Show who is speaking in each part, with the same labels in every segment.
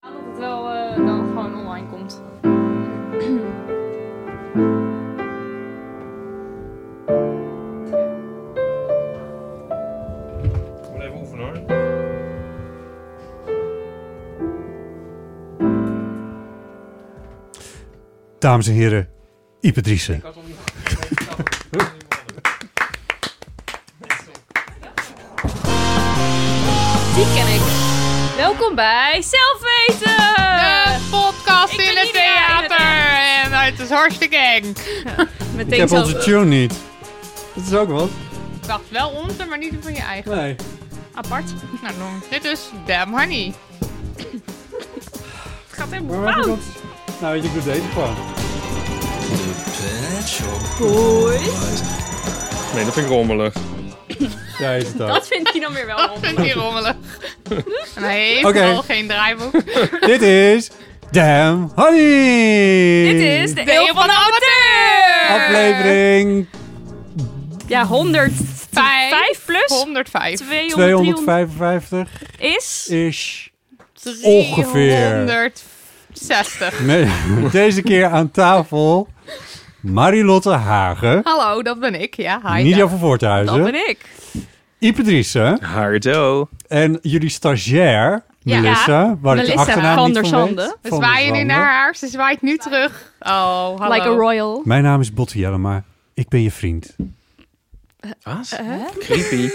Speaker 1: Dat het wel eh, dan gewoon online komt.
Speaker 2: Moet even oefenen hoor.
Speaker 3: Dames en heren, Ipe Driessen.
Speaker 1: Die ken ik. Welkom bij Zelfweten!
Speaker 4: De Eh, podcast
Speaker 1: Ik
Speaker 4: in
Speaker 1: ben
Speaker 4: het
Speaker 1: Ida,
Speaker 4: theater.
Speaker 1: inderdaad.
Speaker 4: En het is hartstikke eng.
Speaker 1: Meteen
Speaker 3: Ik heb
Speaker 1: zo-
Speaker 3: onze tune niet. Dat is ook wat.
Speaker 4: Ik dacht wel onze, maar niet die van je eigen.
Speaker 3: Nee.
Speaker 1: apart.
Speaker 4: Nou, dan- dit is Damn Honey.
Speaker 1: Het gaat helemaal
Speaker 3: Maar waar heb je
Speaker 1: fout.
Speaker 3: dat? Nou, weet je, ik doe deze gewoon.
Speaker 2: Nee, dat vind ik rommelig.
Speaker 3: Ja, is het ook.
Speaker 1: Dat vind ik dan weer wel
Speaker 4: Dat vind ik rommelig. En hij heeft
Speaker 3: Oké.
Speaker 4: al geen draaiboek.
Speaker 3: Dit is Damn Honey!
Speaker 1: Dit is de Eeuw van de Amateur!
Speaker 3: Aflevering
Speaker 1: Ja, 105 plus
Speaker 4: 105.
Speaker 1: 200
Speaker 3: 255
Speaker 1: is...
Speaker 3: is ongeveer.
Speaker 4: 360.
Speaker 3: Nee, deze keer aan tafel Marilotte Hagen,
Speaker 4: Hallo, dat ben ik. Ja, hi.
Speaker 3: Nidia
Speaker 4: daar.
Speaker 3: van
Speaker 1: Dat
Speaker 3: Voorthuizen,
Speaker 1: ben ik.
Speaker 3: Ipe Driessen
Speaker 2: Hardo.
Speaker 3: en jullie stagiair
Speaker 4: Ja.
Speaker 3: Melissa, waar ik de
Speaker 1: Melissa
Speaker 3: achternaam
Speaker 1: van
Speaker 3: niet
Speaker 1: der
Speaker 3: van
Speaker 1: Zande.
Speaker 3: weet.
Speaker 4: We
Speaker 3: Van der
Speaker 4: zwaaien nu
Speaker 3: Zande.
Speaker 4: naar haar. Ze zwaait nu terug. Oh, hallo.
Speaker 1: Like a royal.
Speaker 3: Mijn naam is Botte Jellema. Ik ben je vriend.
Speaker 2: Wat? Creepy.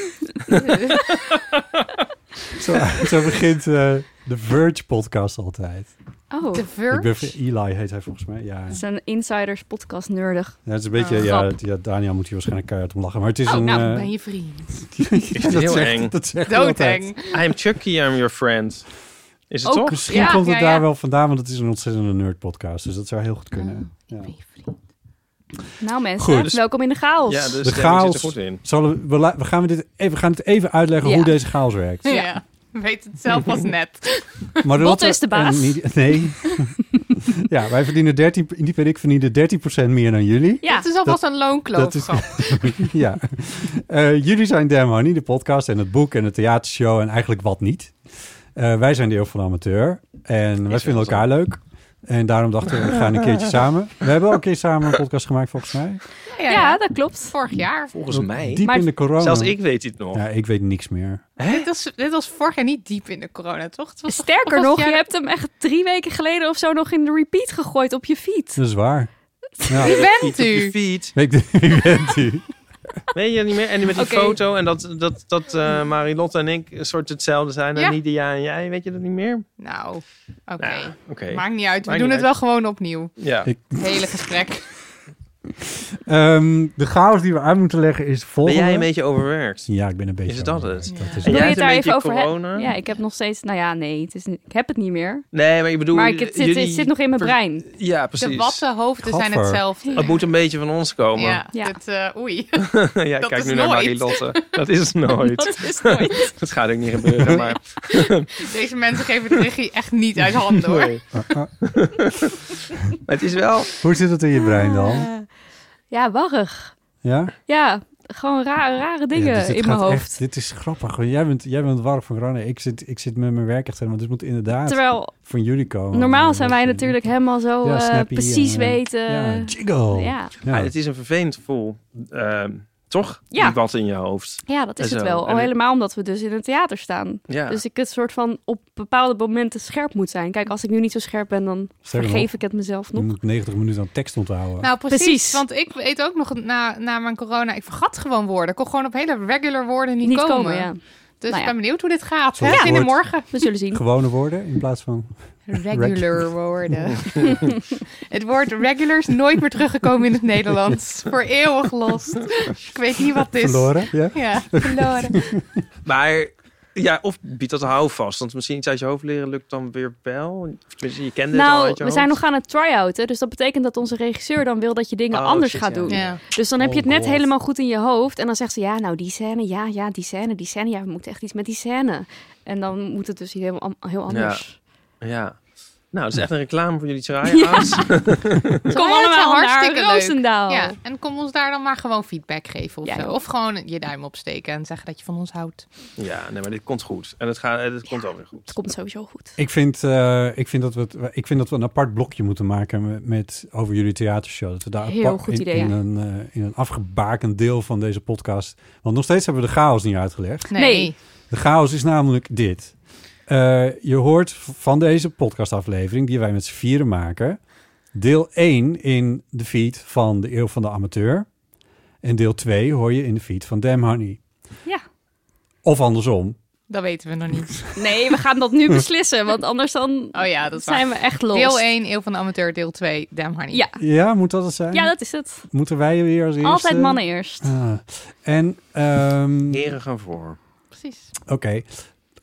Speaker 3: Zo, zo begint eh, de Verge podcast altijd.
Speaker 1: Oh,
Speaker 4: The
Speaker 1: dat
Speaker 3: Ik ben,
Speaker 4: Verge.
Speaker 3: Eli heet hij volgens mij. Ja,
Speaker 1: is een insiders podcast nerdig.
Speaker 3: Ja, het is een beetje.
Speaker 4: Oh.
Speaker 3: ja, het- ja, Daniel moet hier waarschijnlijk keihard om lachen. Maar het is
Speaker 4: Oh,
Speaker 3: een.
Speaker 4: nou,
Speaker 3: eh,
Speaker 4: ben je vriend.
Speaker 3: dat
Speaker 2: Heel
Speaker 3: zegt,
Speaker 2: eng.
Speaker 3: Dat zegt hij altijd.
Speaker 4: Doodeng.
Speaker 2: I'm Chucky, I'm your friend. Is het
Speaker 1: Ook.
Speaker 2: toch?
Speaker 3: Misschien
Speaker 4: Ja,
Speaker 3: komt het
Speaker 4: ja, Oh,
Speaker 3: daar
Speaker 4: ja.
Speaker 3: wel vandaan, want het is een ontzettende nerd podcast. Dus dat zou heel goed kunnen. Ja.
Speaker 4: Ben je vriend.
Speaker 1: Nou mensen,
Speaker 3: Goed.
Speaker 1: Dus- welkom in de chaos.
Speaker 2: Ja, dus
Speaker 3: De
Speaker 2: eh, we
Speaker 3: chaos.
Speaker 2: zitten goed in.
Speaker 3: Zullen we, we, la- we gaan we dit even, we gaan het even uitleggen
Speaker 1: Ja.
Speaker 3: hoe deze chaos werkt.
Speaker 4: Ja. Weet het zelf pas net.
Speaker 3: Maar
Speaker 1: Botte is de baas.
Speaker 3: nee. ja, wij verdienen 13, Iep en ik verdienen 13% meer dan jullie.
Speaker 1: Ja,
Speaker 4: Het is alvast een loonkloof.
Speaker 3: dat is- ja. Eh, jullie zijn Damn Honey, de podcast en het boek en de theatershow en eigenlijk wat niet. Eh, wij zijn de Eeuw van de Amateur en wij
Speaker 2: wel
Speaker 3: vinden elkaar leuk. En daarom dachten we, we gaan een keertje samen. We hebben ook een keer samen een podcast gemaakt volgens mij.
Speaker 1: ja, dat klopt.
Speaker 4: Vorig jaar.
Speaker 2: Volgens mij.
Speaker 3: Diep
Speaker 1: Maar-
Speaker 3: in de corona.
Speaker 2: Zelfs ik weet dit nog.
Speaker 3: Ja, ik weet niks meer.
Speaker 4: Dit was, dit was vorig jaar niet diep in de corona, toch? Het was toch-
Speaker 1: Sterker
Speaker 4: of was nou-
Speaker 1: nog,
Speaker 4: het
Speaker 1: je
Speaker 4: jaar-
Speaker 1: hebt hem echt drie weken geleden of zo nog in de repeat gegooid op je feed.
Speaker 3: Dat is waar. Ja.
Speaker 4: Wie bent
Speaker 2: Fiets op je
Speaker 4: u?
Speaker 2: fiets.
Speaker 3: Weet- Wie bent u?
Speaker 2: Weet je niet meer? En met die
Speaker 1: Oké.
Speaker 2: foto en dat, dat, dat eh Marilotte en ik een soort hetzelfde zijn.
Speaker 4: Ja.
Speaker 2: En Nidia en jij, weet je dat niet meer?
Speaker 4: Nou, oké.
Speaker 2: Nou, oké.
Speaker 4: Maakt niet uit. We
Speaker 2: Maakt
Speaker 4: doen
Speaker 2: niet
Speaker 4: het wel gewoon opnieuw.
Speaker 2: Ja.
Speaker 3: Ik-
Speaker 4: Het hele gesprek.
Speaker 3: Ehm, de chaos die we uit moeten leggen is
Speaker 2: Ben
Speaker 3: volgende.
Speaker 2: jij een beetje overwerkt?
Speaker 3: Ja, ik ben een beetje...
Speaker 2: Is het dat
Speaker 3: overwerkt.
Speaker 2: het?
Speaker 3: Dat is
Speaker 2: En
Speaker 1: Wil
Speaker 2: jij
Speaker 1: je
Speaker 2: hebt
Speaker 1: het
Speaker 2: een
Speaker 1: daar
Speaker 2: beetje
Speaker 1: even over he-
Speaker 2: corona?
Speaker 1: Ja, ik heb nog steeds... Nou ja, nee, het is, niet- ik heb het niet meer.
Speaker 2: Nee, maar ik bedoel...
Speaker 1: Maar ik, het, zit,
Speaker 2: jullie-
Speaker 1: het zit nog in mijn
Speaker 2: ver-
Speaker 1: brein.
Speaker 2: Ja,
Speaker 4: De
Speaker 2: precies.
Speaker 4: wassen hoofden zijn
Speaker 3: Gadver.
Speaker 4: hetzelfde.
Speaker 2: Het moet een beetje van ons komen.
Speaker 4: Ja,
Speaker 1: Ja.
Speaker 4: dit, eh, oei.
Speaker 2: Ja, ik
Speaker 4: Dat
Speaker 2: kijk
Speaker 4: is
Speaker 2: nu naar
Speaker 4: nooit.
Speaker 2: Marilotte. Dat is nooit.
Speaker 1: Dat is nooit.
Speaker 2: Dat gaat ook niet gebeuren, maar...
Speaker 4: Deze mensen geven de regie echt niet uit handen hoor.
Speaker 2: Nee. maar het is wel...
Speaker 3: Ah, Hoe zit het in je brein dan?
Speaker 1: Ah. Ja, warrig.
Speaker 3: Ja?
Speaker 1: Ja, gewoon rare, rare dingen
Speaker 3: Ja, dus dit
Speaker 1: in mijn
Speaker 3: gaat
Speaker 1: hoofd.
Speaker 3: echt- dit is grappig. hoor. Jij bent, jij bent warm van corona. Ik zit, ik zit met mijn werk echt helemaal. Dus het moet inderdaad
Speaker 1: Terwijl
Speaker 3: van jullie komen.
Speaker 1: normaal zijn wij natuurlijk helemaal zo
Speaker 3: Ja,
Speaker 1: eh,
Speaker 3: snappy
Speaker 1: precies
Speaker 3: en, eh,
Speaker 1: weten.
Speaker 3: Ja, jiggle.
Speaker 1: Ja.
Speaker 3: Ja.
Speaker 2: Ah, het is een vervelend gevoel. Ehm, toch?
Speaker 1: Ja.
Speaker 2: Die wat in je hoofd.
Speaker 1: Ja, dat is
Speaker 2: En
Speaker 1: het
Speaker 2: zo.
Speaker 1: wel.
Speaker 2: En
Speaker 1: Al
Speaker 2: ik-
Speaker 1: helemaal omdat we dus in het theater staan.
Speaker 2: Ja.
Speaker 1: Dus ik het soort van op bepaalde momenten scherp moet zijn. Kijk, als ik nu niet zo scherp ben, dan
Speaker 3: Sterker
Speaker 1: vergeef ik het mezelf
Speaker 3: Je
Speaker 1: nog.
Speaker 3: moet 90 minuten aan tekst onthouden.
Speaker 4: Nou, precies,
Speaker 1: Precies.
Speaker 4: Want ik weet ook nog na, na mijn corona, ik vergat gewoon woorden. Ik kon gewoon op hele regular woorden niet,
Speaker 1: Niet
Speaker 4: komen.
Speaker 1: komen, ja.
Speaker 4: Dus
Speaker 1: Nou ja.
Speaker 4: ik ben benieuwd hoe dit gaat.
Speaker 3: Zo'n
Speaker 4: Hè? In de
Speaker 3: woord.
Speaker 4: morgen.
Speaker 1: We zullen zien.
Speaker 3: Gewone woorden in plaats van...
Speaker 4: Regular woorden. het woord regular is nooit meer teruggekomen in het Nederlands. Voor eeuwig lost. Ik weet niet wat het is.
Speaker 3: Verloren, ja.
Speaker 4: Ja, verloren.
Speaker 2: Maar ja, of biedt dat houvast. Want misschien iets uit je hoofd leren lukt dan weer wel. Of tenminste, je kende het al
Speaker 1: Nou,
Speaker 2: uit je
Speaker 1: we zijn
Speaker 2: hoofd.
Speaker 1: nog aan het try-outen. Dus dat betekent dat onze regisseur dan wil dat je dingen
Speaker 2: Oh,
Speaker 1: anders
Speaker 2: shit,
Speaker 1: gaat
Speaker 2: ja.
Speaker 1: doen.
Speaker 4: Ja.
Speaker 1: Dus dan heb je
Speaker 2: Oh
Speaker 1: het net
Speaker 2: God.
Speaker 1: helemaal goed in je hoofd. En dan zegt ze, ja, nou die scène, ja, ja, die scène, die scène. Ja, we moeten echt iets met die scène. En dan moet het dus heel, am- heel anders.
Speaker 2: Ja. Nou, het is echt een reclame voor jullie try-outs.
Speaker 1: Kom
Speaker 4: Ja, het is wel
Speaker 1: allemaal
Speaker 4: hartstikke
Speaker 1: naar
Speaker 4: leuk.
Speaker 1: Roosendaal.
Speaker 4: Ja, en kom ons daar dan maar gewoon feedback geven of
Speaker 1: Ja,
Speaker 4: zo.
Speaker 1: joh.
Speaker 4: Of gewoon je duim opsteken en zeggen dat je van ons houdt.
Speaker 2: Ja, nee, maar dit komt goed. En het, gaat, het komt alweer goed.
Speaker 1: Het komt sowieso goed.
Speaker 3: Ik vind, eh, ik, vind dat we het- ik vind dat we een apart blokje moeten maken met, met- over jullie theatershow. Dat we daar
Speaker 1: Heel
Speaker 3: apart-
Speaker 1: goed
Speaker 3: in-
Speaker 1: idee,
Speaker 3: In,
Speaker 1: ja.
Speaker 3: een, eh, in een afgebakend deel van deze podcast. Want nog steeds hebben we de chaos niet uitgelegd.
Speaker 4: Nee.
Speaker 1: Nee.
Speaker 3: De chaos is namelijk dit. Eh, je hoort v- van deze podcastaflevering, die wij met z'n vieren maken, deel 1 in de feed van de Eeuw van de Amateur. En deel 2 hoor je in de feed van Damn Honey.
Speaker 1: Ja.
Speaker 3: Of andersom.
Speaker 4: Dat weten we nog niet.
Speaker 1: Nee, we gaan dat nu beslissen. Want anders dan
Speaker 4: Oh ja, dat is waar.
Speaker 1: zijn we echt los.
Speaker 4: Deel 1, Eeuw van de Amateur. Deel 2, Damn Honey.
Speaker 1: Ja.
Speaker 3: Ja, moet dat het zijn?
Speaker 1: Ja, dat is het.
Speaker 3: Moeten wij weer als eerste?
Speaker 1: Altijd mannen eerst.
Speaker 3: Ah, en, ehm,
Speaker 2: Heren gaan voor.
Speaker 4: Precies.
Speaker 3: oké,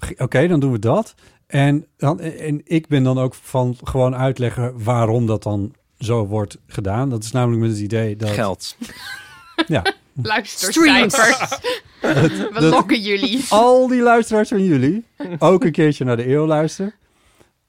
Speaker 3: G- oké, dan doen we dat. En, dan, en ik ben dan ook van gewoon uitleggen waarom dat dan zo wordt gedaan. Dat is namelijk met het idee dat...
Speaker 2: Geld.
Speaker 4: Luistercijfers. we
Speaker 3: dat-
Speaker 4: lokken jullie.
Speaker 3: al die luisteraars van jullie ook een keertje naar de eeuw luisteren.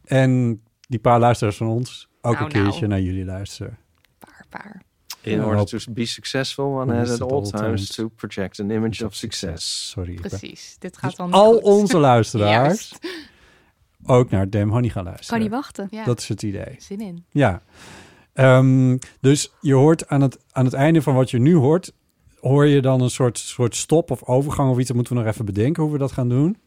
Speaker 3: En die paar luisteraars van ons ook
Speaker 4: Nou,
Speaker 3: een keertje
Speaker 4: nou.
Speaker 3: naar jullie luisteren.
Speaker 4: Paar, paar.
Speaker 2: In
Speaker 3: Ja,
Speaker 2: order
Speaker 3: op-
Speaker 2: to be successful, one
Speaker 3: One
Speaker 2: has
Speaker 3: has
Speaker 2: at
Speaker 3: at
Speaker 2: all
Speaker 3: all
Speaker 2: times
Speaker 3: times
Speaker 2: to project an image of success.
Speaker 3: Sorry. ik ben-
Speaker 4: Precies. Dit gaat
Speaker 3: Dus
Speaker 4: dan
Speaker 3: al
Speaker 4: goed.
Speaker 3: onze luisteraars
Speaker 4: Juist.
Speaker 3: ook naar Dem Honey gaan
Speaker 1: Kan
Speaker 3: luisteren.
Speaker 1: niet wachten.
Speaker 4: Ja,
Speaker 3: Dat is het idee.
Speaker 4: zin in.
Speaker 3: Ja. Ehm, dus je hoort aan het, aan het einde van wat je nu hoort, hoor je dan een soort, soort stop of overgang of iets. Dat moeten we nog even bedenken hoe we dat gaan doen.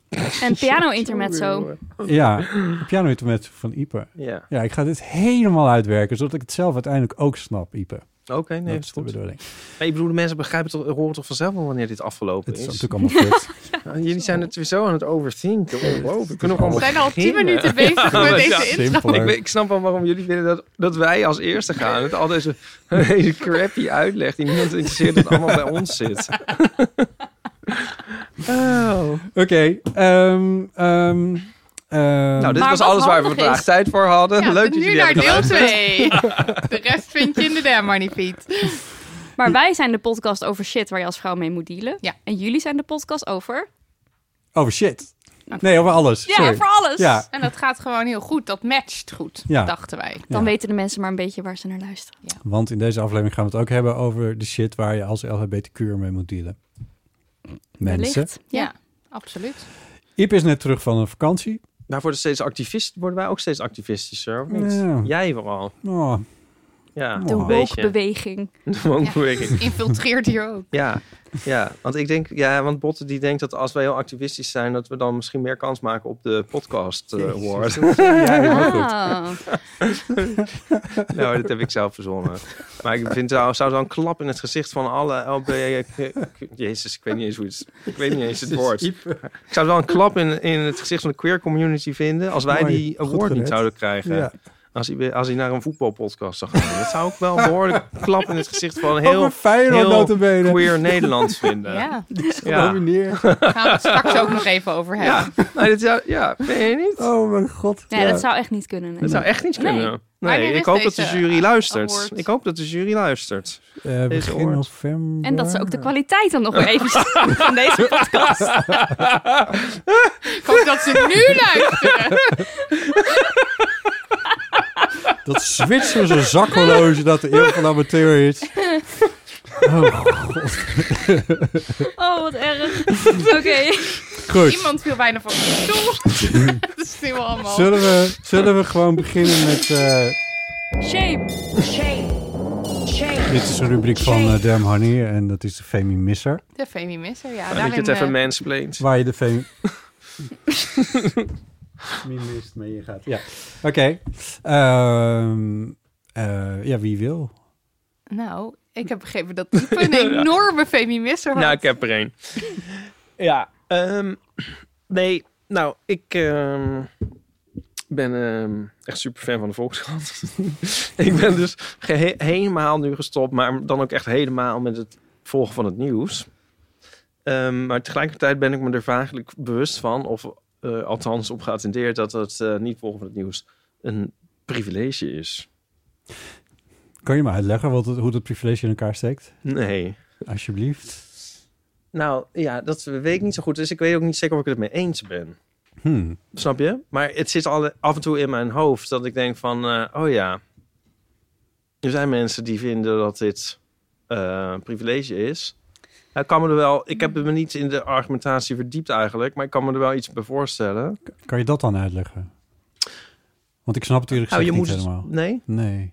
Speaker 1: En piano intermezzo.
Speaker 3: Ja, piano met van Ieper.
Speaker 2: Ja.
Speaker 3: Ja, ik ga dit helemaal uitwerken, zodat ik het zelf uiteindelijk ook snap, Ieper.
Speaker 2: Oké, nee,
Speaker 3: dat
Speaker 2: dat
Speaker 3: is
Speaker 2: is
Speaker 3: de
Speaker 2: goed.
Speaker 3: bedoeling.
Speaker 2: Maar ik bedoel, de mensen begrijpen toch, horen toch vanzelf wel wanneer dit afgelopen
Speaker 3: Het is
Speaker 2: is.
Speaker 3: natuurlijk allemaal kut.
Speaker 2: Ah, Jullie zijn het weer zo aan het overthinken. Ongelooflijk. We kunnen
Speaker 4: We
Speaker 2: gewoon
Speaker 4: zijn al 10
Speaker 2: beginnen.
Speaker 4: minuten bezig
Speaker 2: Ja,
Speaker 4: met
Speaker 2: maar
Speaker 4: deze
Speaker 2: ja,
Speaker 4: intro.
Speaker 3: Simpel.
Speaker 2: Ik, weet- ik snap wel waarom jullie willen dat, dat wij als eerste gaan. Het al deze, deze crappy uitleg die niemand interesseert dat het allemaal bij ons zit. Oh.
Speaker 3: Oké. ehm, ehm, ehm,
Speaker 2: Nou, dit
Speaker 1: Maar
Speaker 2: was
Speaker 1: wat
Speaker 2: alles waar we
Speaker 1: handig
Speaker 2: vandaag
Speaker 1: is-
Speaker 2: tijd voor hadden.
Speaker 4: Ja,
Speaker 2: Leuk
Speaker 4: tot
Speaker 2: dat
Speaker 4: nu
Speaker 2: jullie
Speaker 4: naar
Speaker 2: hebben
Speaker 4: deel
Speaker 2: geluisterd.
Speaker 4: 2. De rest vind je in de Damn Honey feed.
Speaker 1: Maar wij zijn de podcast over shit waar je als vrouw mee moet dealen.
Speaker 4: Ja.
Speaker 1: En jullie zijn de podcast over...
Speaker 3: Over shit. Nee, over alles.
Speaker 1: Nou, Ja,
Speaker 3: Sorry.
Speaker 1: voor alles.
Speaker 3: Ja.
Speaker 4: En dat gaat gewoon heel goed. Dat matcht goed,
Speaker 3: Ja.
Speaker 4: dachten wij.
Speaker 1: Dan
Speaker 3: Ja.
Speaker 1: weten de mensen maar een beetje waar ze naar luisteren.
Speaker 3: Want in deze aflevering gaan we het ook hebben over de shit waar je als LHBTQ'er mee moet dealen. Mensen.
Speaker 1: Wellicht.
Speaker 4: Ja,
Speaker 1: Ja.
Speaker 4: absoluut.
Speaker 3: Iep is net terug van een vakantie.
Speaker 2: Maar worden, Nou, steeds activist, worden wij ook steeds activistischer, of niet?
Speaker 3: Ja.
Speaker 2: Jij vooral.
Speaker 3: Oh,
Speaker 2: Ja,
Speaker 1: De
Speaker 3: Oh.
Speaker 2: een beetje.
Speaker 1: woke-beweging.
Speaker 2: De woke-beweging.
Speaker 4: Infiltreert hier ook.
Speaker 2: Ja, ja, want ik denk, ja, want Botte die denkt dat als wij heel activistisch zijn, dat we dan misschien meer kans maken op de podcast eh, award.
Speaker 1: Ah.
Speaker 2: nou, dit heb ik zelf verzonnen. Maar ik vind zou, zou dan klap in het gezicht van alle LB. Jezus, ik weet niet eens hoe het, ik weet niet eens het woord. Ik zou wel een klap in, in het gezicht van de queer community vinden als wij
Speaker 3: Mooi,
Speaker 2: die
Speaker 3: goed
Speaker 2: award niet
Speaker 3: gered.
Speaker 2: zouden krijgen.
Speaker 3: ja.
Speaker 2: Als hij, als hij naar een voetbalpodcast zou gaan. Dat zou ik wel een behoorlijk klap in het gezicht van heel
Speaker 3: Over Feyenoord
Speaker 2: heel
Speaker 3: notabene.
Speaker 2: queer Nederland vinden.
Speaker 4: Ja,
Speaker 2: ja.
Speaker 3: Genomineerd.
Speaker 4: daar gaan we het straks ook nog even over hebben.
Speaker 2: Ja, nou, dit zou, ja, vind je niet?
Speaker 3: Oh mijn god.
Speaker 1: Nee, dat zou echt niet kunnen. nee.
Speaker 2: Dat zou echt niet
Speaker 1: Nee.
Speaker 2: kunnen. Nee,
Speaker 4: Wanneer
Speaker 2: ik
Speaker 4: is
Speaker 2: hoop dat de
Speaker 4: deze
Speaker 2: jury luistert.
Speaker 4: award?
Speaker 2: Ik hoop dat de jury luistert.
Speaker 3: Eh,
Speaker 2: Deze
Speaker 3: begin
Speaker 2: award.
Speaker 3: november.
Speaker 1: En dat ze ook de kwaliteit dan nog weer even zien van deze podcast.
Speaker 4: Ik hoop dat ze nu luisteren.
Speaker 3: Dat Zwitserse zakhorloge dat de eeuw van de amateur is.
Speaker 1: Oh, wat erg. Oké.
Speaker 3: Goed.
Speaker 4: Iemand viel bijna van de stoel. Het is nu allemaal.
Speaker 3: Zullen we, zullen we gewoon beginnen met... eh,
Speaker 1: Shame. Shame. Shame.
Speaker 3: Dit is een rubriek van eh, Damn Honey en dat is de Femi Misser.
Speaker 4: De Femi Misser, ja.
Speaker 2: dat je het
Speaker 4: daarin,
Speaker 2: even
Speaker 4: eh,
Speaker 2: mansplaint.
Speaker 3: Waar je de Femi... Wie mist mee gaat. Ja, oké. Ehm, eh, ja, wie wil?
Speaker 4: Nou, ik heb begrepen dat Iep een enorme Femi Misser had.
Speaker 2: Nou, ik heb er één. ja, ehm, nee, nou, ik ehm, ben ehm, echt super fan van de Volkskrant. ik ben dus gehe- helemaal nu gestopt, maar dan ook echt helemaal met het volgen van het nieuws. Ehm, maar tegelijkertijd ben ik me er vaaglijk bewust van, of eh, althans op geattendeerd, dat het eh, niet volgen van het nieuws een privilege is.
Speaker 3: Kan je me uitleggen wat het, hoe dat privilege in elkaar steekt?
Speaker 2: Nee.
Speaker 3: Alsjeblieft.
Speaker 2: Nou ja, dat weet ik niet zo goed, dus ik weet ook niet zeker of ik het mee eens ben.
Speaker 3: Hmm.
Speaker 2: Snap je? Maar het zit al af en toe in mijn hoofd dat ik denk van, eh, oh ja, er zijn mensen die vinden dat dit eh, een privilege is. Nou, ik kan me er wel, ik heb me niet in de argumentatie verdiept eigenlijk, maar ik kan me er wel iets bij voorstellen.
Speaker 3: Kan je dat dan uitleggen? Want ik snap het eerlijk
Speaker 2: Nou,
Speaker 3: gezegd niet helemaal.
Speaker 2: nee.
Speaker 3: Nee.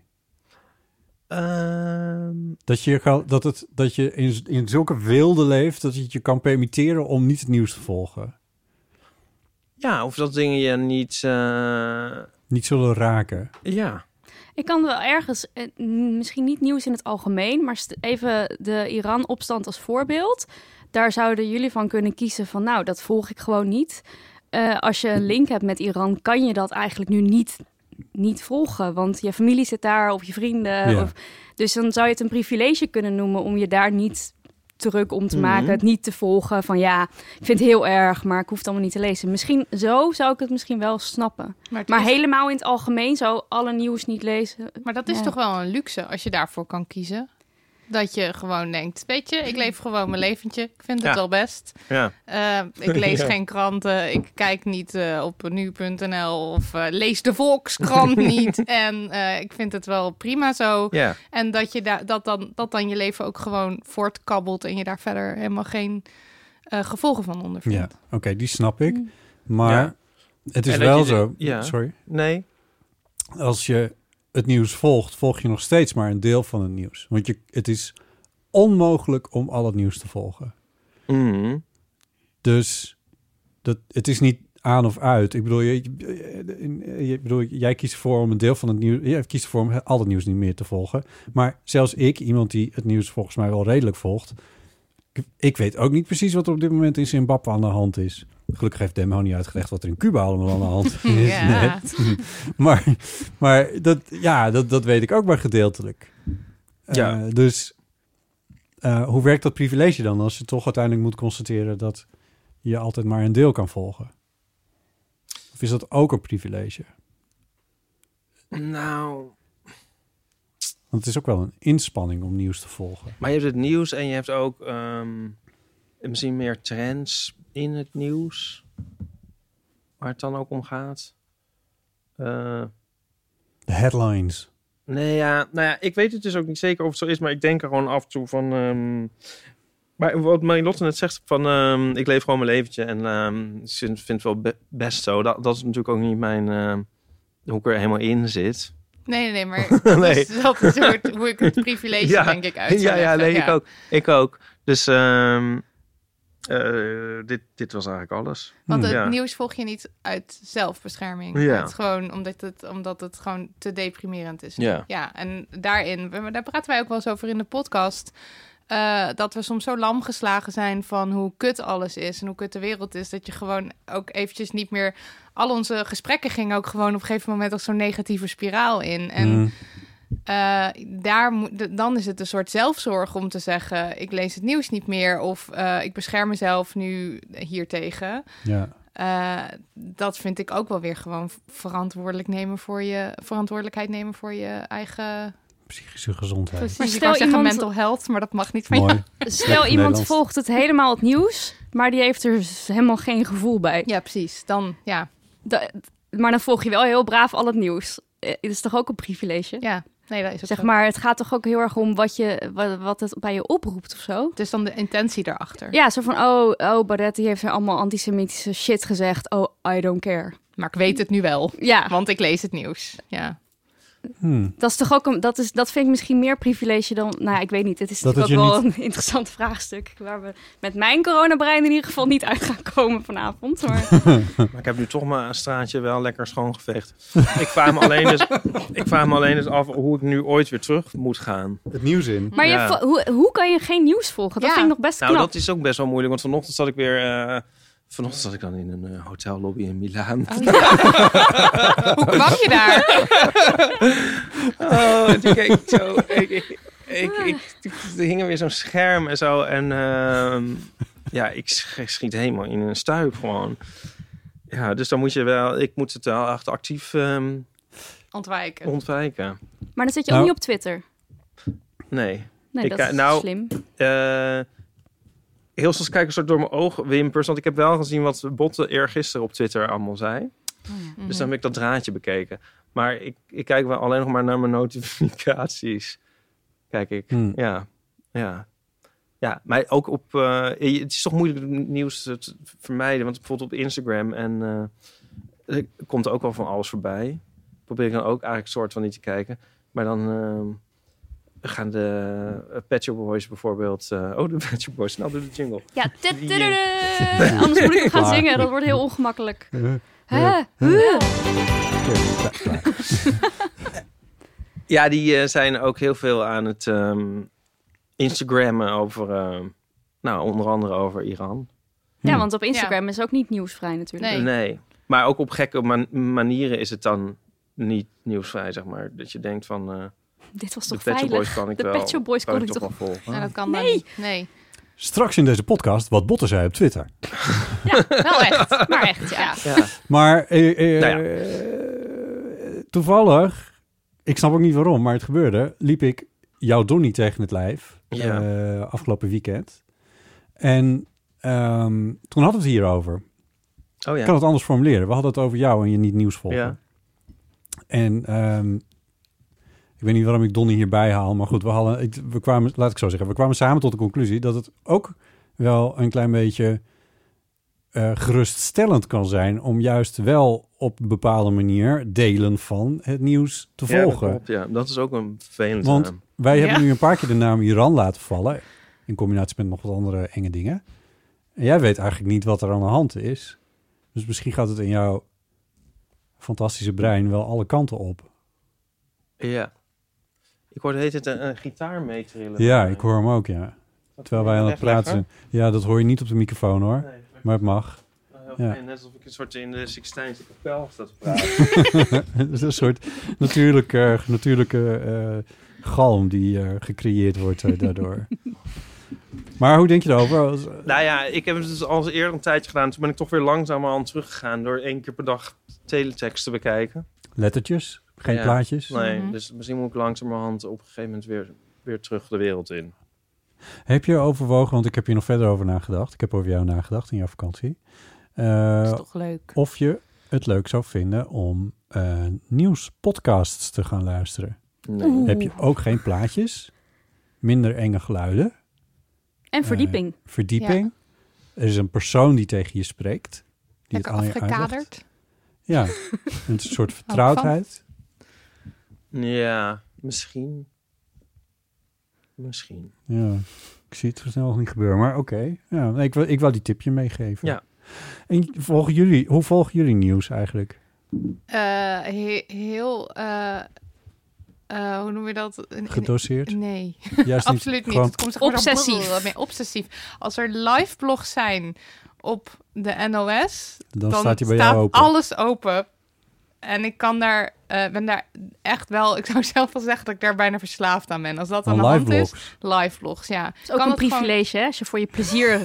Speaker 2: Ehm,
Speaker 3: Dat je, kan- dat het, dat je in, in zulke wilde leeft dat je het je kan permitteren om niet het nieuws te volgen.
Speaker 2: ja, of dat dingen je niet, eh,
Speaker 3: Niet zullen raken.
Speaker 2: ja.
Speaker 1: Ik kan wel ergens, eh, n- misschien niet nieuws in het algemeen, maar st- even de Iran-opstand als voorbeeld. Daar zouden jullie van kunnen kiezen van, nou, dat volg ik gewoon niet. Eh, als je een link hebt met Iran, kan je dat eigenlijk nu niet, niet volgen. Want je familie zit daar, of je vrienden.
Speaker 3: Ja.
Speaker 1: Of, dus dan zou je het een privilege kunnen noemen om je daar niet druk om te
Speaker 2: Mhm.
Speaker 1: maken. Het niet te volgen van, ja, ik vind het heel erg, maar ik hoef het allemaal niet te lezen. Misschien zo zou ik het misschien wel snappen.
Speaker 4: maar, het
Speaker 1: Maar
Speaker 4: is-
Speaker 1: helemaal in het algemeen zou alle nieuws niet lezen.
Speaker 4: maar dat is
Speaker 1: Ja.
Speaker 4: toch wel een luxe als je daarvoor kan kiezen. Dat je gewoon denkt, weet je, ik leef gewoon mijn leventje. Ik vind het
Speaker 2: Ja.
Speaker 4: wel best.
Speaker 2: ja.
Speaker 4: Eh, ik lees geen kranten. Ik kijk niet eh, op nu.nl of eh, lees de Volkskrant niet. En eh, ik vind het wel prima zo.
Speaker 2: Ja.
Speaker 4: En dat, je daar dat, dan, dat dan je leven ook gewoon voortkabbelt en je daar verder helemaal geen eh, gevolgen van ondervindt.
Speaker 3: Ja, oké, die snap ik.
Speaker 1: Mm.
Speaker 3: Maar
Speaker 2: Ja.
Speaker 3: het is
Speaker 2: En dat
Speaker 3: wel
Speaker 2: je de-
Speaker 3: zo.
Speaker 2: ja.
Speaker 3: Sorry.
Speaker 2: Nee.
Speaker 3: Als je het nieuws volgt, volg je nog steeds maar een deel van het nieuws. Want je, het is onmogelijk om al het nieuws te volgen.
Speaker 2: Mhm.
Speaker 3: Mm-hmm. Dus dat, het is niet aan of uit. Ik bedoel, je, je- je- bedoel, jij kiest ervoor om een deel van het nieuws... Jij kiest ervoor om al het nieuws niet meer te volgen. Maar zelfs ik, iemand die het nieuws volgens mij wel redelijk volgt... ik- Ik weet ook niet precies wat er op dit moment in Zimbabwe aan de hand is. Gelukkig heeft Demo niet uitgelegd wat er in Cuba allemaal aan de hand is.
Speaker 4: Hm, Ja.
Speaker 3: net. Maar, maar dat, ja, dat, dat weet ik ook maar gedeeltelijk. Eh,
Speaker 2: Ja.
Speaker 3: dus eh, hoe werkt dat privilege dan als je toch uiteindelijk moet constateren dat je altijd maar een deel kan volgen? Of is dat ook een privilege?
Speaker 2: Nou,
Speaker 3: Want het is ook wel een inspanning om nieuws te volgen.
Speaker 2: Maar je hebt het nieuws en je hebt ook ehm, misschien meer trends in het nieuws. Waar het dan ook om gaat. Eh,
Speaker 3: De headlines.
Speaker 2: nee, ja, nou ja, ik weet het dus ook niet zeker of het zo is, maar ik denk er gewoon af en toe van. ehm, maar wat Marilotte net zegt, van ehm, ik leef gewoon mijn leventje en ehm, ik vind vind het wel be- best zo. Dat, dat is natuurlijk ook niet mijn. ehm, hoe ik er helemaal in zit.
Speaker 4: Nee, nee, nee, maar dat
Speaker 2: Nee.
Speaker 4: is- dat is hoe, het- hoe ik het privilege
Speaker 2: Ja.
Speaker 4: denk ik uit zou
Speaker 2: ja, ja,
Speaker 4: leggen.
Speaker 2: nee, ik ook. Ik ook. Dus ehm, eh, dit, dit was eigenlijk alles.
Speaker 4: Want het
Speaker 2: Ja.
Speaker 4: nieuws volg je niet uit zelfbescherming.
Speaker 2: Ja.
Speaker 4: Het is gewoon omdat het, omdat het gewoon te deprimerend is.
Speaker 2: Ja.
Speaker 4: ja, en daarin, maar daar praten wij ook wel eens over in de podcast. eh, dat we soms zo lam geslagen zijn van hoe kut alles is en hoe kut de wereld is. Dat je gewoon ook eventjes niet meer. Al onze gesprekken gingen ook gewoon op een gegeven moment als zo'n negatieve spiraal in. En
Speaker 3: Mm.
Speaker 4: eh, daar moet, de- dan is het een soort zelfzorg om te zeggen: ik lees het nieuws niet meer. Of eh, ik bescherm mezelf nu hiertegen.
Speaker 3: Ja.
Speaker 4: Eh, dat vind ik ook wel weer gewoon verantwoordelijk nemen voor je, verantwoordelijkheid nemen voor je eigen.
Speaker 3: Psychische gezondheid.
Speaker 1: Maar
Speaker 4: Maar stel
Speaker 1: stel
Speaker 4: je zeggen
Speaker 1: iemand-
Speaker 4: mental health, maar dat mag niet van jou.
Speaker 3: Mooi.
Speaker 1: Stel iemand
Speaker 3: Nederlands.
Speaker 1: volgt het helemaal het nieuws, maar die heeft er z- helemaal geen gevoel bij.
Speaker 4: Ja, precies. Dan, ja.
Speaker 1: Da- maar dan volg je wel heel braaf al het nieuws. Eh, Het is toch ook een privilege?
Speaker 4: ja. Nee, dat is ook
Speaker 1: Zeg
Speaker 4: zo.
Speaker 1: maar, het gaat toch ook heel erg om wat, je, wat, wat het bij je oproept of zo?
Speaker 4: Het is dan de intentie daarachter.
Speaker 1: Ja, zo van, oh, oh, Barrett die heeft er allemaal antisemitische shit gezegd. Oh, I don't care.
Speaker 4: Maar ik weet het nu wel,
Speaker 1: Ja,
Speaker 4: want ik lees het nieuws. Ja.
Speaker 3: Hmm.
Speaker 1: Dat, is toch ook een, dat, is, dat vind ik misschien meer privilege dan. Nou, ja, ik weet niet. Het is
Speaker 3: Dat
Speaker 1: natuurlijk
Speaker 3: het
Speaker 1: ook
Speaker 3: je
Speaker 1: wel een interessant vraagstuk. Waar we met mijn coronabrein in ieder geval niet uit gaan komen vanavond. Maar
Speaker 2: Maar ik heb nu toch maar een straatje wel lekker schoongeveegd. ik, vraag me alleen dus, ik vraag me alleen dus af hoe ik nu ooit weer terug moet gaan.
Speaker 3: Het nieuws in.
Speaker 1: Maar
Speaker 2: Ja.
Speaker 1: je, vo- hoe, hoe kan je geen nieuws volgen? Dat
Speaker 4: Ja.
Speaker 1: vind ik nog best
Speaker 2: Nou,
Speaker 1: knap.
Speaker 2: dat is ook best wel moeilijk, want vanochtend zat ik weer... eh, vanochtend zat ik dan in een eh, hotellobby in Milaan.
Speaker 4: Hoe kwam je daar?
Speaker 2: Oh, en toen keek ik zo. Ik, ik, ik, ik- er hing er weer zo'n scherm en zo. En ehm, ja, ik sch- ik schiet helemaal in een stuip gewoon. Ja, dus dan moet je wel... Ik moet het wel echt actief ehm,
Speaker 3: Oh,
Speaker 4: Ontwijken.
Speaker 2: ontwijken.
Speaker 1: Maar dan zit je
Speaker 3: Nou.
Speaker 1: ook niet op Twitter.
Speaker 2: Nee.
Speaker 1: Nee,
Speaker 2: Ik,
Speaker 1: dat
Speaker 2: eh,
Speaker 1: is
Speaker 2: nou,
Speaker 1: slim.
Speaker 2: Eh, heel soms kijk ik soort door mijn oogwimpers. Want ik heb wel gezien wat Botte eergisteren op Twitter allemaal zei. Dus dan heb ik dat draadje bekeken. Maar ik, ik kijk wel alleen nog maar naar mijn notificaties. Kijk ik.
Speaker 3: Hmm.
Speaker 2: Ja, ja. Ja, maar ook op... eh, je- het is toch moeilijk nieuws te te vermijden. Want bijvoorbeeld op Instagram en... eh, er komt ook wel van alles voorbij. Probeer ik dan ook eigenlijk soort van niet te kijken. Maar dan... eh, gaan de eh, Pet Shop Boys bijvoorbeeld... eh, oh, de Pet Shop Boys. Nou, doe de jingle.
Speaker 1: Ja, tut-
Speaker 2: Die-
Speaker 1: tududu. anders moet ik hem gaan
Speaker 3: Klaar.
Speaker 1: zingen. Dat wordt heel ongemakkelijk.
Speaker 3: Eh,
Speaker 1: Hè?
Speaker 2: Ja, die eh, zijn ook heel veel aan het ehm, Instagrammen over... ehm, nou, onder andere over Iran.
Speaker 1: Ja, want op Instagram is ook niet nieuwsvrij natuurlijk.
Speaker 4: Nee.
Speaker 2: Nee. Maar ook op gekke man- manieren is het dan niet nieuwsvrij, zeg maar. Dat je denkt van, eh,
Speaker 1: Dit was
Speaker 2: de
Speaker 1: toch
Speaker 2: Pet Shop
Speaker 1: veilig?
Speaker 2: Boys Oh, kan ik
Speaker 1: De
Speaker 2: wel...
Speaker 1: Pet Shop Boys kon ik toch...
Speaker 2: wel volgen.
Speaker 4: Nou, dat kan
Speaker 1: Nee.
Speaker 4: dan niet. Nee.
Speaker 3: Straks in deze podcast wat Botte zei op Twitter.
Speaker 4: Wel echt. Maar echt, ja.
Speaker 2: Ja.
Speaker 3: Maar eh, eh,
Speaker 2: Nou ja.
Speaker 3: eh, toevallig, ik snap ook niet waarom, maar het gebeurde, liep ik jouw Donnie tegen het lijf
Speaker 2: Ja.
Speaker 3: eh, afgelopen weekend. En ehm, toen hadden we het hierover.
Speaker 2: Oh
Speaker 3: Ik
Speaker 2: ja.
Speaker 3: kan het anders formuleren. We hadden het over jou en je niet nieuws volgen.
Speaker 2: Ja.
Speaker 3: En ehm, ik weet niet waarom ik Donnie hierbij haal, maar goed, we, hadden, ik- we kwamen, laat ik zo zeggen, we kwamen samen tot de conclusie dat het ook wel een klein beetje eh, geruststellend kan zijn om juist wel op een bepaalde manier delen van het nieuws te
Speaker 2: Ja, dat
Speaker 3: volgen.
Speaker 2: klopt, ja. dat is ook een vervelend.
Speaker 3: Want-
Speaker 2: naam.
Speaker 3: Wij
Speaker 4: Ja.
Speaker 3: hebben nu een paar keer de naam Iran laten vallen, in combinatie met nog wat andere enge dingen. En jij weet eigenlijk niet wat er aan de hand is. Dus misschien gaat het in jouw fantastische brein wel alle kanten op.
Speaker 2: Ja. Ik hoorde heet het eh, een, een gitaar meetrillen.
Speaker 3: Ja, ik hoor hem ook, ja.
Speaker 2: Dat-
Speaker 3: Terwijl wij aan het
Speaker 2: Weglegger.
Speaker 3: praten zijn. Ja, dat hoor je niet op de microfoon hoor.
Speaker 2: Nee, maar-
Speaker 3: Maar het mag.
Speaker 2: maar Nou, heel
Speaker 3: Ja.
Speaker 2: fijn, Net alsof ik een soort in de Sixtijnse kapel zat te praten.
Speaker 3: Het is een soort natuurlijke, natuurlijke eh, galm die eh, gecreëerd wordt eh, daardoor. maar hoe denk je erover? Als- eh,
Speaker 2: nou ja, ik heb het dus al eens eerder een tijdje gedaan. Toen ben ik toch weer langzamerhand teruggegaan door één keer per dag teletext te bekijken.
Speaker 3: Lettertjes? Geen
Speaker 2: Ja.
Speaker 3: plaatjes?
Speaker 2: Nee,
Speaker 4: Mhm.
Speaker 2: dus misschien moet ik langzamerhand op een gegeven moment weer, weer terug de wereld in.
Speaker 3: Heb je overwogen, want ik heb hier nog verder over nagedacht. Ik heb over jou nagedacht in jouw vakantie. Eh,
Speaker 4: Dat is toch leuk.
Speaker 3: of je het leuk zou vinden om eh, nieuwspodcasts te gaan luisteren.
Speaker 2: Nee.
Speaker 1: Oeh.
Speaker 3: Heb je ook geen plaatjes, minder enge geluiden,
Speaker 1: En verdieping.
Speaker 3: verdieping. Er is een persoon die tegen je spreekt. Die
Speaker 4: Lekker
Speaker 3: aan je uitlegt.
Speaker 4: afgekaderd.
Speaker 3: Ja, een soort vertrouwdheid.
Speaker 2: Ja, misschien. Misschien.
Speaker 3: Ja, ik zie het zo snel nog niet gebeuren, maar oké. Ja, nee, ik, wil, ik wil die tipje meegeven.
Speaker 2: Ja.
Speaker 3: En volgen jullie, hoe volgen jullie nieuws eigenlijk?
Speaker 4: Eh, he- heel, eh, eh, hoe noem je dat? Een- een-
Speaker 3: Gedoseerd?
Speaker 4: Nee,
Speaker 3: Juist
Speaker 4: absoluut niet.
Speaker 3: gewoon-
Speaker 4: Het komt zeg maar zo
Speaker 1: Obsessief.
Speaker 4: brrr, mee. Obsessief. Als er live blogs zijn op de NOS,
Speaker 3: dan, staat hij bij
Speaker 4: staat
Speaker 3: jou open.
Speaker 4: alles open. En ik kan daar, eh, ben daar echt wel, ik zou zelf wel zeggen dat ik daar bijna verslaafd aan ben. Als dat aan de
Speaker 3: Aan
Speaker 4: hand is,
Speaker 3: blogs.
Speaker 4: live vlogs, ja.
Speaker 1: is ook
Speaker 4: Kan
Speaker 1: een
Speaker 4: het gewoon-
Speaker 1: privilege, hè? Als je voor je plezier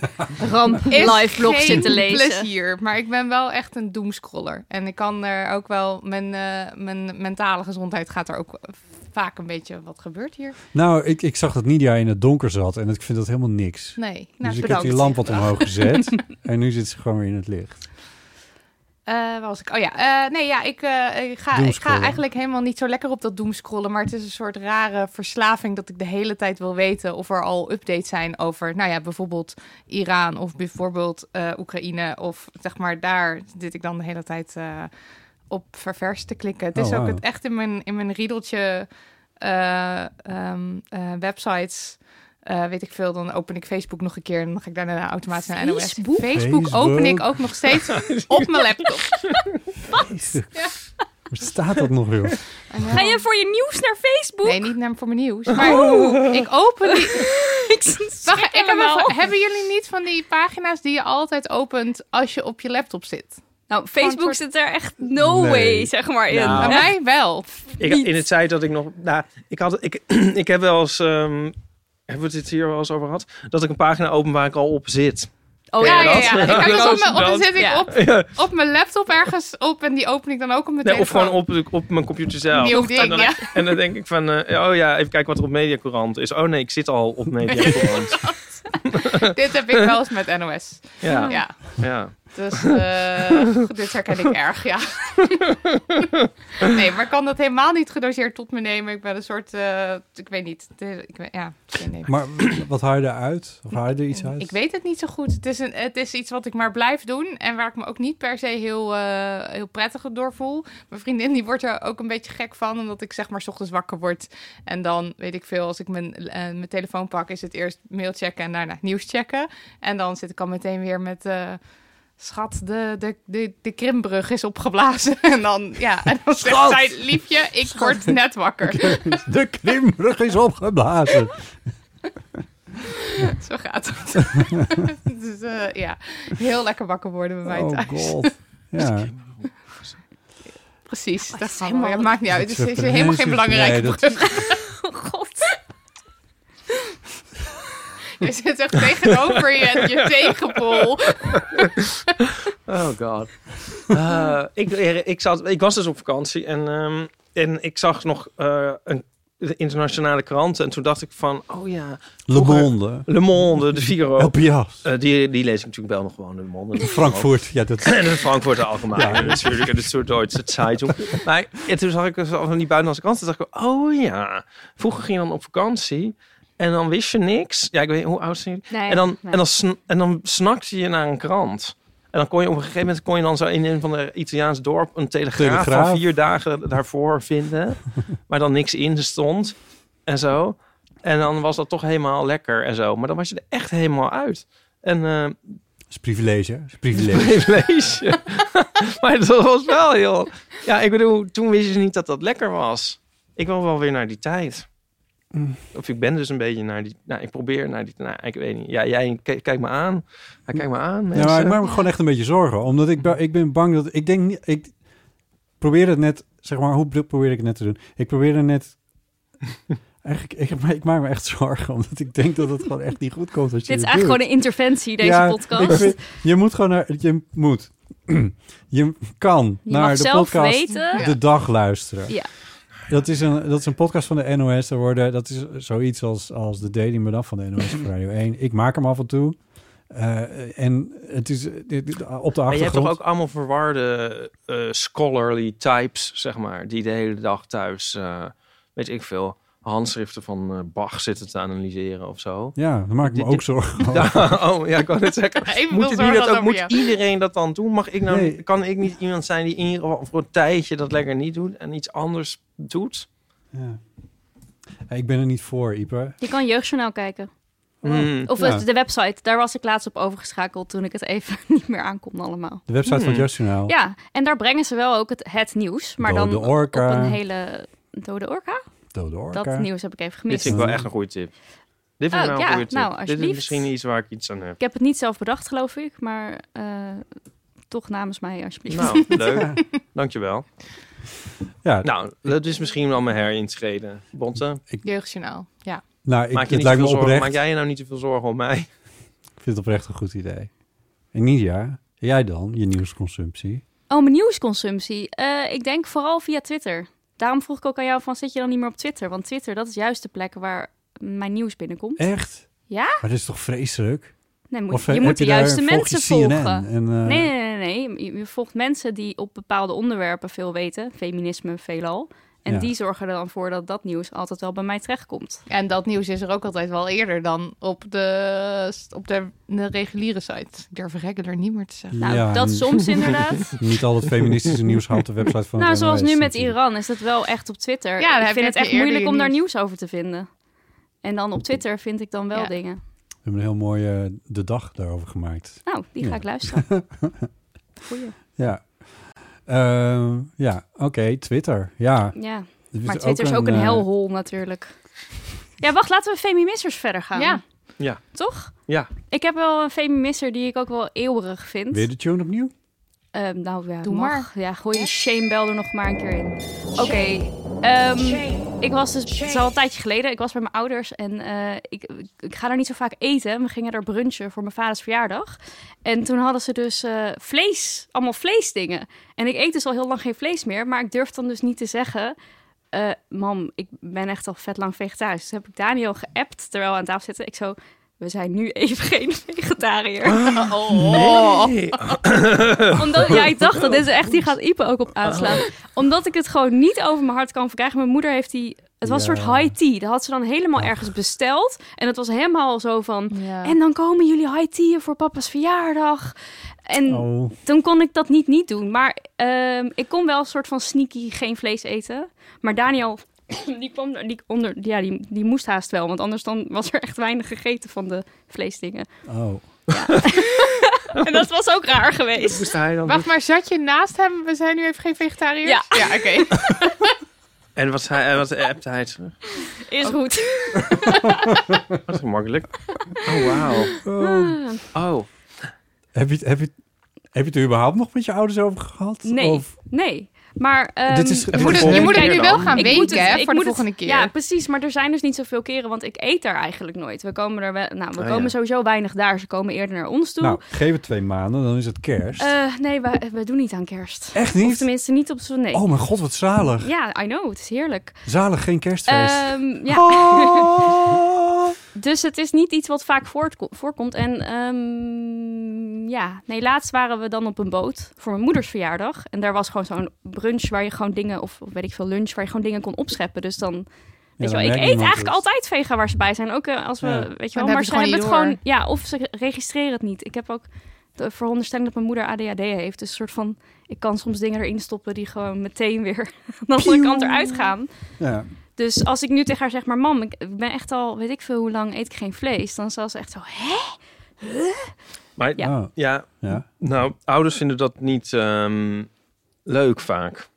Speaker 1: ramp
Speaker 4: Is
Speaker 1: live blog
Speaker 4: geen
Speaker 1: zit te lezen.
Speaker 4: plezier, maar ik ben wel echt een doomscroller. En ik kan er ook wel, mijn, eh, mijn mentale gezondheid gaat er ook eh, vaak een beetje, wat gebeurt hier?
Speaker 3: Nou, ik, ik zag dat Nidia in het donker zat en ik vind dat helemaal niks.
Speaker 4: Nee, nou
Speaker 3: dus ik heb
Speaker 4: bedankt.
Speaker 3: die lamp wat omhoog gezet en nu zit ze gewoon weer in het licht.
Speaker 4: Eh, waar was ik? Oh ja, eh, nee, ja, ik, eh, ik, ga, ik
Speaker 3: Doomscrollen.
Speaker 4: ga eigenlijk helemaal niet zo lekker op dat doomscrollen. Maar het is een soort rare verslaving dat ik de hele tijd wil weten of er al updates zijn over, nou ja, bijvoorbeeld Iran of bijvoorbeeld eh, Oekraïne. Of zeg maar daar zit ik dan de hele tijd eh, op ververs te klikken. Het
Speaker 3: Oh,
Speaker 4: is ook
Speaker 3: wauw.
Speaker 4: het echt in mijn, in mijn riedeltje eh, ehm, eh, websites. eh, weet ik veel, dan open ik Facebook nog een keer en dan ga ik daarna automatisch naar NOS.
Speaker 1: Facebook?
Speaker 4: Facebook open ik
Speaker 3: Facebook.
Speaker 4: ook nog steeds op mijn laptop.
Speaker 3: Waar staat dat nog, joh?
Speaker 1: Ga je voor je nieuws naar Facebook?
Speaker 4: Nee, niet naar voor mijn nieuws. Maar ik open die.
Speaker 1: ik schrik
Speaker 4: Wacht, ik heb
Speaker 1: helemaal.
Speaker 4: even- Nou, hebben jullie niet van die pagina's die je altijd opent als je op je laptop zit?
Speaker 1: Nou, Facebook
Speaker 4: soort-
Speaker 1: zit er echt no
Speaker 3: Nee.
Speaker 1: way, zeg maar, in.
Speaker 2: Nou.
Speaker 4: Bij
Speaker 1: Echt?
Speaker 4: mij wel.
Speaker 2: Ik,
Speaker 1: Niet.
Speaker 2: in het tijd dat ik nog... Nou, ik, had, ik, ik heb wel eens... ehm, hebben we het hier wel eens over gehad? Dat ik een pagina open waar ik al op zit.
Speaker 1: Oh ja,
Speaker 4: ja,
Speaker 2: je
Speaker 4: ja,
Speaker 2: dat?
Speaker 4: ja. Ik heb
Speaker 2: Ja.
Speaker 4: dat op mijn, op, dan
Speaker 2: Dat-
Speaker 4: zit ik
Speaker 1: ja.
Speaker 4: op, op mijn laptop ergens op en die open ik dan ook op mijn
Speaker 2: Nee, of
Speaker 4: telefoon.
Speaker 2: gewoon op, de- op mijn computer zelf.
Speaker 4: Nieuw ding,
Speaker 2: en, dan,
Speaker 4: ja.
Speaker 2: en dan denk ik van... eh, oh ja, even kijken wat er op Mediacourant is. Oh nee, ik zit al op Mediacourant.
Speaker 4: Dit heb ik wel eens met NOS.
Speaker 2: ja, ja.
Speaker 4: Ja, dus eh, dit herken ik erg, ja. nee, maar ik kan dat helemaal niet gedoseerd tot me nemen. Ik ben een soort, eh, ik weet niet. Het is- Ik, weet- ja, ik weet niet.
Speaker 3: Maar wat haal je eruit? Of haal je er iets uit?
Speaker 4: Ik weet het niet zo goed. Het is, een, het is iets wat ik maar blijf doen en waar ik me ook niet per se heel, eh, heel prettig door voel. Mijn vriendin die wordt er ook een beetje gek van, omdat ik zeg maar 's ochtends wakker word. En dan weet ik veel, als ik mijn, eh, mijn telefoon pak, is het eerst mail checken en daarna nieuws checken. En dan zit ik al meteen weer met... eh, Schat, de, de, de, de krimbrug is opgeblazen. En dan, ja, en dan zegt
Speaker 3: Schat!
Speaker 4: zij, liefje, ik word net wakker.
Speaker 3: De Krimbrug is opgeblazen.
Speaker 4: Zo gaat het. dus eh, ja, heel lekker wakker worden bij mij
Speaker 3: Oh
Speaker 4: thuis.
Speaker 3: god. Ja.
Speaker 4: Precies, dat
Speaker 1: dat
Speaker 4: is
Speaker 1: is
Speaker 4: helemaal,
Speaker 1: allemaal-
Speaker 4: maakt niet uit.
Speaker 3: Dat
Speaker 4: Het is
Speaker 3: soort
Speaker 4: helemaal geen
Speaker 3: mensen-
Speaker 4: belangrijke
Speaker 3: Nee, dat-
Speaker 4: brug.
Speaker 1: Oh, god.
Speaker 4: Je zit echt tegenover je, je tegenpol.
Speaker 2: Oh god. Eh, ik, ik, zat, ik was dus op vakantie en, ehm, en ik zag nog eh, een de internationale krant. En toen dacht ik van, oh ja,
Speaker 3: Le Monde.
Speaker 2: Le Monde, de Viro.
Speaker 3: El Piaf.
Speaker 2: Eh, die, die lees ik natuurlijk wel nog gewoon, Le Monde.
Speaker 3: Frankfurt. Ja, dat
Speaker 2: En de Frankfurt Allgemein natuurlijk. En de Süddeutsche Zeitung. Maar en toen zag ik dus al van die buitenlandse krant. Toen dacht ik, oh ja, vroeger ging je dan op vakantie. En dan wist je niks. Ja, ik weet hoe oud zijn jullie?
Speaker 1: Nee,
Speaker 2: en, dan,
Speaker 1: nee.
Speaker 2: en, dan, sn- en dan snakte je naar een krant. En dan kon je op een gegeven moment kon je dan zo in een van de Italiaans dorp een telegraaf,
Speaker 3: Telegraaf.
Speaker 2: van vier dagen daarvoor vinden. maar dan niks in stond en zo. En dan was dat toch helemaal lekker en zo. Maar dan was je er echt helemaal uit. En eh,
Speaker 3: is privilege. hè? Is privilege.
Speaker 2: privilege. maar dat was wel heel... Ja, ik bedoel, toen wist je niet dat dat lekker was. Ik wil wel weer naar die tijd.
Speaker 3: Mm.
Speaker 2: Of ik ben dus een beetje naar die... Nou, ik probeer naar die... Nou, ik weet niet. Ja, jij kijk, kijk me aan. Hij kijkt me aan,
Speaker 3: Ja,
Speaker 2: mensen.
Speaker 3: maar ik maak me gewoon echt een beetje zorgen. Omdat ik, ba- ik ben bang dat... Ik denk niet... Ik probeer het net... Zeg maar, hoe probeer ik het net te doen? Ik probeer het net... Eigenlijk, ik, maar ik maak me echt zorgen. Omdat ik denk dat het gewoon echt niet goed komt. Als
Speaker 1: Dit is
Speaker 3: je dit doet.
Speaker 1: eigenlijk gewoon een interventie, deze
Speaker 3: Ja, ik
Speaker 1: podcast.
Speaker 3: vind- je moet gewoon naar... Je moet. Je kan
Speaker 1: Je
Speaker 3: naar
Speaker 1: mag
Speaker 3: de
Speaker 1: zelf
Speaker 3: podcast
Speaker 1: weten.
Speaker 3: De Dag luisteren.
Speaker 1: Ja.
Speaker 3: Dat is, een, dat is een podcast van de NOS. Er worden, dat is zoiets als, als de Daily Middag van de NOS op Radio 1. Ik maak hem af en toe. Eh, en het is eh, dit- dit- op de
Speaker 2: Maar je hebt toch
Speaker 3: achtergrond.
Speaker 2: ook allemaal verwarde eh, scholarly types, zeg maar, die de hele dag thuis, eh, weet ik veel, handschriften van eh, Bach zitten te analyseren of zo.
Speaker 3: Ja, daar maak ik me
Speaker 2: Dit-
Speaker 3: ook zorgen over.
Speaker 2: Oh, ja, ik kan het zeggen.
Speaker 4: Even
Speaker 2: Moet,
Speaker 4: wil
Speaker 2: het
Speaker 4: zorgen
Speaker 2: nu dat
Speaker 4: dat
Speaker 2: ook,
Speaker 4: over
Speaker 2: moet
Speaker 4: jou.
Speaker 2: iedereen dat dan doen? Mag ik nou,
Speaker 3: Nee.
Speaker 2: Kan ik niet iemand zijn die in ieder geval voor een tijdje dat lekker niet doet en iets anders doet?
Speaker 3: Ja. Hey, Ik ben er niet voor, Ipe.
Speaker 1: Je kan jeugdjournaal kijken.
Speaker 2: Hmm.
Speaker 1: Of
Speaker 3: Ja.
Speaker 1: het- de website, daar was ik laatst op overgeschakeld toen ik het even niet meer aankon allemaal.
Speaker 3: De website van
Speaker 2: Hmm.
Speaker 3: het Journaal.
Speaker 1: Ja, en daar brengen ze wel ook het, het nieuws, maar
Speaker 3: Dode
Speaker 1: dan
Speaker 3: orka.
Speaker 1: op een hele dode orka.
Speaker 3: Dode Orca.
Speaker 1: Dat nieuws heb ik even
Speaker 2: Dit
Speaker 1: gemist.
Speaker 2: vind ik wel echt een goede tip. Dit vind ik
Speaker 1: Oh,
Speaker 2: wel
Speaker 1: ja,
Speaker 2: een goede tip.
Speaker 1: nou,
Speaker 2: Dit
Speaker 1: alsjeblieft.
Speaker 2: is misschien iets waar ik iets aan heb.
Speaker 1: Ik heb het niet zelf bedacht, geloof ik, maar eh, toch namens mij alsjeblieft.
Speaker 2: Nou, leuk. Dankjewel.
Speaker 3: Ja, nou,
Speaker 2: Nou, dat is misschien wel mijn herinschreden. Bonte,
Speaker 4: Jeugdjournaal, ja.
Speaker 3: nou, ik,
Speaker 2: maak, je
Speaker 3: het
Speaker 2: niet te
Speaker 3: lijkt
Speaker 2: veel
Speaker 3: me
Speaker 2: zorgen,
Speaker 3: oprecht.
Speaker 2: maak jij je nou niet te veel zorgen om mij?
Speaker 3: Ik vind het oprecht een goed idee. En Nidia, jij dan, je nieuwsconsumptie?
Speaker 1: Oh, mijn nieuwsconsumptie. Eh, ik denk vooral via Twitter. Daarom vroeg ik ook aan jou van zit je dan niet meer op Twitter? Want Twitter, dat is juist de plek waar mijn nieuws binnenkomt.
Speaker 3: Echt?
Speaker 1: Ja?
Speaker 3: Maar dat is toch vreselijk?
Speaker 1: Nee, moet,
Speaker 3: Of, eh,
Speaker 1: je
Speaker 3: heb
Speaker 1: moet de
Speaker 3: daar-
Speaker 1: juiste
Speaker 3: volg je
Speaker 1: mensen
Speaker 3: CNN
Speaker 1: volgen.
Speaker 3: En, eh,
Speaker 1: Nee, nee, nee, nee. Je, je volgt mensen die op bepaalde onderwerpen veel weten. Feminisme veelal. En
Speaker 3: Ja.
Speaker 1: die zorgen er dan voor dat dat nieuws altijd wel bij mij terechtkomt.
Speaker 4: En dat nieuws is er ook altijd wel eerder dan op de, op de, de reguliere site. Ik durf regular niet meer te zeggen.
Speaker 1: Nou,
Speaker 3: Ja,
Speaker 1: dat
Speaker 3: en
Speaker 1: soms inderdaad.
Speaker 3: Niet al het feministische nieuws haalt de website van
Speaker 1: nou,
Speaker 3: het
Speaker 1: zoals
Speaker 3: NOS
Speaker 1: nu met
Speaker 3: natuurlijk.
Speaker 1: Iran is dat wel echt op Twitter.
Speaker 4: Ja, dan
Speaker 1: ik
Speaker 4: heb je-
Speaker 1: vind het
Speaker 4: heb je
Speaker 1: echt
Speaker 4: eerder
Speaker 1: moeilijk
Speaker 4: je
Speaker 1: om daar
Speaker 4: nieuws.
Speaker 1: nieuws over te vinden. En dan op Twitter vind ik dan wel
Speaker 4: Ja.
Speaker 1: dingen.
Speaker 3: We hebben een heel mooie eh, De Dag daarover gemaakt.
Speaker 1: Nou, die ga
Speaker 3: Ja.
Speaker 1: ik luisteren. Goeie.
Speaker 3: Ja. Ehm, ja, oké, Twitter. Ja.
Speaker 1: Ja,
Speaker 3: Dus
Speaker 1: maar Twitter is ook een
Speaker 3: eh,
Speaker 1: helhol natuurlijk. Ja, wacht, laten we Femimissers verder gaan.
Speaker 4: Ja.
Speaker 2: Ja.
Speaker 1: Toch?
Speaker 2: Ja.
Speaker 1: Ik heb wel een Femimisser die ik ook wel eeuwig vind.
Speaker 3: Weer de tune opnieuw?
Speaker 1: Ehm, nou ja,
Speaker 4: Doe
Speaker 1: mag.
Speaker 4: maar.
Speaker 1: Ja, gooi je Shane Bell er nog maar een keer in. Oké, ehm, ik was dus, het is al een tijdje geleden, ik was bij mijn ouders en eh, ik, ik, ik ga daar niet zo vaak eten. We gingen daar brunchen voor mijn vaders verjaardag. En toen hadden ze dus eh, vlees, allemaal vleesdingen. En ik eet dus al heel lang geen vlees meer, maar ik durf dan dus niet te zeggen... eh, mam, ik ben echt al vet lang vegetarisch. Dus heb ik Daniel geappt terwijl we aan tafel zitten. Ik zo, we zijn nu even geen vegetariër.
Speaker 4: Oh.
Speaker 2: Nee.
Speaker 1: Omdat, ja, ik dacht dat dit is echt, die gaat Ipe
Speaker 3: Oh.
Speaker 1: ook op aanslaan. Omdat ik het gewoon niet over mijn hart kan verkrijgen. Mijn moeder heeft die, het was een
Speaker 3: Ja.
Speaker 1: soort high tea. Dat had ze dan helemaal ergens besteld. En het was helemaal zo van,
Speaker 4: Ja.
Speaker 1: en dan komen jullie high tea voor papa's verjaardag. En
Speaker 3: Oh.
Speaker 1: toen kon ik dat niet niet doen. Maar ehm, ik kon wel een soort van sneaky geen vlees eten. Maar Daniel, die kwam daar- die onder, ja, die, die moest haast wel. Want anders dan was er echt weinig gegeten van de vleesdingen.
Speaker 3: oh.
Speaker 1: En dat was ook raar geweest.
Speaker 2: Moest hij dan
Speaker 4: Wacht, maar zat je naast hem? We zijn nu even geen vegetariërs?
Speaker 1: Ja.
Speaker 4: oké.
Speaker 2: En wat, hij, en wat appte hij terug?
Speaker 1: Is goed.
Speaker 2: Wat gemakkelijk. Oh, wauw.
Speaker 1: Ah.
Speaker 2: Oh.
Speaker 3: Heb, je, het- heb, je, het- heb je het er überhaupt nog met je ouders over gehad?
Speaker 1: Nee,
Speaker 3: Of,
Speaker 1: nee. Maar ehm,
Speaker 3: dit is,
Speaker 2: En
Speaker 3: dit
Speaker 2: voor
Speaker 3: is
Speaker 2: de-
Speaker 4: je
Speaker 3: heel-
Speaker 4: moet het
Speaker 1: Kijk,
Speaker 4: nu wel
Speaker 2: dan.
Speaker 4: gaan
Speaker 1: ik moet
Speaker 4: weken,
Speaker 1: het-
Speaker 4: hè,
Speaker 1: ik
Speaker 4: voor de
Speaker 1: moet het-
Speaker 4: volgende keer.
Speaker 1: Ja, precies. Maar er zijn dus niet zoveel keren, want ik eet daar eigenlijk nooit. We komen er wel, nou, we
Speaker 2: Ah,
Speaker 1: komen
Speaker 2: ja.
Speaker 1: sowieso weinig daar. Ze komen eerder naar ons toe.
Speaker 3: Oh, Nou, geef het twee maanden, dan is het kerst.
Speaker 1: Eh, nee, we, we doen niet aan kerst.
Speaker 3: Echt
Speaker 1: Of
Speaker 3: niet?
Speaker 1: tenminste niet op zo'n nee.
Speaker 3: Oh mijn god, wat zalig.
Speaker 1: Ja, I know. Het is heerlijk.
Speaker 3: Zalig, geen kerstfeest.
Speaker 1: Ehm,
Speaker 3: Oh.
Speaker 1: ja. dus het is niet iets wat vaak voortko- voorkomt. En ehm, ja, nee, laatst waren we dan op een boot voor mijn moeders verjaardag. En daar was gewoon zo'n brunch waar je gewoon dingen, of weet ik veel, lunch waar je gewoon dingen kon opscheppen. Dus dan, weet je
Speaker 3: dan
Speaker 1: wel, ik
Speaker 3: merkt
Speaker 1: eet
Speaker 3: niemand
Speaker 1: eigenlijk
Speaker 3: het.
Speaker 1: altijd vega waar ze bij zijn. Ook eh, als we,
Speaker 3: Ja.
Speaker 1: weet je
Speaker 4: Maar
Speaker 1: wel, maar
Speaker 4: hebben ze
Speaker 1: ze hebben het
Speaker 4: gewoon
Speaker 1: gewoon,
Speaker 4: niet
Speaker 1: ja, of ze registreren het niet. Ik heb ook de veronderstelling dat mijn moeder ADHD heeft. Dus een soort van, ik kan soms dingen erin stoppen die gewoon meteen weer aan de andere kant eruit gaan.
Speaker 3: Ja.
Speaker 1: Dus als ik nu tegen haar zeg, maar mam, ik ik ben echt al, weet ik veel hoe lang eet ik geen vlees. Dan zal ze echt zo, hè?
Speaker 2: Maar ja.
Speaker 1: Ja.
Speaker 3: Oh, ja.
Speaker 2: nou, ouders vinden dat niet ehm, leuk vaak.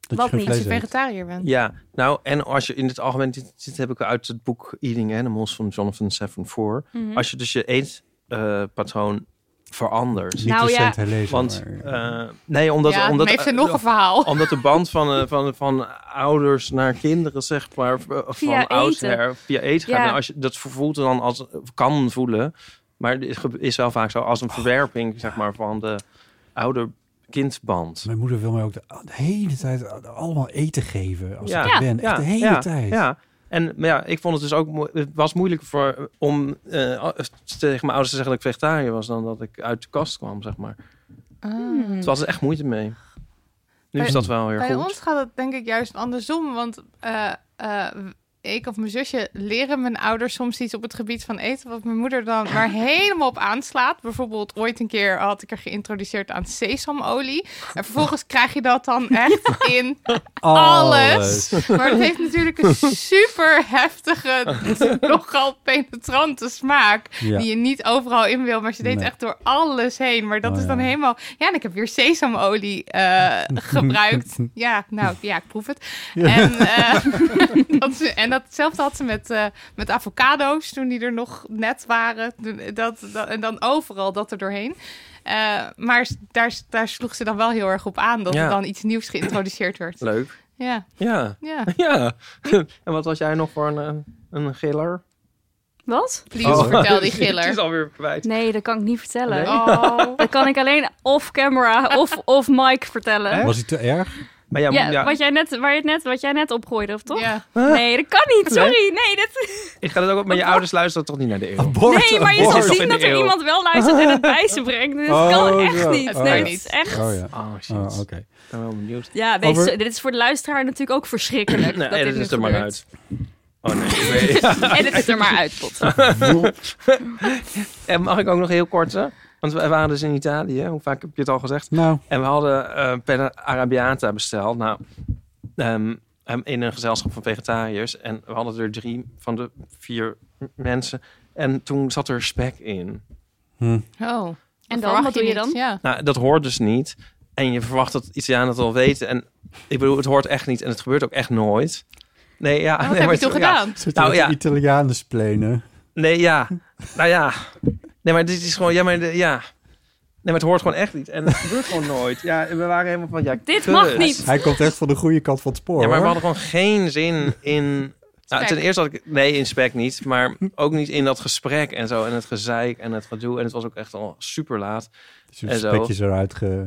Speaker 3: Dat
Speaker 1: Wat
Speaker 3: je geen
Speaker 1: niet,
Speaker 3: vlees
Speaker 4: Als je
Speaker 3: eet.
Speaker 4: vegetariër bent.
Speaker 2: Ja, nou, en als je in het algemeen... Dit, dit heb ik uit het boek Eating Animals van Jonathan Safran Foer.
Speaker 4: Mhm.
Speaker 2: Als je dus je eetpatroon verandert.
Speaker 3: Niet
Speaker 1: Nou ja,
Speaker 3: recent herlezen,
Speaker 2: Want,
Speaker 3: maar-
Speaker 2: eh, nee, omdat...
Speaker 4: ja,
Speaker 2: omdat
Speaker 4: dan heeft ze
Speaker 2: eh,
Speaker 4: nog een verhaal.
Speaker 2: omdat de band van, eh, van, van ouders naar kinderen, zeg maar, v- eh,
Speaker 1: Via
Speaker 2: van oudsher via eten gaat.
Speaker 1: Ja.
Speaker 2: En als je, dat voelt dan als, kan voelen, maar het ge- is wel vaak zo als een verwerping, zeg maar, van de ouder-kindband.
Speaker 3: Mijn moeder wil mij ook de, de hele tijd allemaal eten geven als
Speaker 2: Ja.
Speaker 3: ik er ben. Echt de hele
Speaker 2: ja,
Speaker 3: tijd.
Speaker 2: Ja. En maar ja, ik vond het dus ook moe- het was moeilijk voor om eh, a- tegen mijn ouders te zeggen dat ik vegetariër was dan dat ik uit de kast kwam, zeg maar.
Speaker 1: Mm.
Speaker 4: Ah. Hmm.
Speaker 2: Het was er echt moeite mee. Nu
Speaker 4: Bij-
Speaker 2: is dat wel weer
Speaker 4: Bij
Speaker 2: goed.
Speaker 4: ons gaat het denk ik juist andersom, want eh, eh, ik of mijn zusje leren mijn ouders soms iets op het gebied van eten, wat mijn moeder dan maar helemaal op aanslaat. Bijvoorbeeld ooit een keer had ik er geïntroduceerd aan sesamolie. En vervolgens krijg je dat dan echt in alles. Maar het heeft natuurlijk een super heftige, nogal penetrante smaak.
Speaker 3: Ja.
Speaker 4: Die je niet overal in wil, maar ze deed
Speaker 3: Nee.
Speaker 4: echt door alles heen. Maar dat
Speaker 3: Oh,
Speaker 4: is dan
Speaker 3: ja.
Speaker 4: helemaal... Ja, en ik heb weer sesamolie eh, gebruikt. Ja, nou ja, ik proef het. En, eh, dat ze, en datzelfde had ze met, eh, met avocado's toen die er nog net waren. Toen- Dat, dat- en dan overal dat er doorheen. Eh, maar s- daar, s- daar sloeg ze dan wel heel erg op aan dat
Speaker 2: Ja.
Speaker 4: er dan iets nieuws geïntroduceerd werd.
Speaker 2: Leuk.
Speaker 4: Ja,
Speaker 2: Ja.
Speaker 4: ja.
Speaker 2: Ja. en wat was jij nog voor een, eh, een giller?
Speaker 1: Wat?
Speaker 4: Please,
Speaker 2: Oh.
Speaker 4: vertel die
Speaker 2: Het is
Speaker 4: giller.
Speaker 2: alweer verwijt.
Speaker 1: Nee, dat kan ik niet vertellen.
Speaker 2: Nee?
Speaker 1: Oh. Dat kan ik alleen off camera of off mic vertellen.
Speaker 3: Was hij te erg?
Speaker 2: Maar ja,
Speaker 1: Ja,
Speaker 2: ja,
Speaker 1: Wat, jij net, waar je het net, wat jij net opgooide, of toch?
Speaker 4: Ja.
Speaker 1: Nee, dat kan niet. Sorry. Nee, dit,
Speaker 2: ik ga dat ook op. Maar je ouders luisteren toch niet naar de
Speaker 3: Oh.
Speaker 2: eeuw.
Speaker 3: Abort,
Speaker 1: nee maar je
Speaker 2: abort.
Speaker 1: zou zien dat er
Speaker 2: Eeuw.
Speaker 1: iemand wel luistert en het bij ze brengt. Dus
Speaker 3: Oh,
Speaker 1: het kan echt
Speaker 3: zo.
Speaker 1: niet.
Speaker 3: Oh,
Speaker 1: nee,
Speaker 3: ja.
Speaker 1: het is echt...
Speaker 3: Oh ja.
Speaker 2: Oh shit.
Speaker 3: Oh, oké.
Speaker 2: Ik ben wel benieuwd.
Speaker 1: Ja, nee,
Speaker 3: Over-
Speaker 1: zo- dit is voor de luisteraar natuurlijk ook verschrikkelijk.
Speaker 2: Nee,
Speaker 1: dat
Speaker 2: eh, dat
Speaker 1: dit
Speaker 2: is
Speaker 1: nu
Speaker 2: er maar
Speaker 1: gebeurt.
Speaker 2: uit. Oh nee. ik weet-
Speaker 1: En het is er maar uit, pot.
Speaker 2: En mag ik ook nog heel kort, hè? Want we waren dus in Italië. Hoe vaak heb je het al gezegd?
Speaker 3: Nou,
Speaker 2: En we hadden eh Penna Arabiata besteld. Nou, ehm, ehm, in een gezelschap van vegetariërs. En we hadden er drie van de vier m- mensen. En toen zat er spek in.
Speaker 3: hm.
Speaker 4: Oh.
Speaker 1: En dan,
Speaker 4: verwacht
Speaker 1: wat doe je
Speaker 4: niet.
Speaker 1: dan?
Speaker 4: Ja.
Speaker 2: Nou, dat hoort dus niet. En je verwacht dat Italianen het al weten. En ik bedoel, het hoort echt niet. En het gebeurt ook echt nooit. Nee, ja.
Speaker 4: Maar
Speaker 2: nee,
Speaker 4: wat heb
Speaker 2: maar
Speaker 4: je toen
Speaker 2: het- ja.
Speaker 4: gedaan?
Speaker 3: zit
Speaker 2: Nou,
Speaker 3: nou,
Speaker 2: ja.
Speaker 3: ja. Italiaanse plenen.
Speaker 2: Nee, ja. Nou ja. Nee, maar dit is gewoon... Ja, maar de- ja. Nee, maar het hoort gewoon echt niet. En het gebeurt gewoon nooit. Ja, en we waren helemaal van... Ja,
Speaker 1: Dit
Speaker 2: kut.
Speaker 1: mag niet.
Speaker 3: Hij komt echt van de goede kant van het spoor.
Speaker 2: Ja, maar we
Speaker 3: hoor.
Speaker 2: hadden gewoon geen zin in... Nou,
Speaker 4: Spek.
Speaker 2: ten eerste had ik... Nee, in spek niet. Maar ook niet in dat gesprek en zo. En het gezeik en het gedoe. En het was ook echt al super laat.
Speaker 3: Dus je
Speaker 2: en zo.
Speaker 3: spekjes eruit ge...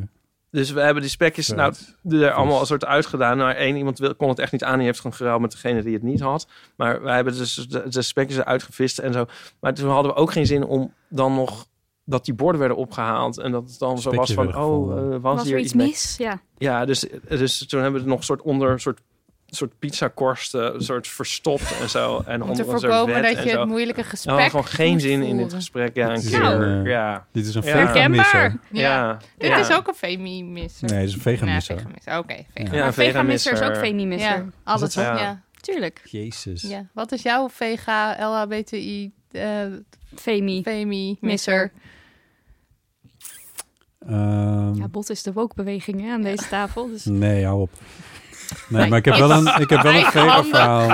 Speaker 2: Dus we hebben die spekjes
Speaker 3: Zo.
Speaker 2: nou, er allemaal een soort uitgedaan. Nou, één iemand wil, kon het echt niet aan. Die heeft gewoon geruild met degene die het niet had. Maar wij hebben dus de, de spekjes eruit gevist en zo. Maar toen hadden we ook geen zin om dan nog... dat die borden werden opgehaald. En dat het dan zo
Speaker 3: Spekjes
Speaker 2: was van...
Speaker 3: werden
Speaker 2: oh,
Speaker 3: gevonden.
Speaker 2: eh, was,
Speaker 1: Was
Speaker 2: hier
Speaker 1: er iets
Speaker 2: mee?
Speaker 1: mis? Ja.
Speaker 2: Ja, dus, dus toen hebben we het nog soort onder... soort soort pizzakorsten, een soort verstopt en zo. En
Speaker 4: Om
Speaker 2: onder
Speaker 4: te
Speaker 2: een soort
Speaker 4: voorkomen
Speaker 2: wet
Speaker 4: dat
Speaker 2: en
Speaker 4: je
Speaker 2: zo.
Speaker 4: het moeilijke
Speaker 2: En we hadden
Speaker 4: gesprek
Speaker 2: gewoon geen
Speaker 4: moet
Speaker 2: zin in dit
Speaker 4: voeren.
Speaker 2: gesprek. Ja, een
Speaker 3: Het is
Speaker 2: keer.
Speaker 3: een, eh,
Speaker 2: ja.
Speaker 3: Dit is een
Speaker 2: Ja.
Speaker 3: veganisser.
Speaker 4: Ja.
Speaker 2: Ja.
Speaker 4: Dit
Speaker 2: Ja.
Speaker 4: is ook een femi-misser.
Speaker 3: Nee, dit is een veganisser.
Speaker 4: Nee, veganisser. Oké, vegan.
Speaker 2: Ja, eh,
Speaker 1: maar veganisser is ook
Speaker 2: veganisser.
Speaker 1: feminisser.
Speaker 4: Ja, alles.
Speaker 2: zo?
Speaker 4: Ja.
Speaker 2: Ja.
Speaker 4: Ja.
Speaker 1: Tuurlijk.
Speaker 3: Jezus.
Speaker 4: Wat is jouw vega, LHBTI, eh
Speaker 1: Femi.
Speaker 4: femi-misser?
Speaker 3: Ehm,
Speaker 1: Ja, bot is de wokebeweging hè, aan deze tafel. Dus
Speaker 3: nee, hou op. Nee, maar ik heb wel een, ik heb wel een vega verhaal.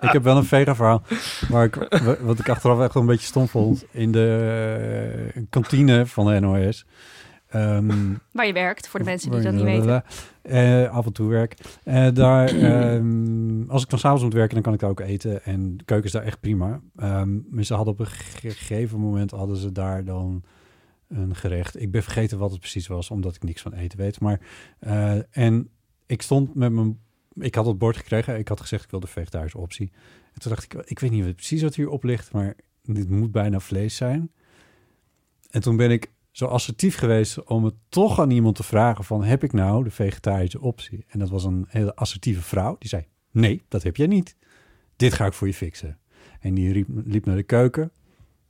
Speaker 3: Ik heb wel een vega verhaal. Maar ik, wa- wat ik achteraf echt wel een beetje stom vond. In de eh, kantine van de NOS. Ehm,
Speaker 1: waar je werkt, voor de mensen die dat niet weten.
Speaker 3: Eh, af en toe werk. Eh, daar, ehm, als ik dan s'avonds moet werken, dan kan ik daar ook eten. En de keuken is daar echt prima. Ehm, maar ze hadden op een gegeven moment hadden ze daar dan een gerecht. Ik ben vergeten wat het precies was, omdat ik niks van eten weet. Maar eh, en ik stond met mijn. Ik had het bord gekregen. Ik had gezegd ik wil de vegetarische optie. En toen dacht ik, ik weet niet wat- precies wat hierop ligt, maar dit moet bijna vlees zijn. En toen ben ik zo assertief geweest om het toch aan iemand te vragen van heb ik nou de vegetarische optie? En dat was een hele assertieve vrouw die zei nee, dat heb jij niet. Dit ga ik voor je fixen. En die riep, liep naar de keuken.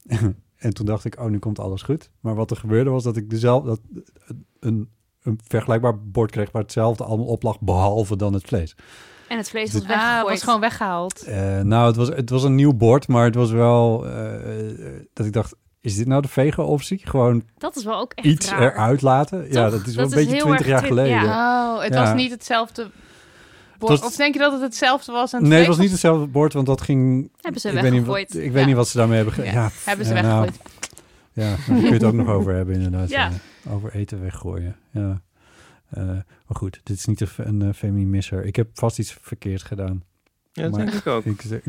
Speaker 3: en toen dacht ik, oh, nu komt alles goed. Maar wat er gebeurde was dat ik dezelfde, dat, een, een vergelijkbaar bord kreeg waar hetzelfde allemaal op lag, behalve dan het vlees.
Speaker 1: En het vlees was
Speaker 4: Ah,
Speaker 1: weggegooid.
Speaker 4: was gewoon weggehaald.
Speaker 3: Eh, nou, het was, het was een nieuw bord, maar het was wel eh, eh, dat ik dacht, is dit nou de vega optie? Gewoon
Speaker 1: Dat is wel ook echt
Speaker 3: iets
Speaker 1: raar.
Speaker 3: eruit laten? ja,
Speaker 1: Toch?
Speaker 3: dat is wel
Speaker 1: Dat
Speaker 3: een
Speaker 1: is
Speaker 3: beetje
Speaker 1: heel
Speaker 3: 20
Speaker 1: erg
Speaker 3: jaar
Speaker 1: twin-
Speaker 3: geleden.
Speaker 1: ja.
Speaker 4: Oh, het
Speaker 3: Ja.
Speaker 4: was niet hetzelfde. bord.
Speaker 3: was-
Speaker 4: Of denk je dat het hetzelfde was? En
Speaker 3: Nee, het
Speaker 4: vlees
Speaker 3: was niet hetzelfde bord, want dat ging...
Speaker 1: Hebben ze
Speaker 3: ik weet niet, wat,
Speaker 1: weggegooid.
Speaker 3: ik weet
Speaker 4: Ja.
Speaker 3: niet wat ze daarmee hebben gedaan.
Speaker 4: Ja,
Speaker 3: Ja,
Speaker 4: Hebben ze
Speaker 3: ja, nou,
Speaker 4: weggegooid.
Speaker 3: ja, daar kun je het ook nog over hebben inderdaad.
Speaker 1: Ja.
Speaker 3: eh, over eten weggooien, ja. Eh, maar goed, dit is niet een, fe- een eh, feminimisser. Ik heb vast iets verkeerd gedaan.
Speaker 2: Ja, dat
Speaker 3: Maar-
Speaker 2: denk ik ook.
Speaker 3: Ik, zeg-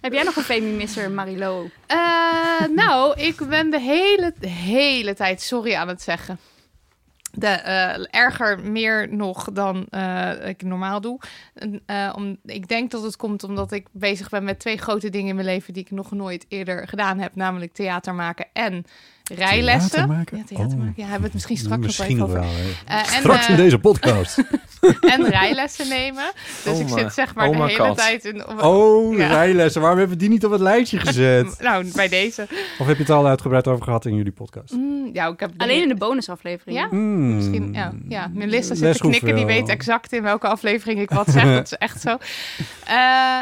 Speaker 1: Heb jij nog een feminisser, Marilo?
Speaker 4: Eh, nou, ik ben de hele, de hele tijd sorry aan het zeggen. De, eh, erger meer nog dan eh, ik normaal doe. En, eh, om, ik denk dat het komt omdat ik bezig ben met twee grote dingen in mijn leven die ik nog nooit eerder gedaan heb, namelijk theater maken en rijlessen.
Speaker 3: Theater maken?
Speaker 4: Ja, theater
Speaker 3: Oh. Nou,
Speaker 4: maken. Ja, hebben we het misschien straks
Speaker 3: Misschien
Speaker 4: nog
Speaker 3: nog
Speaker 4: even
Speaker 3: wel.
Speaker 4: over.
Speaker 3: hè.
Speaker 4: Eh, en,
Speaker 3: Straks in
Speaker 4: eh,
Speaker 3: deze podcast.
Speaker 4: en rijlessen nemen. Dus
Speaker 2: Oh
Speaker 4: ik
Speaker 2: my-
Speaker 4: zit zeg maar
Speaker 2: oh
Speaker 4: de
Speaker 2: my
Speaker 4: hele
Speaker 2: God.
Speaker 4: tijd in. op-
Speaker 3: Oh,
Speaker 4: Ja.
Speaker 3: rijlessen. Waarom hebben we die niet op het lijstje gezet?
Speaker 4: Nou, bij deze.
Speaker 3: Of heb je het al uitgebreid over gehad in jullie podcast?
Speaker 4: Mm, ja, ik heb
Speaker 1: Alleen in de bonusaflevering.
Speaker 4: Ja?
Speaker 3: Hmm.
Speaker 4: Misschien, ja, ja. Melissa zit
Speaker 3: Mm. Les
Speaker 4: te knikken, die
Speaker 3: hoeveel?
Speaker 4: weet exact in welke aflevering ik wat zeg. dat is echt zo. Eh,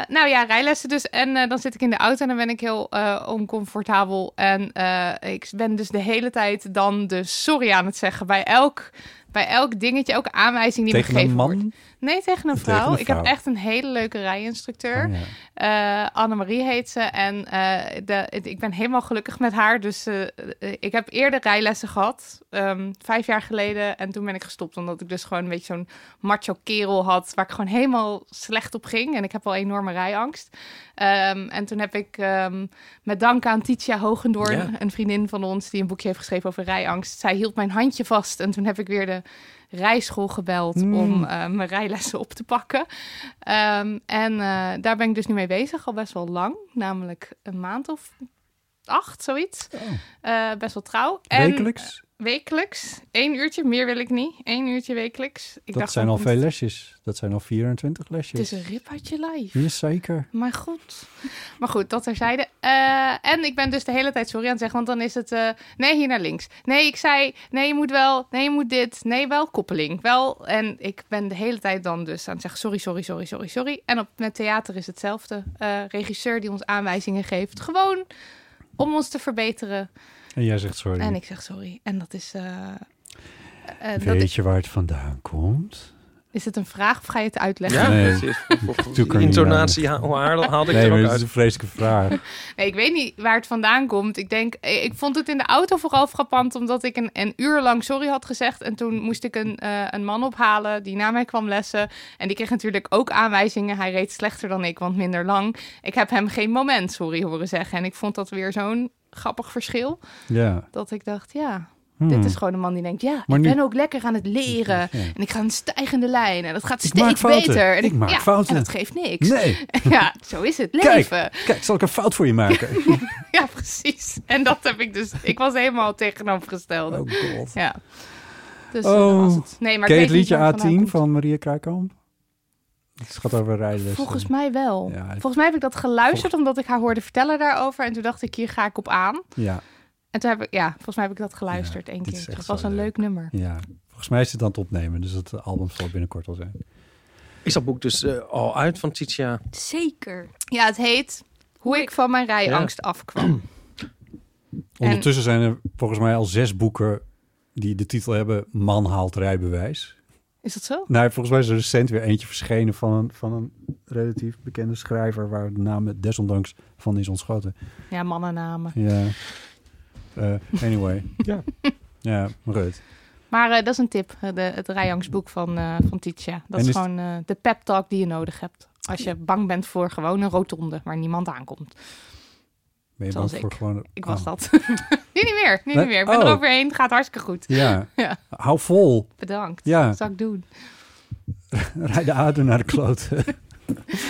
Speaker 4: nou ja, rijlessen dus. En eh, dan zit ik in de auto en dan ben ik heel eh, oncomfortabel. En eh, ik ben dus de hele tijd dan dus sorry aan het zeggen. Bij elk, bij elk dingetje, elke aanwijzing die me
Speaker 3: Tegen een
Speaker 4: gegeven
Speaker 3: man?
Speaker 4: wordt. Nee, tegen een
Speaker 3: Tegen
Speaker 4: vrouw.
Speaker 3: een
Speaker 4: Ik heb
Speaker 3: vrouw.
Speaker 4: echt een hele leuke rijinstructeur.
Speaker 3: Oh, ja.
Speaker 4: Eh, Annemarie heet ze. En eh, de, het- ik ben helemaal gelukkig met haar. Dus eh, eh, ik heb eerder rijlessen gehad. ehm, vijf jaar geleden. En toen ben ik gestopt. Omdat ik dus gewoon een beetje zo'n macho kerel had. Waar ik gewoon helemaal slecht op ging. En ik heb al enorme rijangst. Ehm, en toen heb ik ehm, met dank aan Titia Hogendoorn.
Speaker 2: Ja.
Speaker 4: Een vriendin van ons. Die een boekje heeft geschreven over rijangst. Zij hield mijn handje vast. En toen heb ik weer de rijschool gebeld
Speaker 3: Mm.
Speaker 4: om eh, mijn rijlessen op te pakken. Ehm, en eh, daar ben ik dus nu mee bezig, al best wel lang. Namelijk een maand of acht, zoiets. Eh, best wel trouw. En
Speaker 3: Oh,
Speaker 4: eh,
Speaker 3: Wekelijks?
Speaker 4: wekelijks. Eén uurtje, meer wil ik niet. Eén uurtje wekelijks.
Speaker 3: Dat
Speaker 4: Ik dacht,
Speaker 3: zijn
Speaker 4: dan
Speaker 3: al
Speaker 4: komt-
Speaker 3: veel lesjes. Dat zijn al 24
Speaker 4: Het is
Speaker 3: lesjes.
Speaker 4: een rip uit je lijf.
Speaker 3: Hm? Jazeker.
Speaker 4: Maar goed. Maar goed, dat terzijde. Eh en ik ben dus de hele tijd sorry aan het zeggen, want dan is het... eh, nee, hier naar links. Nee, ik zei... Nee, je moet wel. Nee, je moet dit. Nee, wel koppeling. Wel. En ik ben de hele tijd dan dus aan het zeggen... Sorry, sorry, sorry, sorry, sorry. En op, met theater is hetzelfde. Eh, regisseur die ons aanwijzingen geeft. Gewoon om ons te verbeteren.
Speaker 3: En jij zegt sorry.
Speaker 4: En ik zeg sorry. En dat is... eh, eh, dat
Speaker 3: Weet
Speaker 4: is,
Speaker 3: je waar het vandaan komt?
Speaker 4: is het een vraag of ga je het uitleggen?
Speaker 2: Ja,
Speaker 3: Nee.
Speaker 2: precies.
Speaker 3: Doe ik er niet
Speaker 2: Intonatie ha- haal- haalde ik
Speaker 3: nee,
Speaker 2: er
Speaker 3: maar
Speaker 2: ook
Speaker 3: dat is
Speaker 2: uit.
Speaker 3: een vreselijke vraag.
Speaker 4: Nee, ik weet niet waar het vandaan komt. Ik denk, eh, ik vond het in de auto vooral frappant omdat ik een, een uur lang sorry had gezegd. En toen moest ik een, eh, een man ophalen die na mij kwam lessen. En die kreeg natuurlijk ook aanwijzingen. Hij reed slechter dan ik, want minder lang. Ik heb hem geen moment sorry horen zeggen. En ik vond dat weer zo'n grappig verschil.
Speaker 3: ja.
Speaker 4: Dat ik dacht, ja,
Speaker 3: Hmm.
Speaker 4: dit is gewoon een man die denkt, ja,
Speaker 3: Maar
Speaker 4: ik
Speaker 3: nu-
Speaker 4: ben ook lekker aan het leren.
Speaker 3: Ja.
Speaker 4: En ik ga een stijgende lijn en dat gaat
Speaker 3: Ik maak
Speaker 4: steeds
Speaker 3: fouten.
Speaker 4: beter. En
Speaker 3: Ik maak
Speaker 4: ja,
Speaker 3: fouten.
Speaker 4: En dat geeft niks.
Speaker 3: Nee,
Speaker 4: Ja, zo is het
Speaker 3: Kijk.
Speaker 4: leven.
Speaker 3: kijk, zal ik een fout voor je maken?
Speaker 4: Ja, precies. En dat heb ik dus. Ik was helemaal tegenovergestelde.
Speaker 3: Oh god.
Speaker 4: Ja. Dus eh,
Speaker 3: Oh.
Speaker 4: was het. Nee, maar
Speaker 3: Ken je
Speaker 4: ik
Speaker 3: het
Speaker 4: weet niet
Speaker 3: liedje
Speaker 4: waar het vandaan
Speaker 3: A10
Speaker 4: komt.
Speaker 3: van Maria Kruikamp? Het gaat over rijden.
Speaker 4: Volgens mij wel.
Speaker 3: Ja, het-
Speaker 4: Volgens mij heb ik dat geluisterd omdat ik haar hoorde vertellen daarover. En toen dacht ik, hier ga ik op aan.
Speaker 3: Ja,
Speaker 4: En toen heb ik, ja, volgens mij heb ik dat geluisterd één
Speaker 3: dit
Speaker 4: keer.
Speaker 3: is echt
Speaker 4: Het was
Speaker 3: zo
Speaker 4: een leuk,
Speaker 3: leuk.
Speaker 4: nummer.
Speaker 3: ja. Volgens mij is het aan het opnemen, dus het album zal binnenkort al zijn.
Speaker 2: Is dat boek dus eh, al uit van Titia?
Speaker 1: Zeker.
Speaker 4: Ja, het heet Hoe ik van mijn rijangst afkwam.
Speaker 3: Ondertussen zijn er volgens mij al zes boeken die de titel hebben Man haalt rijbewijs.
Speaker 4: Is dat zo?
Speaker 3: Nou, volgens mij is er recent weer eentje verschenen van een, van een relatief bekende schrijver... waar de naam me desondanks van is ontschoten.
Speaker 4: Ja, mannennamen.
Speaker 3: Ja. Eh, anyway. ja. Ja, Rut.
Speaker 4: Maar eh, dat is een tip, eh, de, het rijangstboek van, eh van Titia.
Speaker 3: En
Speaker 4: Dat is
Speaker 3: is-
Speaker 4: gewoon eh, de pep talk die je nodig hebt. Als je bang bent voor gewoon een rotonde waar niemand aankomt.
Speaker 3: Ben je
Speaker 4: Zoals
Speaker 3: bang voor
Speaker 4: ik.
Speaker 3: gewoon...
Speaker 4: Ik was
Speaker 3: Oh.
Speaker 4: dat. nu niet meer, nu
Speaker 3: Nee?
Speaker 4: niet meer. Ik ben
Speaker 3: Oh.
Speaker 4: er overheen, het gaat hartstikke goed.
Speaker 3: Ja.
Speaker 4: Ja.
Speaker 3: Hou vol.
Speaker 4: Bedankt.
Speaker 3: Ja.
Speaker 4: Dat zal ik doen.
Speaker 3: Rij de aarde naar de kloten.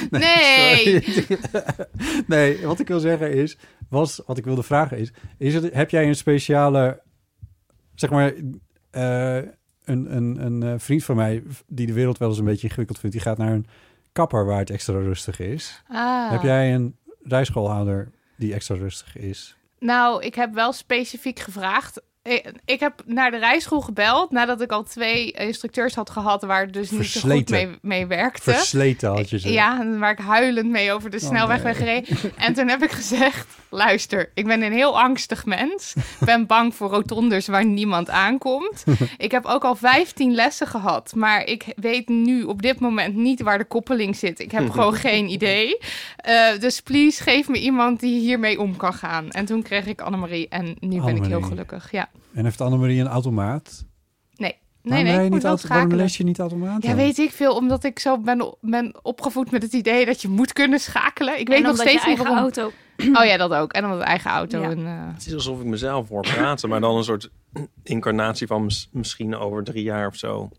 Speaker 4: Nee,
Speaker 3: Sorry. nee, wat ik wil zeggen is, was, wat ik wilde vragen is, is het, heb jij een speciale, zeg maar, eh, een, een, een eh, vriend van mij die de wereld wel eens een beetje ingewikkeld vindt, die gaat naar een kapper waar het extra rustig is.
Speaker 4: Ah.
Speaker 3: Heb jij een rijschoolhouder die extra rustig is?
Speaker 4: Nou, ik heb wel specifiek gevraagd. Ik, ik heb naar de rijschool gebeld nadat ik al twee instructeurs had gehad waar het dus niet zo goed
Speaker 3: Versleten.
Speaker 4: mee, mee werkte.
Speaker 3: Versleten had je ze.
Speaker 4: Ja, en waar ik huilend mee over
Speaker 3: Oh,
Speaker 4: de snelweg ben gereden. En toen heb ik gezegd, luister, ik ben een heel angstig mens. Ik ben bang voor rotondes waar niemand aankomt. Ik heb ook al 15 lessen gehad, maar ik weet nu op dit moment niet waar de koppeling zit. Ik heb gewoon geen idee. Eh, dus please, geef me iemand die hiermee om kan gaan. En toen kreeg ik Annemarie en nu ben ik heel
Speaker 3: Annemarie.
Speaker 4: gelukkig. Ja.
Speaker 3: En heeft Annemarie een automaat?
Speaker 4: Nee, nee,
Speaker 3: Waarom rij je
Speaker 4: ik moet
Speaker 3: niet
Speaker 4: wel
Speaker 3: auto- waarom
Speaker 4: schakelen.
Speaker 3: les je niet automaat?
Speaker 4: Ja,
Speaker 3: dan?
Speaker 4: weet ik veel. Omdat ik zo ben, ben opgevoed met het idee dat je moet kunnen schakelen. Ik weet
Speaker 1: en
Speaker 4: nog
Speaker 1: omdat je
Speaker 4: steeds niet
Speaker 1: eigen
Speaker 4: waarom.
Speaker 1: auto.
Speaker 4: Oh ja, dat ook. En omdat eigen auto.
Speaker 1: Ja.
Speaker 4: En, eh,
Speaker 2: Het is alsof ik mezelf hoor praten, maar dan een soort incarnatie van mis- misschien over drie jaar of zo.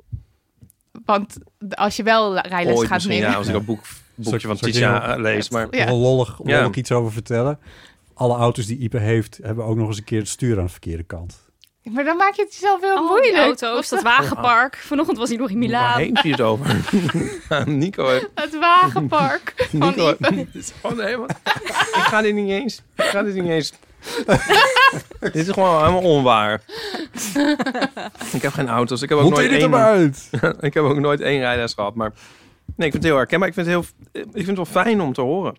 Speaker 4: want als je wel rijles
Speaker 2: Ooit
Speaker 4: gaat
Speaker 2: misschien,
Speaker 4: nemen.
Speaker 2: ja, als ik dat boek, boekje
Speaker 3: Soort-
Speaker 2: van
Speaker 3: soort
Speaker 2: Titia
Speaker 3: heel-
Speaker 2: eh, lees. Maar
Speaker 4: Ja.
Speaker 3: Nog wel lollig om
Speaker 2: Ja.
Speaker 3: ook iets over vertellen. Alle auto's die Ipe heeft, hebben ook nog eens een keer het stuur aan de verkeerde kant.
Speaker 4: Maar dan maak je het jezelf heel
Speaker 1: Al Oh, die
Speaker 4: moeilijk.
Speaker 1: auto's, dat wagenpark. Vanochtend was hij nog in
Speaker 2: waar
Speaker 1: Milaan.
Speaker 2: heeft hij het over? Aan Ah, Nico, heeft-
Speaker 4: Het wagenpark. van
Speaker 2: Nico,
Speaker 4: Ipe.
Speaker 2: dit is gewoon helemaal. ik ga dit niet eens. Ik ga dit niet eens. dit is gewoon helemaal onwaar. ik heb geen auto's. Ik heb ook
Speaker 3: Moet
Speaker 2: nooit
Speaker 3: dit er
Speaker 2: één.
Speaker 3: maar uit?
Speaker 2: ik heb ook nooit één rijles gehad, maar nee, ik vind het heel herkenbaar. Ik vind het heel, ik vind het wel fijn om te horen.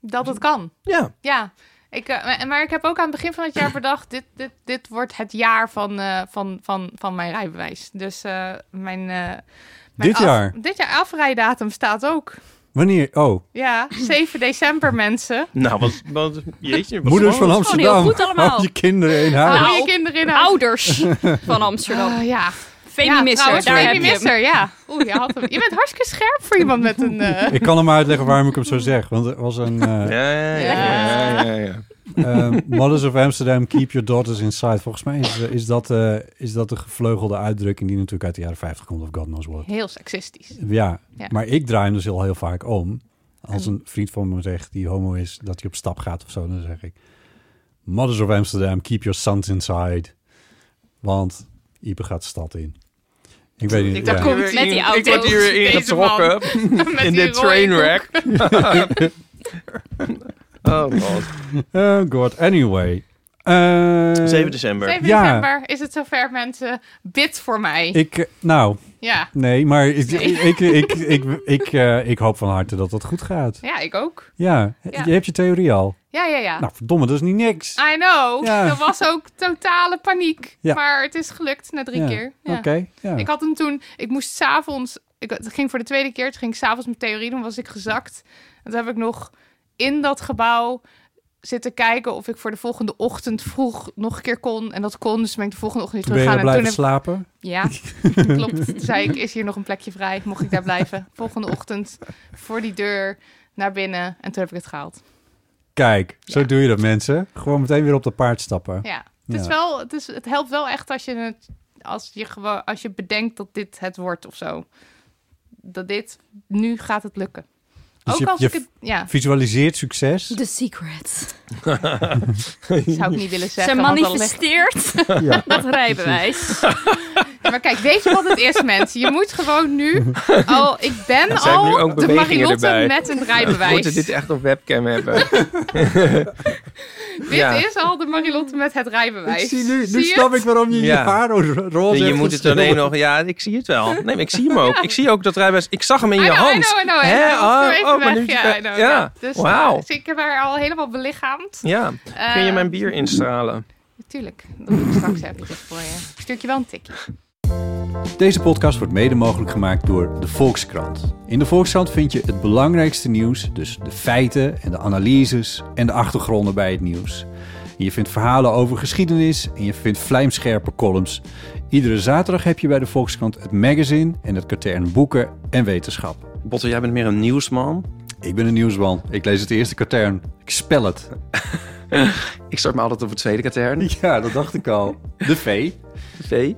Speaker 4: Dat het kan.
Speaker 2: Ja.
Speaker 4: Ja. Ik, eh, maar ik heb ook aan het begin van het jaar bedacht... dit, dit, dit wordt het jaar van, eh, van, van, van mijn rijbewijs. Dus eh, mijn... eh, mijn
Speaker 3: Dit jaar?
Speaker 4: Dit jaar afrijdatum staat ook.
Speaker 3: Wanneer? Oh,
Speaker 4: Ja, 7 december mensen.
Speaker 2: Nou, wat, wat jeetje. Wat
Speaker 3: moeders van
Speaker 2: spannend.
Speaker 3: Amsterdam.
Speaker 1: Oh, heel goed allemaal.
Speaker 3: Hou je kinderen in huis.
Speaker 4: Hou
Speaker 1: Nou,
Speaker 4: je kinderen in huis.
Speaker 1: Ouders van Amsterdam.
Speaker 4: Ah, ja,
Speaker 1: Feminister,
Speaker 4: ja, trouwens,
Speaker 1: daar heb je hem.
Speaker 4: feminister, ja. Oeh, je, had hem. je bent hartstikke scherp voor iemand met een... eh,
Speaker 3: Ik kan hem maar uitleggen waarom ik hem zo zeg. Want er was een... eh,
Speaker 2: Ja, ja, ja. ja, ja, ja.
Speaker 3: Ehm, Mothers of Amsterdam, keep your daughters inside. Volgens mij is, eh, is, dat, eh, is dat de gevleugelde uitdrukking die natuurlijk uit de jaren 50 komt, of God knows what.
Speaker 4: Heel seksistisch.
Speaker 3: Ja,
Speaker 4: Ja.
Speaker 3: maar ik draai hem dus heel, heel vaak om. Als een vriend van me zegt die homo is, dat hij op stap gaat of zo, dan zeg ik... Mothers of Amsterdam, keep your sons inside. Want Ipe gaat de stad in. Ik weet niet.
Speaker 4: Ik
Speaker 3: ja.
Speaker 4: dacht, komt met die
Speaker 2: Ik word
Speaker 4: auto's,
Speaker 2: hier
Speaker 4: deze
Speaker 2: ingetrokken
Speaker 4: Met
Speaker 2: in
Speaker 4: die
Speaker 2: dit
Speaker 4: rode
Speaker 2: trainwreck. oh god.
Speaker 3: Oh god, anyway. Eh,
Speaker 2: 7
Speaker 4: kop.
Speaker 2: december.
Speaker 4: 7
Speaker 3: Ja.
Speaker 4: december is het zover, mensen. Bid voor mij.
Speaker 3: Ik, eh, nou,
Speaker 4: Ja.
Speaker 3: nee, maar ik,
Speaker 4: Nee.
Speaker 3: ik, ik, ik, ik, eh, ik hoop van harte dat dat goed gaat.
Speaker 4: ja, ik ook.
Speaker 3: Ja,
Speaker 4: Ja.
Speaker 3: je hebt je theorie al.
Speaker 4: Ja, ja, ja. Ah,
Speaker 3: Nou, verdomme, dat is niet niks.
Speaker 4: I know.
Speaker 3: Ja.
Speaker 4: Er was ook totale paniek.
Speaker 3: Ja.
Speaker 4: Maar het is gelukt na drie
Speaker 3: Ja.
Speaker 4: keer. Ja.
Speaker 3: Oké, ja.
Speaker 4: Ik had hem toen... Ik moest s'avonds... Ik het ging voor de tweede keer. Toen ging ik s'avonds mijn theorie doen. was ik gezakt. En toen heb ik nog in dat gebouw zitten kijken... of ik voor de volgende ochtend vroeg nog een keer kon. En dat kon. Dus ben ik de volgende ochtend
Speaker 3: Toen
Speaker 4: weer
Speaker 3: ben je wel
Speaker 4: teruggegaan. En toen
Speaker 3: blijven
Speaker 4: heb
Speaker 3: slapen.
Speaker 4: Ja, klopt. Toen zei ik, is hier nog een plekje vrij? Mocht ik daar blijven? Volgende ochtend voor die deur naar binnen. En toen heb ik het gehaald.
Speaker 3: Kijk, zo doe je dat, mensen. Gewoon meteen weer op de paard stappen.
Speaker 4: Ja, het, Is
Speaker 3: Ja.
Speaker 4: wel, het, is, het helpt wel echt als je, het, als, je gewoon, als je bedenkt dat dit het wordt of zo. Dat dit, nu gaat het lukken.
Speaker 3: Dus
Speaker 4: Ook
Speaker 3: je-
Speaker 4: als
Speaker 3: je
Speaker 4: ik het, ja,
Speaker 3: Visualiseert succes.
Speaker 1: The Secret.
Speaker 4: zou ik niet willen
Speaker 1: Ze
Speaker 4: zeggen. want dan leg-
Speaker 1: manifesteert
Speaker 3: Ja.
Speaker 1: dat rijbewijs.
Speaker 4: Ja, maar kijk, weet je wat het is, mensen? Je moet gewoon nu al... Ik ben
Speaker 2: zijn nu
Speaker 4: al
Speaker 2: ook
Speaker 4: de
Speaker 2: bewegingen
Speaker 4: marilotte
Speaker 2: erbij.
Speaker 4: met een
Speaker 2: We moeten
Speaker 4: rijbewijs.
Speaker 2: dit echt op webcam hebben.
Speaker 4: Dit
Speaker 2: ja.
Speaker 4: is al de marilotte met het rijbewijs.
Speaker 3: Ik zie nu, nu
Speaker 4: Zie je
Speaker 3: snap
Speaker 4: het?
Speaker 3: ik waarom je
Speaker 2: Ja.
Speaker 3: je haar ro- roze
Speaker 2: je
Speaker 3: hebt
Speaker 2: moet het
Speaker 3: geschilderd.
Speaker 2: alleen nog... Ja, ik zie het wel. Nee, maar ik zie hem ook. Ik zie ook dat rijbewijs... Ik zag hem in
Speaker 4: I
Speaker 2: je
Speaker 4: know,
Speaker 2: hand.
Speaker 4: I know, I know, I
Speaker 2: Hè?
Speaker 4: know.
Speaker 2: Oh,
Speaker 4: Doe even
Speaker 2: oh, maar
Speaker 4: weg.
Speaker 2: nu-
Speaker 4: Ja, I know,
Speaker 2: ja.
Speaker 4: ja. Dus,
Speaker 2: Wauw.
Speaker 4: dus ik heb haar al helemaal belichaamd.
Speaker 2: Ja,
Speaker 4: Eh,
Speaker 2: kun je mijn bier instralen?
Speaker 4: Tuurlijk, dat doe ik straks eventjes voor je. Ik Stuur ik je wel een tikje.
Speaker 3: Deze podcast wordt mede mogelijk gemaakt door de Volkskrant. In de Volkskrant vind je het belangrijkste nieuws, dus de feiten en de analyses en de achtergronden bij het nieuws. En je vindt verhalen over geschiedenis en je vindt vlijmscherpe columns. Iedere zaterdag heb je bij de Volkskrant het magazine en het katern boeken en wetenschap.
Speaker 2: Botte, jij bent meer een nieuwsman.
Speaker 3: Ik ben een nieuwsman. Ik lees het eerste katern. Ik spel het.
Speaker 2: Ik start me altijd op het tweede katern.
Speaker 3: Ja, dat dacht ik al. De V.
Speaker 2: V.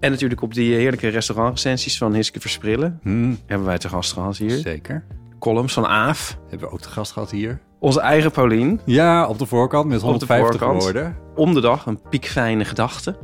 Speaker 2: En natuurlijk op die heerlijke restaurantrecensies van Hiske Versprillen.
Speaker 3: Hmm.
Speaker 2: Hebben wij te gast gehad hier.
Speaker 3: zeker.
Speaker 2: Columns van Aaf.
Speaker 3: Hebben we ook de gast gehad hier?
Speaker 2: Onze eigen Paulien.
Speaker 3: Ja, op de voorkant Mhm. met
Speaker 2: de
Speaker 3: 150
Speaker 2: voorkant.
Speaker 3: woorden.
Speaker 2: Om de dag een piekfijne gedachte.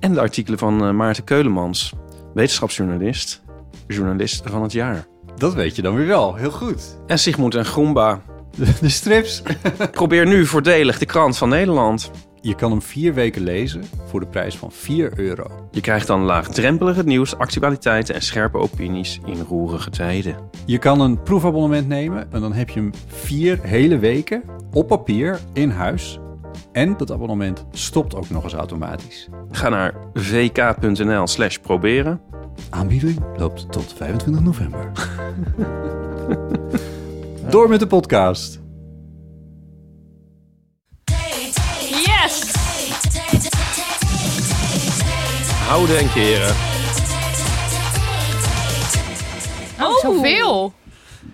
Speaker 2: En de artikelen van eh, Maarten Keulemans. Wetenschapsjournalist. Journalist van het jaar.
Speaker 3: Dat weet je dan weer wel. Heel goed.
Speaker 2: En Sigmund en Groenba.
Speaker 3: De, de strips.
Speaker 2: Probeer nu voordelig de krant van Nederland.
Speaker 3: Je kan hem vier weken lezen voor de prijs van 4 euro.
Speaker 2: Je krijgt dan laagdrempelig het nieuws, actualiteiten en scherpe opinies in roerige tijden.
Speaker 3: Je kan een proefabonnement nemen en dan heb je hem vier hele weken op papier in huis. En dat abonnement stopt ook nog eens automatisch.
Speaker 2: Ga naar vk.nl slash proberen.
Speaker 3: Aanbieding loopt tot 25 november. Door met de podcast.
Speaker 1: Yes!
Speaker 2: Houden en keren.
Speaker 1: Oh,
Speaker 4: Zoveel!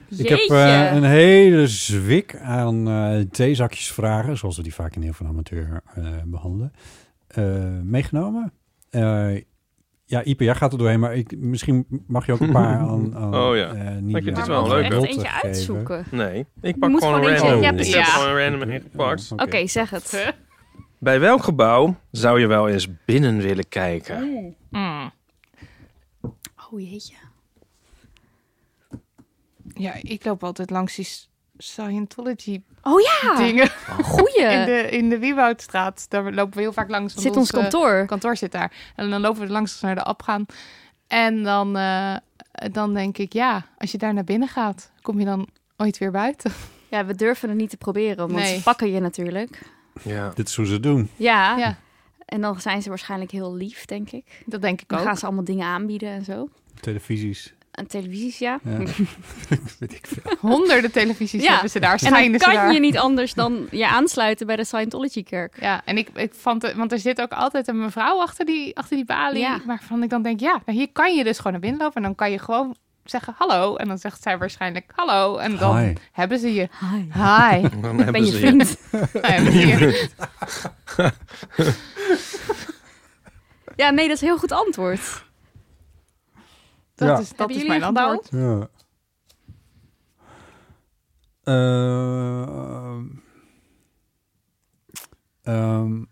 Speaker 3: Ik heb
Speaker 1: Jeetje.
Speaker 3: eh, een hele zwik aan eh theezakjes vragen, zoals we die vaak in heel van amateur eh, behandelen, eh, meegenomen. Eh, ja, Ipe, jij gaat er doorheen, maar ik, misschien mag je ook een paar aan, aan
Speaker 2: Oh ja.
Speaker 3: eh,
Speaker 2: Ik vind
Speaker 3: Nidia
Speaker 2: dit
Speaker 1: Maar
Speaker 2: wel
Speaker 3: en
Speaker 1: mag ik echt
Speaker 2: leuk, hè?
Speaker 3: Lotte
Speaker 1: eentje
Speaker 3: geven.
Speaker 1: uitzoeken. Oké,
Speaker 2: Nee, ik
Speaker 1: Je
Speaker 2: pak
Speaker 1: moet
Speaker 2: gewoon een
Speaker 1: gewoon eentje-
Speaker 2: random.
Speaker 1: ja,
Speaker 2: ik
Speaker 1: precies.
Speaker 2: heb
Speaker 4: Ja.
Speaker 2: gewoon een random ingepakt.
Speaker 3: Oké.
Speaker 1: zeg het.
Speaker 2: Bij welk gebouw zou je wel eens binnen willen kijken?
Speaker 4: Mm.
Speaker 1: Oh jeetje.
Speaker 4: Ja, ik loop altijd langs die s- Scientology
Speaker 1: Oh ja,
Speaker 4: dingen in,
Speaker 1: goeie.
Speaker 4: de, in de Wieboudstraat. Daar lopen we heel vaak langs. want
Speaker 1: eh, Zit ons
Speaker 4: onze
Speaker 1: kantoor.
Speaker 4: kantoor zit daar. En dan lopen we langs als we naar de app gaan. En dan, eh, dan denk ik, ja, als je daar naar binnen gaat, kom je dan ooit weer buiten?
Speaker 1: Ja, we durven het niet te proberen, want
Speaker 4: Nee.
Speaker 1: ze pakken je natuurlijk.
Speaker 2: Ja.
Speaker 3: Dit is hoe ze het doen.
Speaker 1: Ja.
Speaker 4: Ja.
Speaker 1: en dan zijn ze waarschijnlijk heel lief, denk ik.
Speaker 4: Dat denk ik
Speaker 1: Dan
Speaker 4: ook.
Speaker 1: gaan ze allemaal dingen aanbieden en zo.
Speaker 3: Televisies.
Speaker 1: En televisies, ja.
Speaker 3: Ja. Weet ik veel.
Speaker 4: Honderden televisies
Speaker 1: Ja.
Speaker 4: hebben ze daar.
Speaker 1: En
Speaker 4: schijnen
Speaker 1: dan
Speaker 4: ze daar.
Speaker 1: kan je niet anders dan je aansluiten bij de Scientology-kerk.
Speaker 4: Ja, en ik, ik vond het, want er zit ook altijd een mevrouw achter die, achter die balie.
Speaker 1: Ja.
Speaker 4: Waarvan ik dan denk, ja, nou hier kan je dus gewoon naar binnen lopen. En dan kan je gewoon zeggen hallo. En dan zegt zij waarschijnlijk hallo. En dan
Speaker 3: Hi.
Speaker 4: hebben ze je.
Speaker 1: Hi.
Speaker 4: Hi.
Speaker 2: Dan
Speaker 1: Ik ben
Speaker 2: hebben
Speaker 1: je
Speaker 2: ze je.
Speaker 1: vriend.
Speaker 4: Nou, hebben ze je-
Speaker 1: Ja, nee, dat is een heel goed antwoord.
Speaker 4: Dat
Speaker 3: Ja.
Speaker 4: is, dat
Speaker 1: Hebben
Speaker 4: is
Speaker 1: jullie
Speaker 4: mijn
Speaker 1: een
Speaker 4: antwoord.
Speaker 1: antwoord?
Speaker 3: Ja. Ehm. Ehm.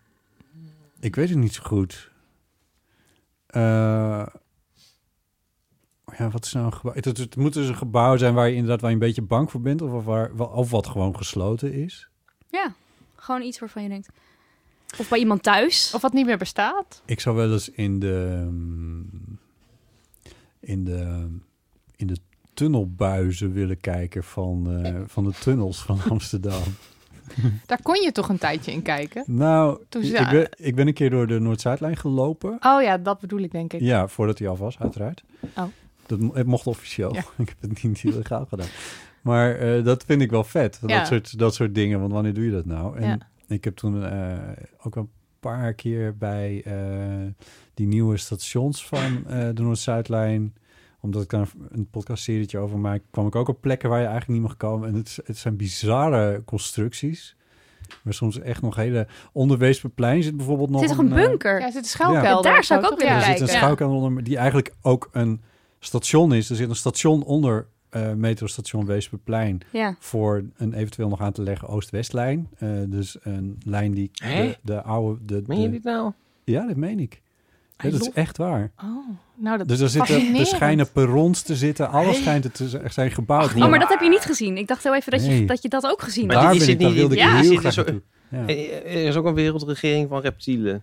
Speaker 3: ik weet het niet zo goed. Eh, ja, wat is nou een gebouw? Het, het, het moet dus een gebouw zijn waar je inderdaad waar je een beetje bang voor bent. Of, waar, of wat gewoon gesloten is.
Speaker 1: Ja, gewoon iets waarvan je denkt. Of bij iemand thuis.
Speaker 4: Of wat niet meer bestaat.
Speaker 3: Ik zou wel eens in de. mm, in de. in de tunnelbuizen willen kijken van, eh, van de tunnels van Amsterdam.
Speaker 4: Daar kon je toch een tijdje in kijken?
Speaker 3: Nou,
Speaker 4: Toen
Speaker 3: ik-
Speaker 4: ze-
Speaker 3: ik, ben, ik ben een keer door de Noord-Zuidlijn gelopen.
Speaker 4: Oh ja, dat bedoel ik denk ik.
Speaker 3: Ja, voordat hij af was, uiteraard.
Speaker 4: Oh.
Speaker 3: Dat mo- het mocht officieel.
Speaker 4: Ja.
Speaker 3: ik heb het niet illegaal gedaan. Maar eh, dat vind ik wel vet.
Speaker 4: Ja.
Speaker 3: Dat, soort, dat soort dingen. Want wanneer doe je dat nou? En
Speaker 4: Ja.
Speaker 3: ik heb toen eh, ook een paar keer bij eh, die nieuwe stations van eh, de Noord-Zuidlijn omdat ik daar een podcastserietje over maak, kwam ik ook op plekken waar je eigenlijk niet mag komen. En het, is- het zijn bizarre constructies. Maar soms echt nog hele... Onder Weesperplein zit bijvoorbeeld nog
Speaker 1: Het is toch een
Speaker 3: eh,
Speaker 1: bunker?
Speaker 4: Ja, er zit een schuilkelder.
Speaker 1: Ja, daar
Speaker 4: of zo,
Speaker 1: zou ik ook
Speaker 4: toch?
Speaker 1: willen
Speaker 3: er
Speaker 4: Ja.
Speaker 3: zit een
Speaker 1: kijken.
Speaker 3: schouwkelder onder, die eigenlijk ook een station is. Er zit een station onder eh, metrostation Weesperplein
Speaker 1: Ja.
Speaker 3: voor een eventueel nog aan te leggen Oost-Westlijn. Eh, dus een lijn die
Speaker 2: Hè?
Speaker 3: de, de oude... De,
Speaker 2: Meen je
Speaker 3: de-
Speaker 2: dit nou?
Speaker 3: Ja, dat meen ik. Ja, dat is echt waar.
Speaker 4: Oh, nou dat
Speaker 3: Dus er, zitten, er
Speaker 4: fascinerend.
Speaker 3: schijnen perrons te zitten. Alles schijnt er te z- er zijn gebouwd.
Speaker 2: Ach,
Speaker 1: Oh,
Speaker 2: Ja.
Speaker 1: maar dat heb je niet gezien. Ik dacht heel even dat,
Speaker 3: Nee.
Speaker 1: je, dat je dat ook gezien
Speaker 2: Maar
Speaker 1: had.
Speaker 3: Daar
Speaker 2: die
Speaker 3: ben
Speaker 2: zit
Speaker 3: ik, daar
Speaker 2: niet-
Speaker 3: wilde ik
Speaker 1: ja.
Speaker 3: heel
Speaker 2: zit
Speaker 3: graag
Speaker 2: zo- Eh,
Speaker 3: naartoe. Ja.
Speaker 2: Er is ook een wereldregering van reptielen.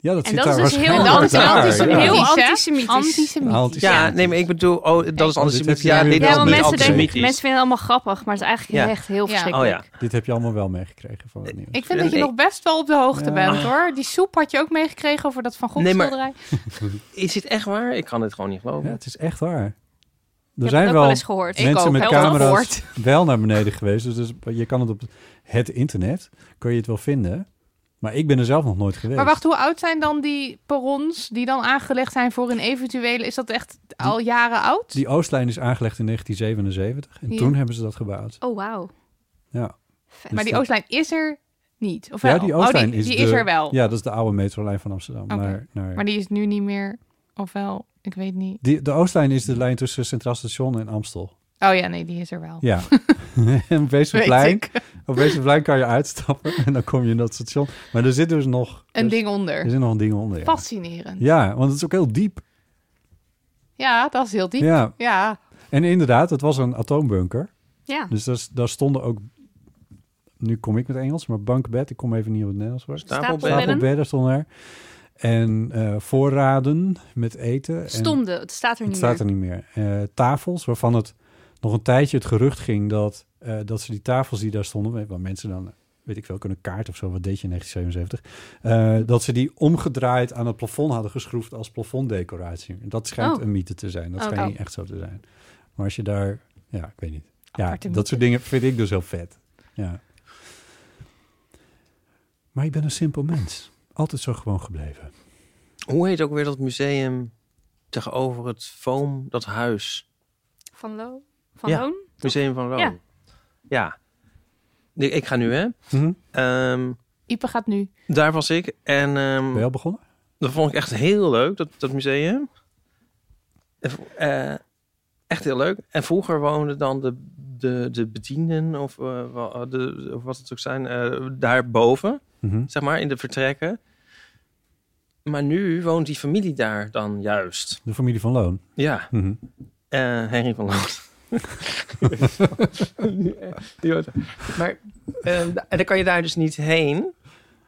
Speaker 3: ja, dat
Speaker 1: En
Speaker 3: zit
Speaker 1: dat is
Speaker 3: daar
Speaker 1: dus heel
Speaker 3: waarschijnlijk
Speaker 4: anti-
Speaker 3: daar.
Speaker 4: antisemitisch.
Speaker 3: Ja.
Speaker 1: Heel
Speaker 4: Antisemitisch,
Speaker 1: antisemitisch.
Speaker 4: hè? Antisemitisch.
Speaker 3: Antisemitisch.
Speaker 2: Dus Ja, nee, maar ik bedoel, oh, dat is
Speaker 3: Oh, dit heb
Speaker 2: antisemitisch.
Speaker 3: je
Speaker 2: Ja,
Speaker 3: nu
Speaker 2: dit
Speaker 3: weer
Speaker 1: Ja,
Speaker 2: is
Speaker 3: wel
Speaker 1: want
Speaker 2: niet
Speaker 1: mensen,
Speaker 3: mee.
Speaker 1: denken,
Speaker 2: antisemitisch.
Speaker 1: mensen vinden het allemaal grappig, maar het is eigenlijk
Speaker 2: Ja.
Speaker 1: echt heel
Speaker 4: Ja.
Speaker 1: verschrikkelijk.
Speaker 2: Oh ja.
Speaker 3: Dit heb je allemaal wel meegekregen van het nieuws.
Speaker 4: Ik vind dat je
Speaker 2: Nee.
Speaker 4: nog best wel op de hoogte
Speaker 3: Ja.
Speaker 4: bent hoor. Die soep had je ook meegekregen over dat Van Gogh
Speaker 2: Nee, maar-
Speaker 4: schilderij.
Speaker 2: Is dit echt waar? Ik kan dit gewoon niet
Speaker 3: Ja,
Speaker 2: geloven.
Speaker 3: het is echt waar. Er
Speaker 1: Ik heb
Speaker 3: zijn
Speaker 1: het ook
Speaker 3: wel
Speaker 1: wel eens gehoord.
Speaker 4: Ik
Speaker 3: mensen
Speaker 4: ook,
Speaker 3: met
Speaker 4: heb het al
Speaker 3: camera's
Speaker 4: gehoord.
Speaker 3: wel naar beneden geweest. Dus, dus je kan het op het internet, kun je het wel vinden. Maar ik ben er zelf nog nooit geweest.
Speaker 4: Maar wacht, hoe oud zijn dan die perrons die dan aangelegd zijn voor een eventuele? Is dat echt al jaren oud?
Speaker 3: Die Oostlijn is aangelegd in 1977 en
Speaker 4: Ja.
Speaker 3: toen hebben ze dat gebouwd.
Speaker 1: Oh, wauw.
Speaker 3: Ja. Dus
Speaker 1: Vet.
Speaker 4: Maar die
Speaker 3: dat-
Speaker 4: Oostlijn is er niet. Of
Speaker 3: Ja,
Speaker 4: wel?
Speaker 3: die Oostlijn
Speaker 4: oh, die,
Speaker 3: is,
Speaker 4: die
Speaker 3: de-
Speaker 4: is er wel.
Speaker 3: Ja, dat is de oude metrolijn van Amsterdam.
Speaker 4: Oké.
Speaker 3: Naar, naar,
Speaker 4: Maar die is nu niet meer. Of wel, ik weet niet.
Speaker 3: die, de Oostlijn is de lijn tussen Centraal Station en Amstel.
Speaker 4: Oh ja, nee, die is er wel.
Speaker 3: Ja. en op
Speaker 4: Weet
Speaker 3: Weesperplein,
Speaker 4: ik.
Speaker 3: op Weesperplein kan je uitstappen en dan kom je in dat station. Maar er zit dus nog,
Speaker 4: Een
Speaker 3: er,
Speaker 4: ding
Speaker 3: er
Speaker 4: onder.
Speaker 3: zit nog een ding onder. ja.
Speaker 4: Fascinerend.
Speaker 3: Ja, want het is ook heel diep.
Speaker 4: Ja, dat is heel diep.
Speaker 3: Ja,
Speaker 4: Ja,
Speaker 3: en inderdaad, het was een atoombunker.
Speaker 1: Ja.
Speaker 3: Dus daar, s- daar stonden ook... Nu kom ik met Engels, maar bankbed. Ik kom even niet op het Nederlands woord.
Speaker 1: Stapelbedden.
Speaker 2: Stapelbedden.
Speaker 3: Stapelbedden stonden er. En eh, voorraden met eten. En
Speaker 1: Stomde, het staat er
Speaker 3: Het
Speaker 1: niet
Speaker 3: staat
Speaker 1: meer.
Speaker 3: er niet meer. Eh, tafels, waarvan het nog een tijdje het gerucht ging dat, eh, dat ze die tafels die daar stonden... waar mensen dan, weet ik veel, kunnen kaart of zo, wat deed je in 1977... eh, dat ze die omgedraaid aan het plafond hadden geschroefd als plafonddecoratie. Dat schijnt
Speaker 1: Oh.
Speaker 3: een mythe te zijn. Dat
Speaker 1: Oh.
Speaker 3: schijnt niet echt zo te zijn. Maar als je daar... Ja, ik weet niet. Ja,
Speaker 4: Aparte
Speaker 3: dat
Speaker 4: mythe.
Speaker 3: soort dingen vind ik dus heel vet. Ja. Maar ik ben een simpel mens. Altijd zo gewoon gebleven.
Speaker 2: Hoe heet ook weer dat museum tegenover het Foam, dat huis?
Speaker 1: Van Loon? Van
Speaker 2: Ja.
Speaker 1: Loon?
Speaker 2: Museum van Rome.
Speaker 1: Ja.
Speaker 2: Ja. Ik, ik ga nu, hè. Ehm,
Speaker 4: Ipe gaat nu.
Speaker 2: daar was ik. En ehm,
Speaker 3: Ben je al begonnen?
Speaker 2: dat vond ik echt heel leuk, dat, dat museum. En v- eh, echt heel leuk. En vroeger woonden dan de, de, de bedienden, of, eh, wa- de, of wat het ook zijn, eh, daarboven.
Speaker 3: Mhm.
Speaker 2: zeg maar, in de vertrekken. Maar nu woont die familie daar dan juist.
Speaker 3: De familie van Loon.
Speaker 2: Ja,
Speaker 3: Mhm.
Speaker 2: eh Henry van Loos. Die hoort er. maar eh, da- en dan kan je daar dus niet heen.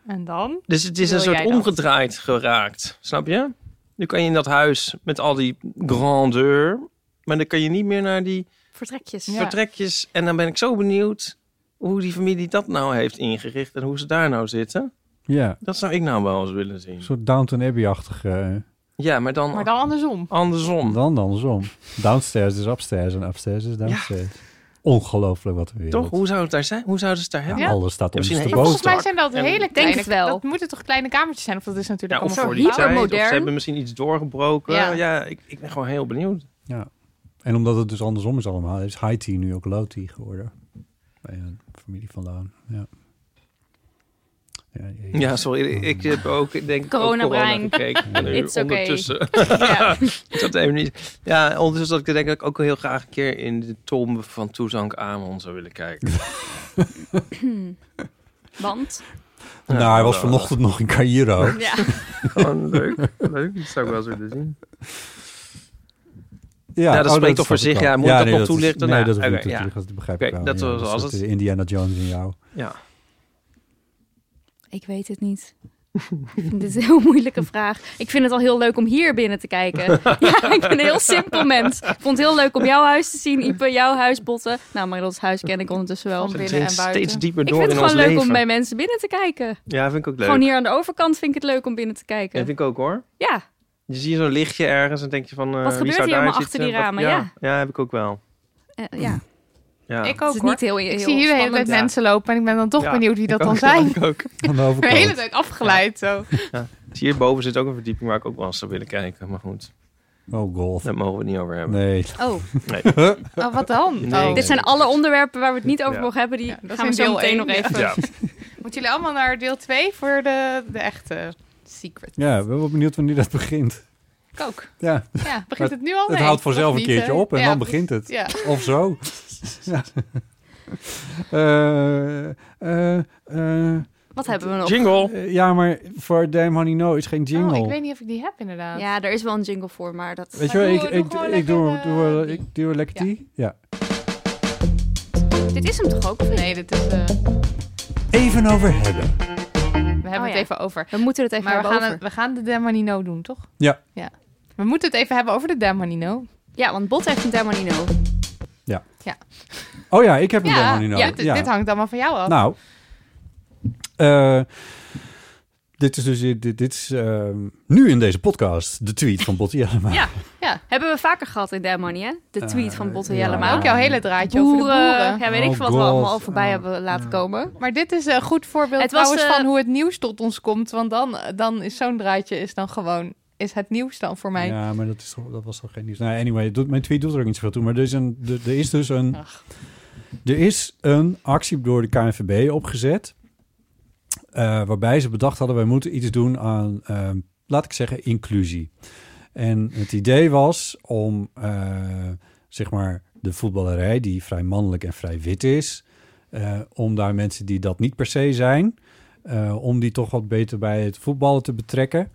Speaker 4: En dan?
Speaker 2: Dus het is
Speaker 4: Wil
Speaker 2: een soort
Speaker 4: jij dat?
Speaker 2: omgedraaid geraakt, snap je? Nu kan je in dat huis met al die grandeur, maar dan kan je niet meer naar die
Speaker 1: Vertrekjes.
Speaker 4: Ja.
Speaker 2: vertrekjes. En dan ben ik zo benieuwd hoe die familie dat nou heeft ingericht en hoe ze daar nou zitten.
Speaker 3: Ja,
Speaker 2: Dat zou ik nou wel eens willen zien.
Speaker 3: een soort Downton Abbey-achtige. eh,
Speaker 2: Ja, maar dan,
Speaker 4: Maar dan andersom.
Speaker 2: andersom.
Speaker 3: Dan andersom. Downstairs is upstairs en upstairs is downstairs. Ongelooflijk wat een wereld.
Speaker 2: Toch? Hoe zou het daar zijn? Hoe zouden ze het daar
Speaker 3: Ja,
Speaker 2: hebben?
Speaker 3: Alles staat
Speaker 2: Ja, misschien
Speaker 3: ondersteboven.
Speaker 4: Maar
Speaker 2: Boos
Speaker 4: volgens mij
Speaker 2: dak.
Speaker 4: zijn
Speaker 2: En-
Speaker 4: dat hele
Speaker 2: Denk
Speaker 4: kleine...
Speaker 1: het wel.
Speaker 4: Dat moeten toch kleine kamertjes zijn? Of dat is natuurlijk
Speaker 2: Ja, of
Speaker 4: allemaal
Speaker 2: voor
Speaker 4: voor
Speaker 2: die
Speaker 1: hypermodern.
Speaker 2: tijd, of ze hebben misschien iets doorgebroken.
Speaker 4: Ja.
Speaker 2: Ja, ik, ik ben gewoon heel benieuwd.
Speaker 3: Ja. En omdat het dus andersom is allemaal, is high tea nu ook low tea geworden. Bij een familie van Laan. Ja. Ja, jezus.
Speaker 2: Ja, sorry. Ik heb ook denk ik ook
Speaker 1: Coronabrein.
Speaker 2: corona gekeken. En nu
Speaker 1: It's okay.
Speaker 2: Ondertussen.
Speaker 1: Ja.
Speaker 2: Ik zat even niet. Ja, ondertussen dat ik denk dat ik ook heel graag een keer in de tombe van Toezank Amon zou willen kijken.
Speaker 1: Want?
Speaker 3: nou, hij was vanochtend nog in Cairo.
Speaker 1: Ja.
Speaker 2: Gewoon leuk. Leuk. Dat zou ik wel eens willen zien. Ja, dat
Speaker 3: oh,
Speaker 2: spreekt toch voor
Speaker 3: snap ik
Speaker 2: zich.
Speaker 3: wel.
Speaker 2: Ja, moet dat nog
Speaker 3: is-
Speaker 2: toelichten? Nou,
Speaker 3: Nee, dat hoef
Speaker 2: oké,
Speaker 3: niet toe
Speaker 2: ja.
Speaker 3: te lichten, dat begrijp ik
Speaker 2: Oké,
Speaker 3: wel.
Speaker 2: dat
Speaker 3: ja.
Speaker 2: was
Speaker 3: is
Speaker 2: alles.
Speaker 3: de Indiana Jones in jou.
Speaker 2: Ja.
Speaker 1: Ik weet het niet. Ik vind Dit is een heel moeilijke vraag. Ik vind het al heel leuk om hier binnen te kijken. Ja, ik ben een heel simpel mens. Ik vond het heel leuk om jouw huis te zien, Ipe, jouw huis, Botten. Nou, Marilots huis ken ik ondertussen wel.
Speaker 4: Van
Speaker 2: Het
Speaker 4: binnen en
Speaker 2: dringt
Speaker 4: buiten.
Speaker 2: steeds dieper
Speaker 1: Ik
Speaker 2: door
Speaker 1: vind het
Speaker 2: in ons
Speaker 1: gewoon leuk
Speaker 2: leven.
Speaker 1: om bij mensen binnen te kijken.
Speaker 2: Ja, vind ik ook leuk.
Speaker 1: Gewoon hier aan de overkant vind ik het leuk om binnen te
Speaker 2: Ja,
Speaker 1: kijken.
Speaker 2: vind ik ook hoor.
Speaker 1: Ja,
Speaker 2: Je ziet zo'n lichtje ergens en denk je van... eh,
Speaker 1: Wat
Speaker 2: wie
Speaker 1: gebeurt
Speaker 2: zou
Speaker 1: hier
Speaker 2: daar
Speaker 1: allemaal
Speaker 2: zitten?
Speaker 1: achter die
Speaker 2: Wat-
Speaker 1: ramen?
Speaker 2: Ja. ja, heb ik ook wel.
Speaker 1: eh, ja.
Speaker 2: Ja.
Speaker 4: Ik
Speaker 1: het
Speaker 4: ook
Speaker 1: is
Speaker 4: hoor.
Speaker 1: niet heel, heel
Speaker 4: Ik zie hier de hele tijd
Speaker 1: spannend.
Speaker 2: Ja.
Speaker 4: mensen lopen en ik ben dan toch
Speaker 2: Ja,
Speaker 4: benieuwd wie dat
Speaker 2: Ik
Speaker 4: dan
Speaker 2: ook,
Speaker 4: zijn.
Speaker 2: Ik ook. Dus
Speaker 3: Aan de
Speaker 4: De hele
Speaker 3: overkant.
Speaker 4: tijd afgeleid zo.
Speaker 2: Hierboven zit ook een verdieping waar ik ook wel eens zou willen kijken. Maar goed,
Speaker 3: Oh, golf.
Speaker 2: daar mogen we het niet over hebben.
Speaker 3: Nee.
Speaker 1: Oh,
Speaker 4: Oh, wat dan?
Speaker 2: Nee.
Speaker 4: Oh.
Speaker 1: dit zijn alle onderwerpen waar we het niet over
Speaker 2: Ja.
Speaker 1: mogen hebben. Die
Speaker 4: Ja, dat
Speaker 1: gaan we
Speaker 4: is
Speaker 1: zo
Speaker 4: in deel
Speaker 1: meteen
Speaker 4: één,
Speaker 1: nog
Speaker 4: ja.
Speaker 1: even.
Speaker 2: Ja.
Speaker 4: Moeten jullie allemaal naar deel 2 voor de, de echte secret?
Speaker 3: Ja, ik ben wel benieuwd wanneer dat begint.
Speaker 4: Ik ook.
Speaker 3: Ja,
Speaker 4: Ja, begint het nu al?
Speaker 3: het
Speaker 4: Oh, Nee,
Speaker 3: houdt vanzelf
Speaker 4: nog
Speaker 3: een
Speaker 4: niet,
Speaker 3: keertje
Speaker 4: hè?
Speaker 3: op en
Speaker 4: Ja,
Speaker 3: dan
Speaker 4: precies.
Speaker 3: begint het.
Speaker 4: Ja. Oh,
Speaker 3: Of zo. ja. Eh, eh, eh,
Speaker 1: Wat hebben we nog?
Speaker 2: Jingle!
Speaker 3: eh, ja, maar voor Damn Honey No is geen jingle.
Speaker 4: Oh, ik weet niet of ik die heb inderdaad.
Speaker 1: Ja, er is wel een jingle voor, maar dat...
Speaker 3: Weet je wel,
Speaker 4: Maar
Speaker 3: ik,
Speaker 4: doe-
Speaker 3: ik,
Speaker 4: doe gewoon
Speaker 3: ik, doe,
Speaker 4: lekker, eh,
Speaker 3: doe,
Speaker 4: die.
Speaker 3: ik doe lekker
Speaker 4: Ja.
Speaker 3: die. Ja.
Speaker 1: Dit is hem toch ook? of niet?
Speaker 4: Nee, dit is. eh,
Speaker 3: Even over hebben.
Speaker 4: we hebben
Speaker 1: Oh, ja.
Speaker 4: het even over.
Speaker 1: We moeten het even
Speaker 4: Maar we
Speaker 1: hebben
Speaker 4: gaan,
Speaker 1: over.
Speaker 4: het- we gaan de Demonino doen, toch?
Speaker 3: Ja.
Speaker 4: ja. We moeten het even hebben over de Demonino.
Speaker 1: Ja, want Bot heeft een Damanino.
Speaker 3: Oh ja, ik heb hem
Speaker 4: Ja,
Speaker 3: helemaal niet
Speaker 4: ja,
Speaker 3: nodig.
Speaker 4: dit, dit hangt allemaal van jou af.
Speaker 3: Nou, eh, dit is dus dit, dit is, eh, nu in deze podcast de tweet van Botti Jellema.
Speaker 1: Ja.
Speaker 4: ja.
Speaker 1: Hebben we vaker gehad in Damani, hè? De tweet
Speaker 3: Eh,
Speaker 1: van Botte
Speaker 3: ja.
Speaker 1: Jellema.
Speaker 4: Maar ook jouw
Speaker 3: nou.
Speaker 4: hele draadje over de boeren. Nou.
Speaker 1: boeren. Ja, weet ik
Speaker 3: Oh
Speaker 1: veel wat we allemaal
Speaker 3: God.
Speaker 1: voorbij
Speaker 3: Oh.
Speaker 1: hebben laten komen.
Speaker 4: Maar dit is een goed voorbeeld
Speaker 1: Het was,
Speaker 4: trouwens
Speaker 1: eh,
Speaker 4: van hoe het nieuws tot ons komt. Want dan, dan is zo'n draadje is dan gewoon... Is het nieuws dan voor mij?
Speaker 3: Ja, maar dat, is toch, dat was toch geen nieuws. Nou, anyway, het doet, mijn tweet doet er ook niet zoveel toe. Maar er is, een, er, er is dus een... Er is een actie door de KNVB opgezet... eh, waarbij ze bedacht hadden... wij moeten iets doen aan, eh, laat ik zeggen, inclusie. En het idee was om, eh, zeg maar, de voetballerij... die vrij mannelijk en vrij wit is... eh, om daar mensen die dat niet per se zijn... eh, om die toch wat beter bij het voetballen te betrekken...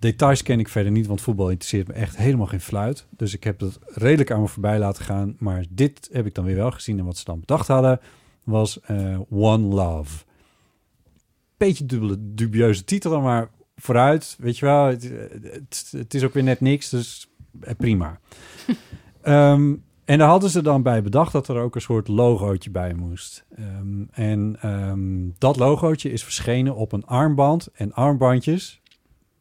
Speaker 3: Details ken ik verder niet, want voetbal interesseert me echt helemaal geen fluit. Dus ik heb dat redelijk aan me voorbij laten gaan. Maar dit heb ik dan weer wel gezien. En wat ze dan bedacht hadden, was eh, One Love. Beetje dubbele, dubieuze titel, maar vooruit, weet je wel. Het, het, het is ook weer net niks, dus eh, prima. Ehm, en daar hadden ze dan bij bedacht dat er ook een soort logootje bij moest. Ehm, en ehm, dat logootje is verschenen op een armband. En armbandjes,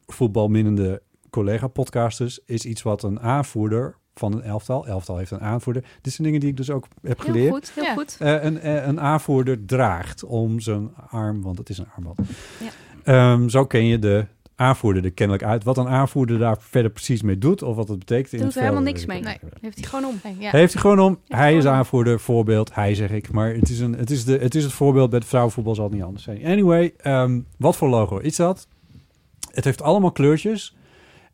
Speaker 3: voetbalminnende collega-podcasters is iets wat een aanvoerder van een elftal. Elftal heeft een aanvoerder. Dit zijn dingen die ik dus ook heb
Speaker 1: Heel
Speaker 3: geleerd.
Speaker 1: goed, heel
Speaker 4: Ja.
Speaker 1: goed.
Speaker 3: Eh, een, eh, een aanvoerder draagt om zijn arm, want het is een armband.
Speaker 1: Ja.
Speaker 3: Ehm, zo ken je de aanvoerder er kennelijk uit. Wat een aanvoerder daar verder precies mee doet of wat het betekent. in
Speaker 1: Doet
Speaker 3: het
Speaker 1: er helemaal
Speaker 3: veld,
Speaker 1: niks
Speaker 3: weet ik
Speaker 1: mee.
Speaker 3: niet.
Speaker 1: Heeft hij gewoon om.
Speaker 4: Nee, ja.
Speaker 3: Heeft hij gewoon om. Hij is
Speaker 1: gewoon om.
Speaker 3: aanvoerder, voorbeeld. Hij zeg ik. Maar het is, een, het, is de, het is het voorbeeld. Bij het vrouwenvoetbal zal het niet anders zijn. Anyway, ehm, wat voor logo is dat? Het heeft allemaal kleurtjes.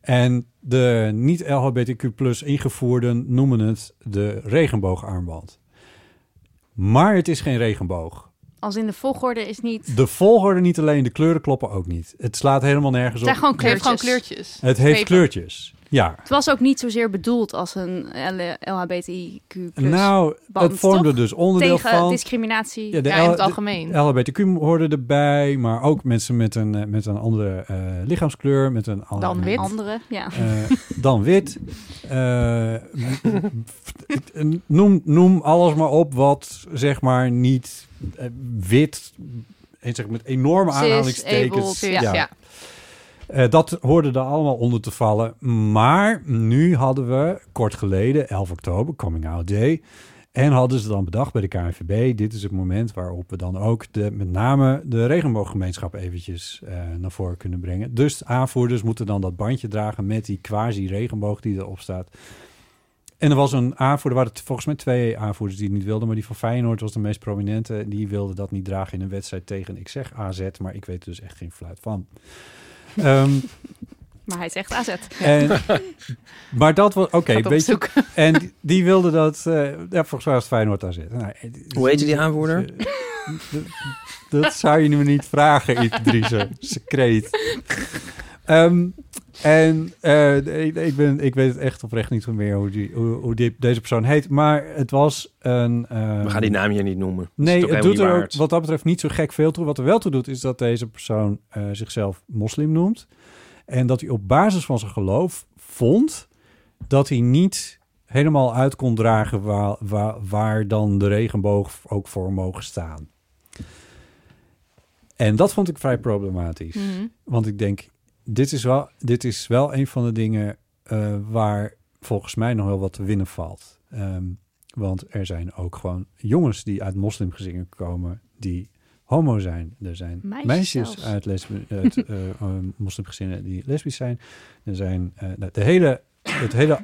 Speaker 3: En de niet-LHBTQ plus ingevoerden noemen het de regenboogarmband. Maar het is geen regenboog.
Speaker 1: Als in de volgorde is niet...
Speaker 3: De volgorde niet alleen, de kleuren kloppen ook niet. Het slaat helemaal nergens
Speaker 1: Het
Speaker 3: op.
Speaker 1: zijn gewoon
Speaker 4: Het heeft
Speaker 1: kleurtjes.
Speaker 4: gewoon kleurtjes.
Speaker 3: Het heeft
Speaker 4: Strepen.
Speaker 3: kleurtjes. Ja.
Speaker 1: Het was ook niet zozeer bedoeld als een LHBTIQ
Speaker 3: nou,
Speaker 1: band,
Speaker 3: het vormde
Speaker 1: toch?
Speaker 3: dus onderdeel
Speaker 1: tegen
Speaker 3: van...
Speaker 1: discriminatie.
Speaker 3: Ja, de
Speaker 4: Ja, in het
Speaker 3: L- de-
Speaker 4: algemeen.
Speaker 3: LHBTQ hoorden erbij, maar ook mensen met een, eh, met een andere eh, lichaamskleur, met een andere,
Speaker 4: Dan wit.
Speaker 1: Andere, ja.
Speaker 3: eh, dan wit. Eh, noem, noem alles maar op wat zeg maar niet eh, wit, eh, zeg, met enorme
Speaker 1: Cis,
Speaker 3: aanhalingstekens.
Speaker 1: abled,
Speaker 4: Precies,
Speaker 3: ja.
Speaker 4: ja.
Speaker 3: Eh, dat hoorde er allemaal onder te vallen. Maar nu hadden we kort geleden, 11 oktober, Coming Out Day. En hadden ze dan bedacht bij de KNVB, dit is het moment waarop we dan ook de, met name de regenbooggemeenschap eventjes eh, naar voren kunnen brengen. Dus aanvoerders moeten dan dat bandje dragen met die quasi regenboog die erop staat. En er was een aanvoerder, er waren volgens mij twee aanvoerders die het niet wilden. Maar die van Feyenoord was de meest prominente. Die wilde dat niet dragen in een wedstrijd tegen, ik zeg AZ, maar ik weet er dus echt geen fluit van. Ehm,
Speaker 1: Maar hij is echt AZ.
Speaker 3: en, maar dat was, oké,
Speaker 4: Gaat op
Speaker 3: weet je.
Speaker 4: zoek.
Speaker 3: En die- die wilde dat, eh, ja, volgens mij was het Feyenoord AZ. Nou, eh,
Speaker 2: Hoe heette die aanvoerder?
Speaker 3: eh, dat, dat zou je me niet vragen, Idrisse. Secreet. Ehm, en eh, ik, ik ben, ik weet het echt oprecht niet meer hoe, die, hoe, hoe die, deze persoon heet. Maar het was een... ehm,
Speaker 2: We gaan die naam hier niet noemen. Dat is
Speaker 3: Nee,
Speaker 2: toch
Speaker 3: het
Speaker 2: helemaal
Speaker 3: doet
Speaker 2: niet
Speaker 3: er ook
Speaker 2: waard.
Speaker 3: wat dat betreft niet zo gek veel toe. Wat er wel toe doet, is dat deze persoon eh, zichzelf moslim noemt. En dat hij op basis van zijn geloof vond dat hij niet helemaal uit kon dragen waar, waar, waar dan de regenboog ook voor mogen staan. En dat vond ik vrij problematisch.
Speaker 4: Mhm.
Speaker 3: Want ik denk, dit is wel, dit is wel een van de dingen eh, waar volgens mij nog wel wat te winnen valt. Ehm, want er zijn ook gewoon jongens die uit moslimgezinnen komen die homo zijn. Er zijn
Speaker 1: Meisjes zelfs.
Speaker 3: uit, lesbi- uit eh, eh, moslimgezinnen die lesbisch zijn. Er zijn eh, nou, de hele, het hele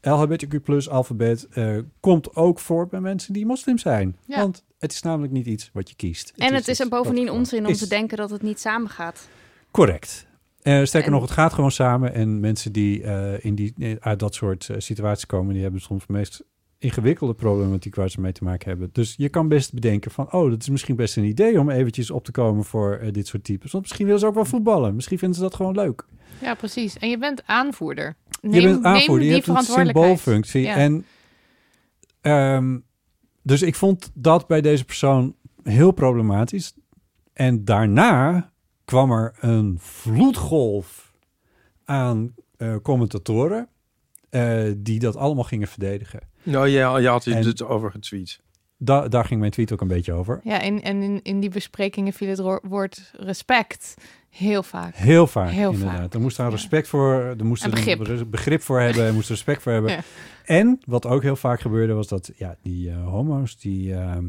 Speaker 3: LHBTQ plus alfabet eh, komt ook voor bij mensen die moslim zijn.
Speaker 4: Ja.
Speaker 3: Want het is namelijk niet iets wat je kiest.
Speaker 1: en het is
Speaker 3: iets
Speaker 1: een bovendien
Speaker 3: wat gewoon
Speaker 1: onzin om
Speaker 3: dus is.
Speaker 1: te denken dat het niet samengaat.
Speaker 3: Correct. Eh, sterker
Speaker 1: En-
Speaker 3: nog, het gaat gewoon samen. En mensen die, eh, in die eh, uit dat soort eh, situaties komen, die hebben soms de meest ingewikkelde problematiek waar ze mee te maken hebben. Dus je kan best bedenken van, oh, dat is misschien best een idee om eventjes op te komen voor eh, dit soort types. Want misschien willen ze ook wel voetballen. Misschien vinden ze dat gewoon leuk.
Speaker 4: Ja, precies. En je bent aanvoerder. Neem,
Speaker 3: je bent
Speaker 4: neem
Speaker 3: aanvoerder,
Speaker 4: die
Speaker 3: je hebt een
Speaker 4: verantwoordelijkheid.
Speaker 3: symboolfunctie.
Speaker 4: Ja.
Speaker 3: En, ehm, dus ik vond dat bij deze persoon heel problematisch. En daarna kwam er een vloedgolf aan eh, commentatoren eh, die dat allemaal gingen verdedigen.
Speaker 2: Nou ja, je had
Speaker 3: En-
Speaker 2: het over getweet.
Speaker 3: Da- daar ging mijn tweet ook een beetje over.
Speaker 4: Ja, en, en in, in die besprekingen viel het ro- woord respect heel vaak.
Speaker 3: Heel vaak,
Speaker 4: Heel
Speaker 3: inderdaad.
Speaker 4: vaak,
Speaker 3: Er moest daar
Speaker 4: ja.
Speaker 3: respect voor, er moest
Speaker 4: En
Speaker 3: er een
Speaker 4: begrip.
Speaker 3: be- begrip voor hebben, er moest respect voor hebben.
Speaker 4: Ja.
Speaker 3: En wat ook heel vaak gebeurde was dat ja, die eh, homo's, die, ehm,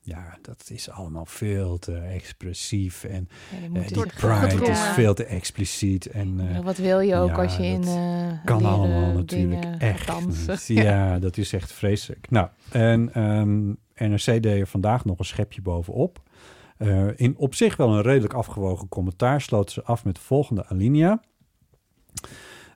Speaker 3: ja, dat is allemaal veel te expressief. En
Speaker 4: Ja, je
Speaker 3: eh,
Speaker 4: moet
Speaker 3: die
Speaker 4: dus-
Speaker 3: pride is
Speaker 1: gedwongen.
Speaker 3: veel te expliciet. En eh,
Speaker 4: wat wil je ook
Speaker 3: ja,
Speaker 4: als je in
Speaker 3: dat
Speaker 4: eh
Speaker 3: kan
Speaker 4: leren
Speaker 3: allemaal natuurlijk
Speaker 4: dingen
Speaker 3: echt
Speaker 4: dansen?
Speaker 3: niet. Ja, dat is echt vreselijk. Nou, en ehm NRC deed er vandaag nog een schepje bovenop. Eh, in op zich wel een redelijk afgewogen commentaar sloot ze af met de volgende alinea.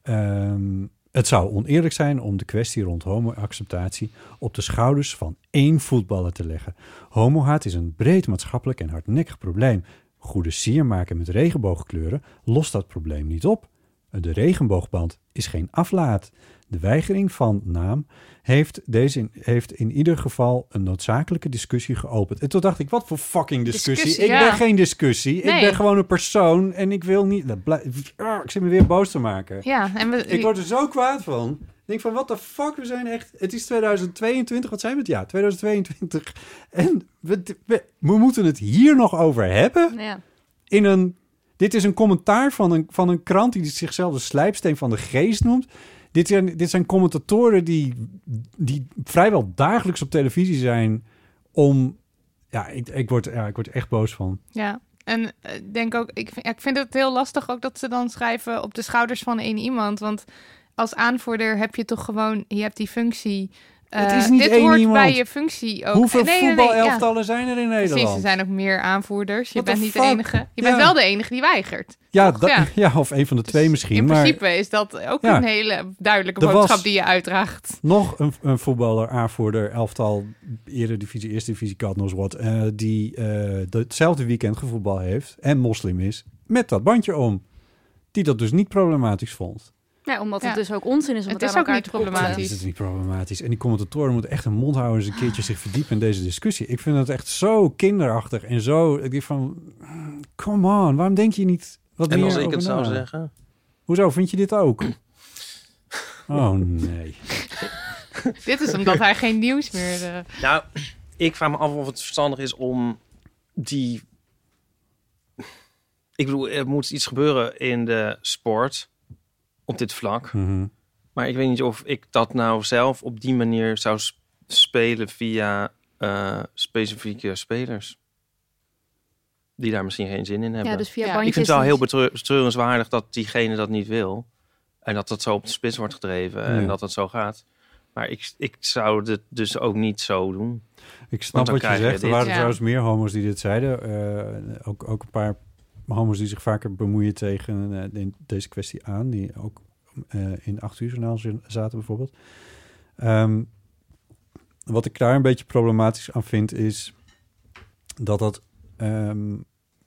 Speaker 3: Ehm, het zou oneerlijk zijn om de kwestie rond homoacceptatie op de schouders van één voetballer te leggen. Homohaat is een breed maatschappelijk en hardnekkig probleem. Goede sier maken met regenboogkleuren lost dat probleem niet op. De regenboogband is geen aflaat. De weigering van naam heeft, deze in, heeft in ieder geval een noodzakelijke discussie geopend. En toen dacht ik, wat voor fucking discussie?
Speaker 1: Discussie,
Speaker 3: ik
Speaker 4: ja.
Speaker 3: ben geen discussie. Ik
Speaker 4: Nee.
Speaker 3: ben gewoon een persoon en ik wil niet... dat blij- Ah, Ik zit me weer boos te maken.
Speaker 4: Ja, en we,
Speaker 3: Ik word er zo kwaad van. Ik denk van, what the fuck, we zijn echt... Het is 2022, wat zijn we het? Ja, 2022. En we, we, we moeten het hier nog over hebben
Speaker 1: Ja.
Speaker 3: in een... Dit is een commentaar van een, van een krant die zichzelf de slijpsteen van de geest noemt. Dit zijn, dit zijn commentatoren die, die vrijwel dagelijks op televisie zijn om... Ja, ik, ik, word, ja, ik word er echt boos van.
Speaker 4: ja. En eh, denk ook, ik, vind- ja, ik vind het heel lastig ook dat ze dan schrijven op de schouders van één iemand. Want als aanvoerder heb je toch gewoon, je hebt die functie. Eh,
Speaker 3: Het is niet
Speaker 4: dit
Speaker 3: één
Speaker 4: hoort
Speaker 3: iemand.
Speaker 4: bij je functie ook.
Speaker 3: Hoeveel
Speaker 4: Nee, nee, nee,
Speaker 3: voetbalelftallen zijn er in
Speaker 4: ja.
Speaker 3: Nederland?
Speaker 4: Precies, er zijn ook meer aanvoerders. Je
Speaker 3: What the
Speaker 4: bent niet de
Speaker 3: fuck?
Speaker 4: enige. Je
Speaker 3: Ja.
Speaker 4: bent wel de enige die weigert.
Speaker 3: ja,
Speaker 4: toch?
Speaker 3: dat-
Speaker 4: Ja. Dus
Speaker 3: ja. of een van de twee misschien.
Speaker 4: In
Speaker 3: maar...
Speaker 4: principe is dat ook
Speaker 3: Ja.
Speaker 4: een hele duidelijke
Speaker 3: Er was-
Speaker 4: boodschap die je uitdraagt.
Speaker 3: Nog een, een voetballer, aanvoerder, elftal, eredivisie, eerste divisie, God knows what, eh, die eh, de- hetzelfde weekend gevoetbal heeft en moslim is, met dat bandje om. Die dat dus niet problematisch vond.
Speaker 1: ja, omdat
Speaker 4: Ja.
Speaker 1: het dus ook onzin is om
Speaker 4: Het
Speaker 1: het,
Speaker 4: is
Speaker 1: aan
Speaker 4: ook
Speaker 1: elkaar
Speaker 4: niet
Speaker 1: te koppelen.
Speaker 3: Dat is het
Speaker 4: problematisch.
Speaker 3: niet problematisch. En die commentatoren moeten echt hun mond houden eens een keertje zich verdiepen in deze discussie. Ik vind dat echt zo kinderachtig en zo... Ik denk van, mm, come on, waarom denk je niet wat
Speaker 2: En
Speaker 3: meer
Speaker 2: als ik
Speaker 3: over nou?
Speaker 2: het zou
Speaker 3: na?
Speaker 2: zeggen...
Speaker 3: Hoezo, vind je dit ook? Oh nee.
Speaker 4: Dit is omdat hij geen nieuws meer... eh,
Speaker 2: Nou, ik vraag me af of het verstandig is om die... Ik bedoel, er moet iets gebeuren in de sport op dit vlak.
Speaker 3: Mhm.
Speaker 2: Maar ik weet niet of ik dat nou zelf op die manier zou s- spelen via eh, specifieke spelers. Die daar misschien geen zin in hebben.
Speaker 1: Ja, dus via
Speaker 4: Ja.
Speaker 1: bandjes.
Speaker 2: ik vind het wel heel
Speaker 1: niet.
Speaker 2: betreur- betreurenswaardig dat diegene dat niet wil. En dat dat zo op de spits wordt gedreven. En
Speaker 3: Ja.
Speaker 2: dat het zo gaat. Maar ik, ik zou het dus ook niet zo doen.
Speaker 3: Ik snap
Speaker 2: dan
Speaker 3: wat je
Speaker 2: krijg je
Speaker 3: zegt. Er
Speaker 2: dit.
Speaker 3: waren
Speaker 4: Ja.
Speaker 3: trouwens meer homo's die dit zeiden. Eh, ook, ook een paar homo's die zich vaker bemoeien tegen eh, de- deze kwestie aan. Die ook eh, in 8 uur journaal zi- zaten bijvoorbeeld. Ehm, wat ik daar een beetje problematisch aan vind is dat dat, ehm,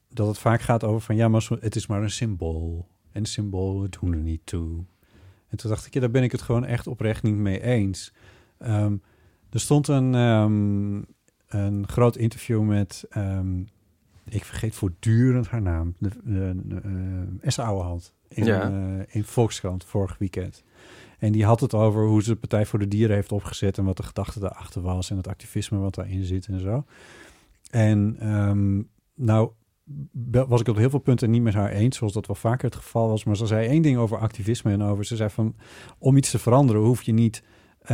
Speaker 3: dat het vaak gaat over van ja, maar zo- het is maar een symbool. En symbolen doen er niet toe. En toen dacht ik, ja, daar ben ik het gewoon echt oprecht niet mee eens. Ehm, er stond een, ehm, een groot interview met, ehm, ik vergeet voortdurend haar naam, de, de, de, eh, Esther Ouwehand in,
Speaker 2: Ja.
Speaker 3: eh, in Volkskrant vorig weekend. En die had het over hoe ze de Partij voor de Dieren heeft opgezet en wat de gedachte daarachter was en het activisme wat daarin zit en zo. En ehm, nou be- was ik op heel veel punten niet met haar eens, zoals dat wel vaker het geval was. Maar ze zei één ding over activisme en over. Ze zei van, om iets te veranderen hoef je niet eh,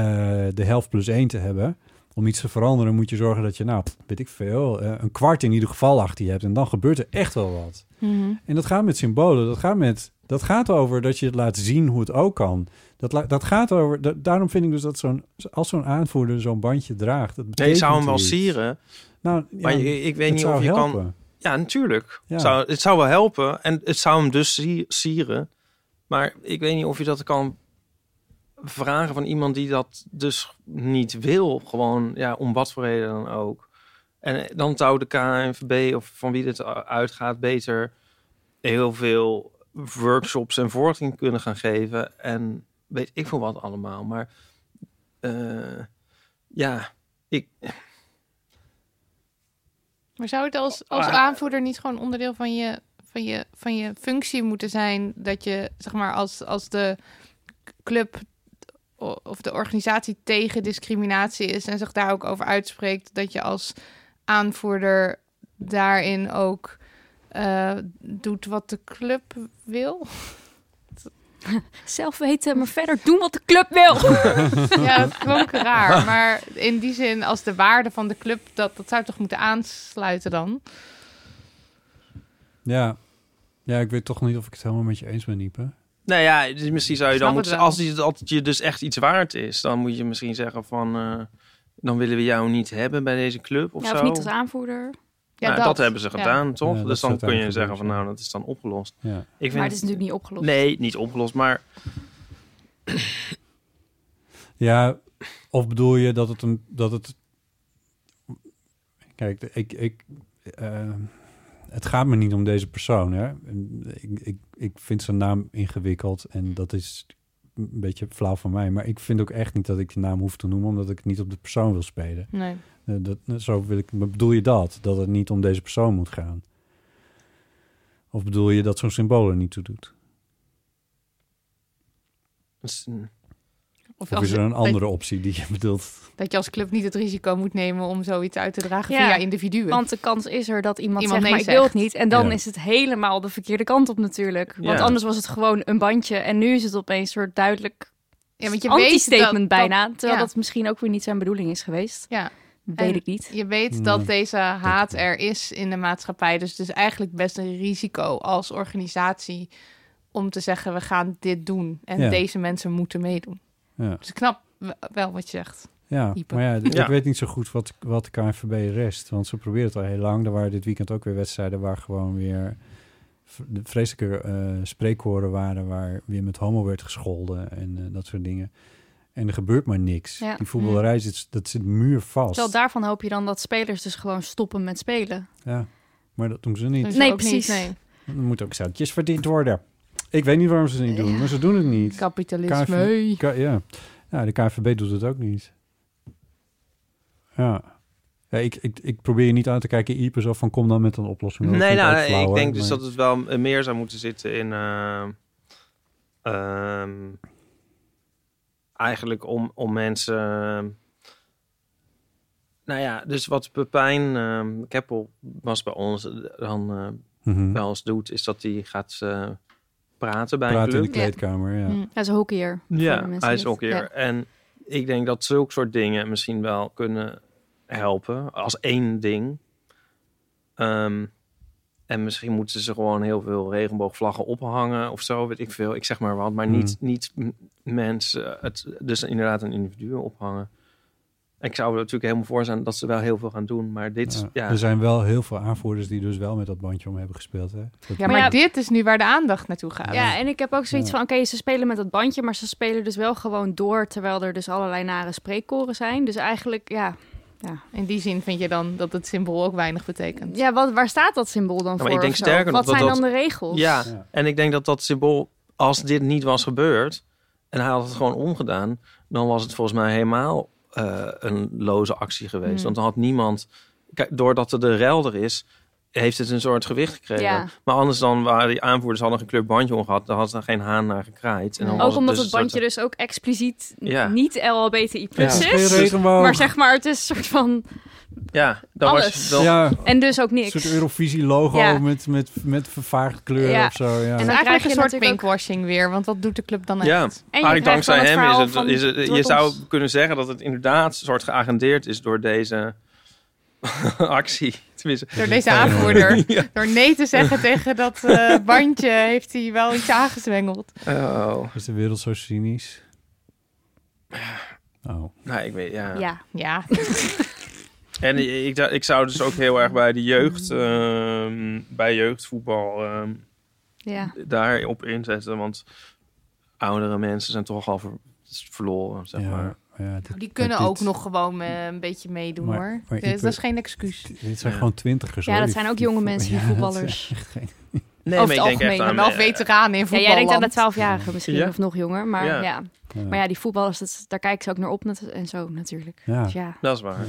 Speaker 3: de helft plus één te hebben. Om iets te veranderen moet je zorgen dat je, nou, pff, weet ik veel, eh, een kwart in ieder geval achter je hebt. En dan gebeurt er echt wel wat. En dat gaat met symbolen. Dat gaat, met, dat gaat over dat je het laat zien hoe het ook kan. Dat, la- dat gaat over. da- daarom vind ik dus dat zo'n, als zo'n aanvoerder zo'n bandje draagt. Dat
Speaker 2: Nee, je zou hem wel
Speaker 3: betekent iets.
Speaker 2: sieren.
Speaker 3: Nou,
Speaker 2: Maar
Speaker 3: ja,
Speaker 2: je- ik weet
Speaker 3: het
Speaker 2: niet
Speaker 3: zou
Speaker 2: of je kan...
Speaker 3: helpen.
Speaker 2: Ja, natuurlijk.
Speaker 3: Ja.
Speaker 2: Zou, het zou wel helpen. En het zou hem dus si- sieren. Maar ik weet niet of je dat kan vragen van iemand die dat dus niet wil. Gewoon, ja, om wat voor reden dan ook. En eh, dan zou de KNVB of van wie dit u- uitgaat beter heel veel workshops en voorlichting kunnen gaan geven. En weet ik veel wat allemaal. Maar eh, ja, ik,
Speaker 4: Maar zou het als, als aanvoerder niet gewoon onderdeel van je, van, je, van je functie moeten zijn? Dat je, zeg maar, als, als de club o- of de organisatie tegen discriminatie is en zich daar ook over uitspreekt, dat je als aanvoerder daarin ook eh, doet wat de club wil?
Speaker 1: Zelf weten, maar verder doen wat de club wil.
Speaker 4: ja, dat klonk raar. Maar in die zin, als de waarde van de club, dat, dat zou toch moeten aansluiten dan?
Speaker 3: Ja. ja, ik weet toch niet of ik het helemaal met je eens ben, Niepe.
Speaker 2: Nou ja, dus misschien zou je
Speaker 4: Snap
Speaker 2: dan
Speaker 4: het
Speaker 2: moeten...
Speaker 4: wel.
Speaker 2: Als die- dat je dus echt iets waard is... dan moet je misschien zeggen van... eh, dan willen we jou niet hebben bij deze club of
Speaker 1: Ja,
Speaker 2: zo.
Speaker 1: of niet als aanvoerder.
Speaker 4: Ja,
Speaker 2: Nou, dat, hebben ze
Speaker 4: ja.
Speaker 2: gedaan, toch?
Speaker 3: Ja, dat
Speaker 2: dus
Speaker 3: is
Speaker 2: dan kun je
Speaker 3: uiteindelijk
Speaker 2: zeggen van...
Speaker 3: gebeurd,
Speaker 2: nou, dat is dan opgelost.
Speaker 3: Ja.
Speaker 2: Ik vind
Speaker 1: Maar het is natuurlijk niet opgelost.
Speaker 2: Nee, niet opgelost, maar...
Speaker 3: ja, of bedoel je dat het een. Dat het... Kijk, ik. ik eh, het gaat me niet om deze persoon. Hè? Ik, ik, ik vind zijn naam ingewikkeld en dat is een beetje flauw van mij. Maar ik vind ook echt niet dat ik de naam hoef te noemen, omdat ik niet op de persoon wil spelen.
Speaker 4: Nee.
Speaker 3: Eh, dat, zo wil ik, maar bedoel je dat? Dat het niet om deze persoon moet gaan? Of bedoel je dat zo'n symbool er niet toe doet? Of
Speaker 4: als-
Speaker 3: is er een
Speaker 4: dat-
Speaker 3: andere optie die je bedoelt?
Speaker 4: Dat je als club niet het risico moet nemen om zoiets uit te dragen
Speaker 1: Ja,
Speaker 4: via individuen.
Speaker 1: Want de kans is er dat iemand,
Speaker 4: Iemand
Speaker 1: zegt,
Speaker 4: nee
Speaker 1: maar ik
Speaker 4: zegt.
Speaker 1: wil het niet. En dan
Speaker 3: Ja.
Speaker 1: is het helemaal de verkeerde kant op natuurlijk. Want
Speaker 2: Ja.
Speaker 1: anders was het gewoon een bandje. En nu is het opeens een soort duidelijk
Speaker 4: ja, want je
Speaker 1: anti-statement
Speaker 4: weet dat-
Speaker 1: bijna. terwijl
Speaker 4: ja.
Speaker 1: dat misschien ook weer niet zijn bedoeling is geweest.
Speaker 4: Ja.
Speaker 1: Weet
Speaker 4: En-
Speaker 1: ik niet.
Speaker 4: dat- je weet
Speaker 3: Nee.
Speaker 4: dat deze haat er is in de maatschappij. Dus het is eigenlijk best een risico als organisatie om te zeggen: we gaan dit doen en
Speaker 3: Ja.
Speaker 4: deze mensen moeten meedoen.
Speaker 3: Ja.
Speaker 4: Dus ik snap w- wel wat je zegt.
Speaker 3: Ja,
Speaker 4: Ieper.
Speaker 3: maar ja, d-
Speaker 2: Ja.
Speaker 3: ik weet niet zo goed wat, wat de KNVB rest. Want ze proberen het al heel lang. Er waren dit weekend ook weer wedstrijden waar gewoon weer v- de vreselijke eh, spreekkoren waren... waar weer met homo werd gescholden en eh, dat soort dingen. En er gebeurt maar niks.
Speaker 1: Ja.
Speaker 3: Die voetballerij, zit, dat zit muurvast.
Speaker 1: Terwijl daarvan hoop je dan dat spelers dus gewoon stoppen met spelen.
Speaker 3: Ja, maar dat doen ze niet.
Speaker 4: Dus
Speaker 1: Nee,
Speaker 4: ook niet,
Speaker 1: precies.
Speaker 4: nee.
Speaker 3: Er moeten ook zoutjes verdiend worden. Ik weet niet waarom ze het niet doen,
Speaker 4: Ja.
Speaker 3: maar ze doen het niet.
Speaker 4: Kapitalisme.
Speaker 3: KNVB Ka- ja. ja, de KNVB doet het ook niet. Ja. ja ik, ik, ik probeer je niet aan te kijken, Ieper, zo van kom dan met een oplossing. Dat
Speaker 2: nee,
Speaker 3: vind
Speaker 2: nou,
Speaker 3: ook flauw,
Speaker 2: ik
Speaker 3: hè,
Speaker 2: denk dus
Speaker 3: maar-
Speaker 2: dat het wel eh, meer zou moeten zitten in... eh, ehm, eigenlijk om, om mensen... ehm, nou ja, dus wat Pepijn ehm Keppel was bij ons... eh, dan eh,
Speaker 3: Mhm.
Speaker 2: wel eens doet, is dat hij gaat eh, praten bij
Speaker 3: Praat in
Speaker 2: een
Speaker 3: de
Speaker 2: club.
Speaker 3: kleedkamer, ja.
Speaker 4: Hm.
Speaker 1: Hij is een hockeyer. voor de
Speaker 2: Ja,
Speaker 1: mensen
Speaker 2: hij is
Speaker 1: die
Speaker 2: ook
Speaker 1: het-
Speaker 2: hier.
Speaker 1: ja.
Speaker 2: En ik denk dat zulke soort dingen misschien wel kunnen helpen als één ding. Ehm, En misschien moeten ze gewoon heel veel regenboogvlaggen ophangen of zo, weet ik veel. Ik zeg maar wat, maar niet,
Speaker 1: Hmm.
Speaker 2: niet m- mensen, het, dus inderdaad een individu ophangen. Ik zou er natuurlijk helemaal voor zijn dat ze wel heel veel gaan doen, maar dit, ja.
Speaker 3: Nou, Er zijn wel heel veel aanvoerders die dus wel met dat bandje om hebben gespeeld. Hè? Dat-
Speaker 4: Ja,
Speaker 1: Maar
Speaker 4: maar
Speaker 1: ja-
Speaker 4: dit is nu waar de aandacht naartoe gaat.
Speaker 1: Ja, en ik heb ook zoiets
Speaker 3: Ja.
Speaker 1: van, oké, ze spelen met dat bandje, maar ze spelen dus wel gewoon door, terwijl er dus allerlei nare spreekkoren zijn. Dus eigenlijk, ja,
Speaker 4: In die zin vind je dan dat het symbool ook weinig betekent.
Speaker 1: ja wat, waar staat dat symbool dan
Speaker 2: maar
Speaker 1: voor?
Speaker 2: ik denk
Speaker 1: of zo?
Speaker 2: sterker nog
Speaker 1: Wat
Speaker 2: dat
Speaker 1: zijn
Speaker 2: dat-
Speaker 1: dan de regels?
Speaker 2: Ja,
Speaker 3: Ja.
Speaker 2: en ik denk dat dat symbool, als dit niet was gebeurd en hij had het gewoon omgedaan, dan was het volgens mij helemaal eh, een loze actie geweest.
Speaker 1: Hmm.
Speaker 4: Mm.
Speaker 2: Want dan had niemand, kijk, doordat er de rel er is, heeft het een soort gewicht gekregen.
Speaker 1: Ja.
Speaker 2: Maar anders dan waren die aanvoerders hadden een kleur bandje om gehad, dan had ze geen haan naar gekraaid. En dan
Speaker 4: Ook
Speaker 2: was
Speaker 1: Ook omdat
Speaker 2: dus
Speaker 1: het
Speaker 2: een
Speaker 1: bandje
Speaker 2: soort-
Speaker 1: dus ook expliciet n-
Speaker 2: Ja.
Speaker 1: niet LHBTI plus
Speaker 3: Het is
Speaker 1: is.
Speaker 3: geen regenboog.
Speaker 1: Maar zeg maar, het is een soort van...
Speaker 2: ja, dan was
Speaker 1: alles.
Speaker 2: je dan,
Speaker 3: ja,
Speaker 1: En dus ook
Speaker 3: een soort
Speaker 1: niks.
Speaker 3: Eurovisie-logo
Speaker 1: Ja.
Speaker 3: met, met, met vervaagd kleuren
Speaker 1: Ja.
Speaker 3: of zo. Ja.
Speaker 1: En
Speaker 4: Het
Speaker 1: dan
Speaker 4: is
Speaker 1: krijg
Speaker 4: eigenlijk
Speaker 1: je
Speaker 4: een soort
Speaker 1: natuurlijk ook-
Speaker 4: pinkwashing weer, want wat doet de club dan echt?
Speaker 2: Ja,
Speaker 1: En je
Speaker 2: eigenlijk
Speaker 1: krijgt dan
Speaker 2: dankzij
Speaker 1: het
Speaker 2: hem is
Speaker 1: verhaal
Speaker 2: het,
Speaker 1: van
Speaker 2: is het- je
Speaker 1: Tortels.
Speaker 2: zou kunnen zeggen dat het inderdaad een soort geagendeerd is door deze actie. Tenminste,
Speaker 4: Door deze aanvoerder. Door nee te zeggen tegen dat eh, bandje heeft hij wel iets aangezwengeld.
Speaker 2: oh,
Speaker 3: Is de wereld zo cynisch? Oh.
Speaker 2: nou ik weet, ja.
Speaker 1: Ja.
Speaker 4: Ja,
Speaker 2: En i- ik, da- ik zou dus ook heel erg bij de jeugd, ehm, bij jeugdvoetbal, ehm,
Speaker 1: ja.
Speaker 2: daarop inzetten. Want oudere mensen zijn toch al ver- verloren, zeg
Speaker 3: ja,
Speaker 2: maar.
Speaker 3: ja, dit-
Speaker 4: Nou, die kunnen
Speaker 3: dit-
Speaker 4: ook nog gewoon eh, een beetje meedoen
Speaker 3: Maar-
Speaker 4: hoor.
Speaker 3: maar
Speaker 4: dus
Speaker 3: Ipe-
Speaker 4: dat is geen excuus.
Speaker 3: Dit zijn
Speaker 2: Ja.
Speaker 3: gewoon twintigers.
Speaker 1: ja,
Speaker 3: hoor,
Speaker 1: dat
Speaker 3: die-
Speaker 1: zijn ook
Speaker 3: die
Speaker 1: jonge
Speaker 3: vo-
Speaker 1: mensen, die
Speaker 3: Ja, dat zijn
Speaker 1: voetballers.
Speaker 3: echt geen-
Speaker 2: Nee,
Speaker 1: Over het algemeen,
Speaker 4: Maar wel
Speaker 2: eh,
Speaker 4: veteranen in
Speaker 1: Ja,
Speaker 4: voetballand.
Speaker 1: jij denkt aan de 12-jarigen misschien,
Speaker 2: Ja.
Speaker 1: of nog jonger. Maar
Speaker 2: Ja.
Speaker 1: ja.
Speaker 3: ja.
Speaker 1: maar ja, die voetballers, dat, daar kijken ze ook naar op nat- en zo natuurlijk.
Speaker 3: Ja.
Speaker 1: Dus ja.
Speaker 2: Dat is waar.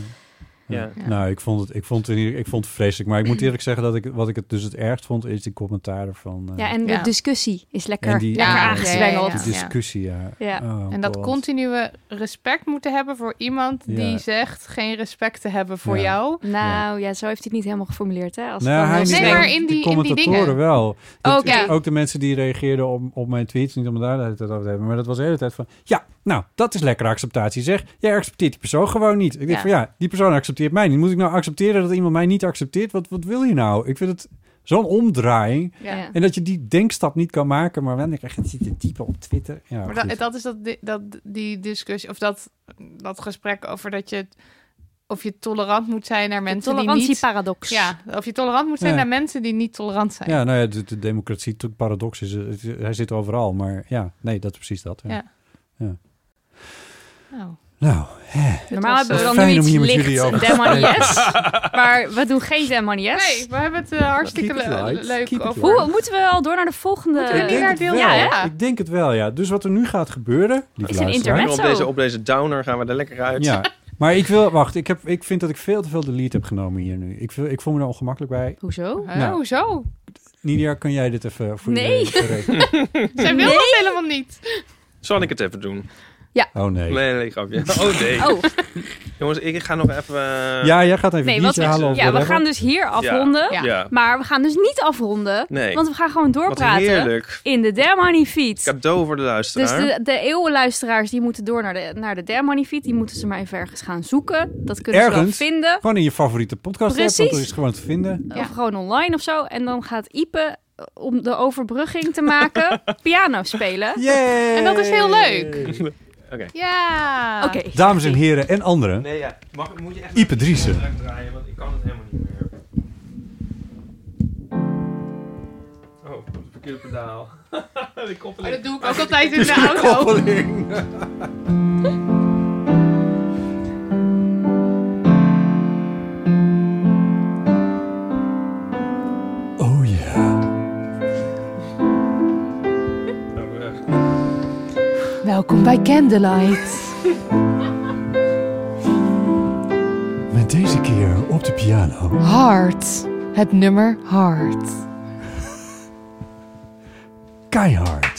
Speaker 2: Ja.
Speaker 4: Ja.
Speaker 3: Nou, ik vond het, ik vond het, in ieder- ik vond het vreselijk. Maar ik
Speaker 1: Mm.
Speaker 3: moet eerlijk zeggen dat ik wat ik het dus het ergst vond, is die commentaren van eh,
Speaker 1: Ja, en
Speaker 4: Ja.
Speaker 1: de discussie is
Speaker 3: En
Speaker 1: lekker,
Speaker 3: die-
Speaker 1: lekker
Speaker 3: ja.
Speaker 1: aangezwengeld.
Speaker 3: de
Speaker 4: Ja.
Speaker 3: discussie. Ja.
Speaker 1: Ja.
Speaker 3: Oh,
Speaker 4: En dat
Speaker 3: God.
Speaker 4: continue respect moeten hebben voor iemand
Speaker 3: Ja.
Speaker 4: die zegt geen respect te hebben voor
Speaker 3: Ja.
Speaker 4: jou.
Speaker 1: Nou ja. zo heeft hij het niet helemaal geformuleerd. Hè? Als
Speaker 3: Nou, hij
Speaker 1: het
Speaker 3: niet,
Speaker 4: Nee,
Speaker 1: dan heel
Speaker 4: maar
Speaker 3: want de
Speaker 4: in die- in die
Speaker 3: commentatoren
Speaker 4: dingen.
Speaker 3: wel. Dat-
Speaker 1: Oké.
Speaker 3: Ook de mensen die reageerden op, op mijn tweets, niet om daar de hele tijd over te hebben, maar dat was de hele tijd van, ja, nou, dat is lekker acceptatie zeg. Jij accepteert die persoon gewoon niet. Ik denk
Speaker 4: Ja.
Speaker 3: van, ja, die persoon accepteert mij niet. Moet ik nou accepteren dat iemand mij niet accepteert? Wat, wat wil je nou? Ik vind het zo'n omdraaiing.
Speaker 1: Ja. Ja.
Speaker 3: En dat je die denkstap niet kan maken, maar wanneer krijg je ziet de type op Twitter? Ja,
Speaker 4: Maar
Speaker 3: goed.
Speaker 4: dat, dat is dat, di- dat, die discussie, of dat, dat gesprek over dat je, of je tolerant moet zijn naar
Speaker 1: De
Speaker 4: mensen die niet...
Speaker 1: tolerantieparadox.
Speaker 4: Ja, of je tolerant moet zijn
Speaker 3: Ja.
Speaker 4: naar mensen die niet tolerant zijn.
Speaker 3: Ja, nou ja, de, de democratie to- paradox is, eh, het- hij zit overal, maar ja, nee, dat is precies dat. Ja.
Speaker 4: Ja. Oh.
Speaker 3: Nou,
Speaker 1: Normaal
Speaker 4: Het was,
Speaker 1: hebben we dan
Speaker 3: eh,
Speaker 1: nu
Speaker 3: fijn om
Speaker 1: iets
Speaker 3: hier met
Speaker 1: licht,
Speaker 3: jullie over te
Speaker 1: demonies. maar we doen geen demonies.
Speaker 4: Nee, we hebben het eh, hartstikke
Speaker 3: Keep it
Speaker 4: le-
Speaker 3: light.
Speaker 4: leuk
Speaker 3: Keep it
Speaker 4: over.
Speaker 1: Hoe moeten we al door naar de volgende?
Speaker 4: Moeten we
Speaker 3: ik
Speaker 4: niet
Speaker 3: denk
Speaker 4: naar
Speaker 3: het
Speaker 4: deel-
Speaker 3: wel.
Speaker 4: Ja, hè?
Speaker 3: Ik denk het wel, ja. Dus wat er nu gaat gebeuren... lieve
Speaker 1: Is een
Speaker 3: luisteraar.
Speaker 1: intermezzo.
Speaker 2: Op deze, op deze downer gaan we er lekker uit.
Speaker 3: Ja, maar ik wil... Wacht, ik, heb, ik vind dat ik veel te veel de lead heb genomen hier nu. Ik, voel- ik voel me er ongemakkelijk bij.
Speaker 1: Hoezo?
Speaker 4: Huh,
Speaker 3: Nou.
Speaker 4: Hoezo?
Speaker 3: Nidia, kan jij dit even voor
Speaker 1: Nee.
Speaker 3: je berekenen?
Speaker 4: Zij wil dat helemaal niet.
Speaker 2: Zal ik het even doen?
Speaker 3: Oh, nee.
Speaker 2: Nee, nee, grapje. Oh nee.
Speaker 1: Oh,
Speaker 2: Jongens, ik ga nog even... eh,
Speaker 3: Ja, jij gaat even
Speaker 1: nee,
Speaker 3: een
Speaker 1: wat
Speaker 3: biertje halen of
Speaker 1: Ja, we
Speaker 3: whatever.
Speaker 1: gaan dus hier afronden.
Speaker 4: Ja.
Speaker 2: ja.
Speaker 1: Maar we gaan dus niet afronden.
Speaker 2: Nee.
Speaker 1: Want we gaan gewoon
Speaker 2: Wat
Speaker 1: doorpraten
Speaker 2: heerlijk.
Speaker 1: in de Der Money Feed.
Speaker 2: Cadeau voor de
Speaker 1: Dus
Speaker 2: luisteraar.
Speaker 1: de, de eeuwenluisteraars die moeten door naar de, naar de Der Money Feed. Die moeten ze maar even ergens gaan zoeken. Dat kunnen
Speaker 3: Ergens?
Speaker 1: ze wel vinden.
Speaker 3: Gewoon in je favoriete podcast app, want
Speaker 1: Precies.
Speaker 3: er is gewoon te vinden.
Speaker 4: Ja.
Speaker 1: Of gewoon online of zo. En dan gaat Ipe, eh, om de overbrugging te maken, piano spelen.
Speaker 3: Yay!
Speaker 4: En dat is heel leuk.
Speaker 2: Oké.
Speaker 4: Ja.
Speaker 1: Oké.
Speaker 3: Dames en heren en anderen,
Speaker 2: Nee, ja. Mag, moet je echt...
Speaker 3: Ipe Driessen.
Speaker 2: draaien, want ik kan het helemaal niet meer. Oh, op het verkeerde pedaal. De
Speaker 4: Maar dat
Speaker 2: koppeling.
Speaker 4: doe ik ook altijd in de auto.
Speaker 3: Oh ja.
Speaker 4: Welkom bij Candlelight.
Speaker 3: Met deze keer op de piano.
Speaker 4: Hard. Het nummer Hard.
Speaker 3: Keihard.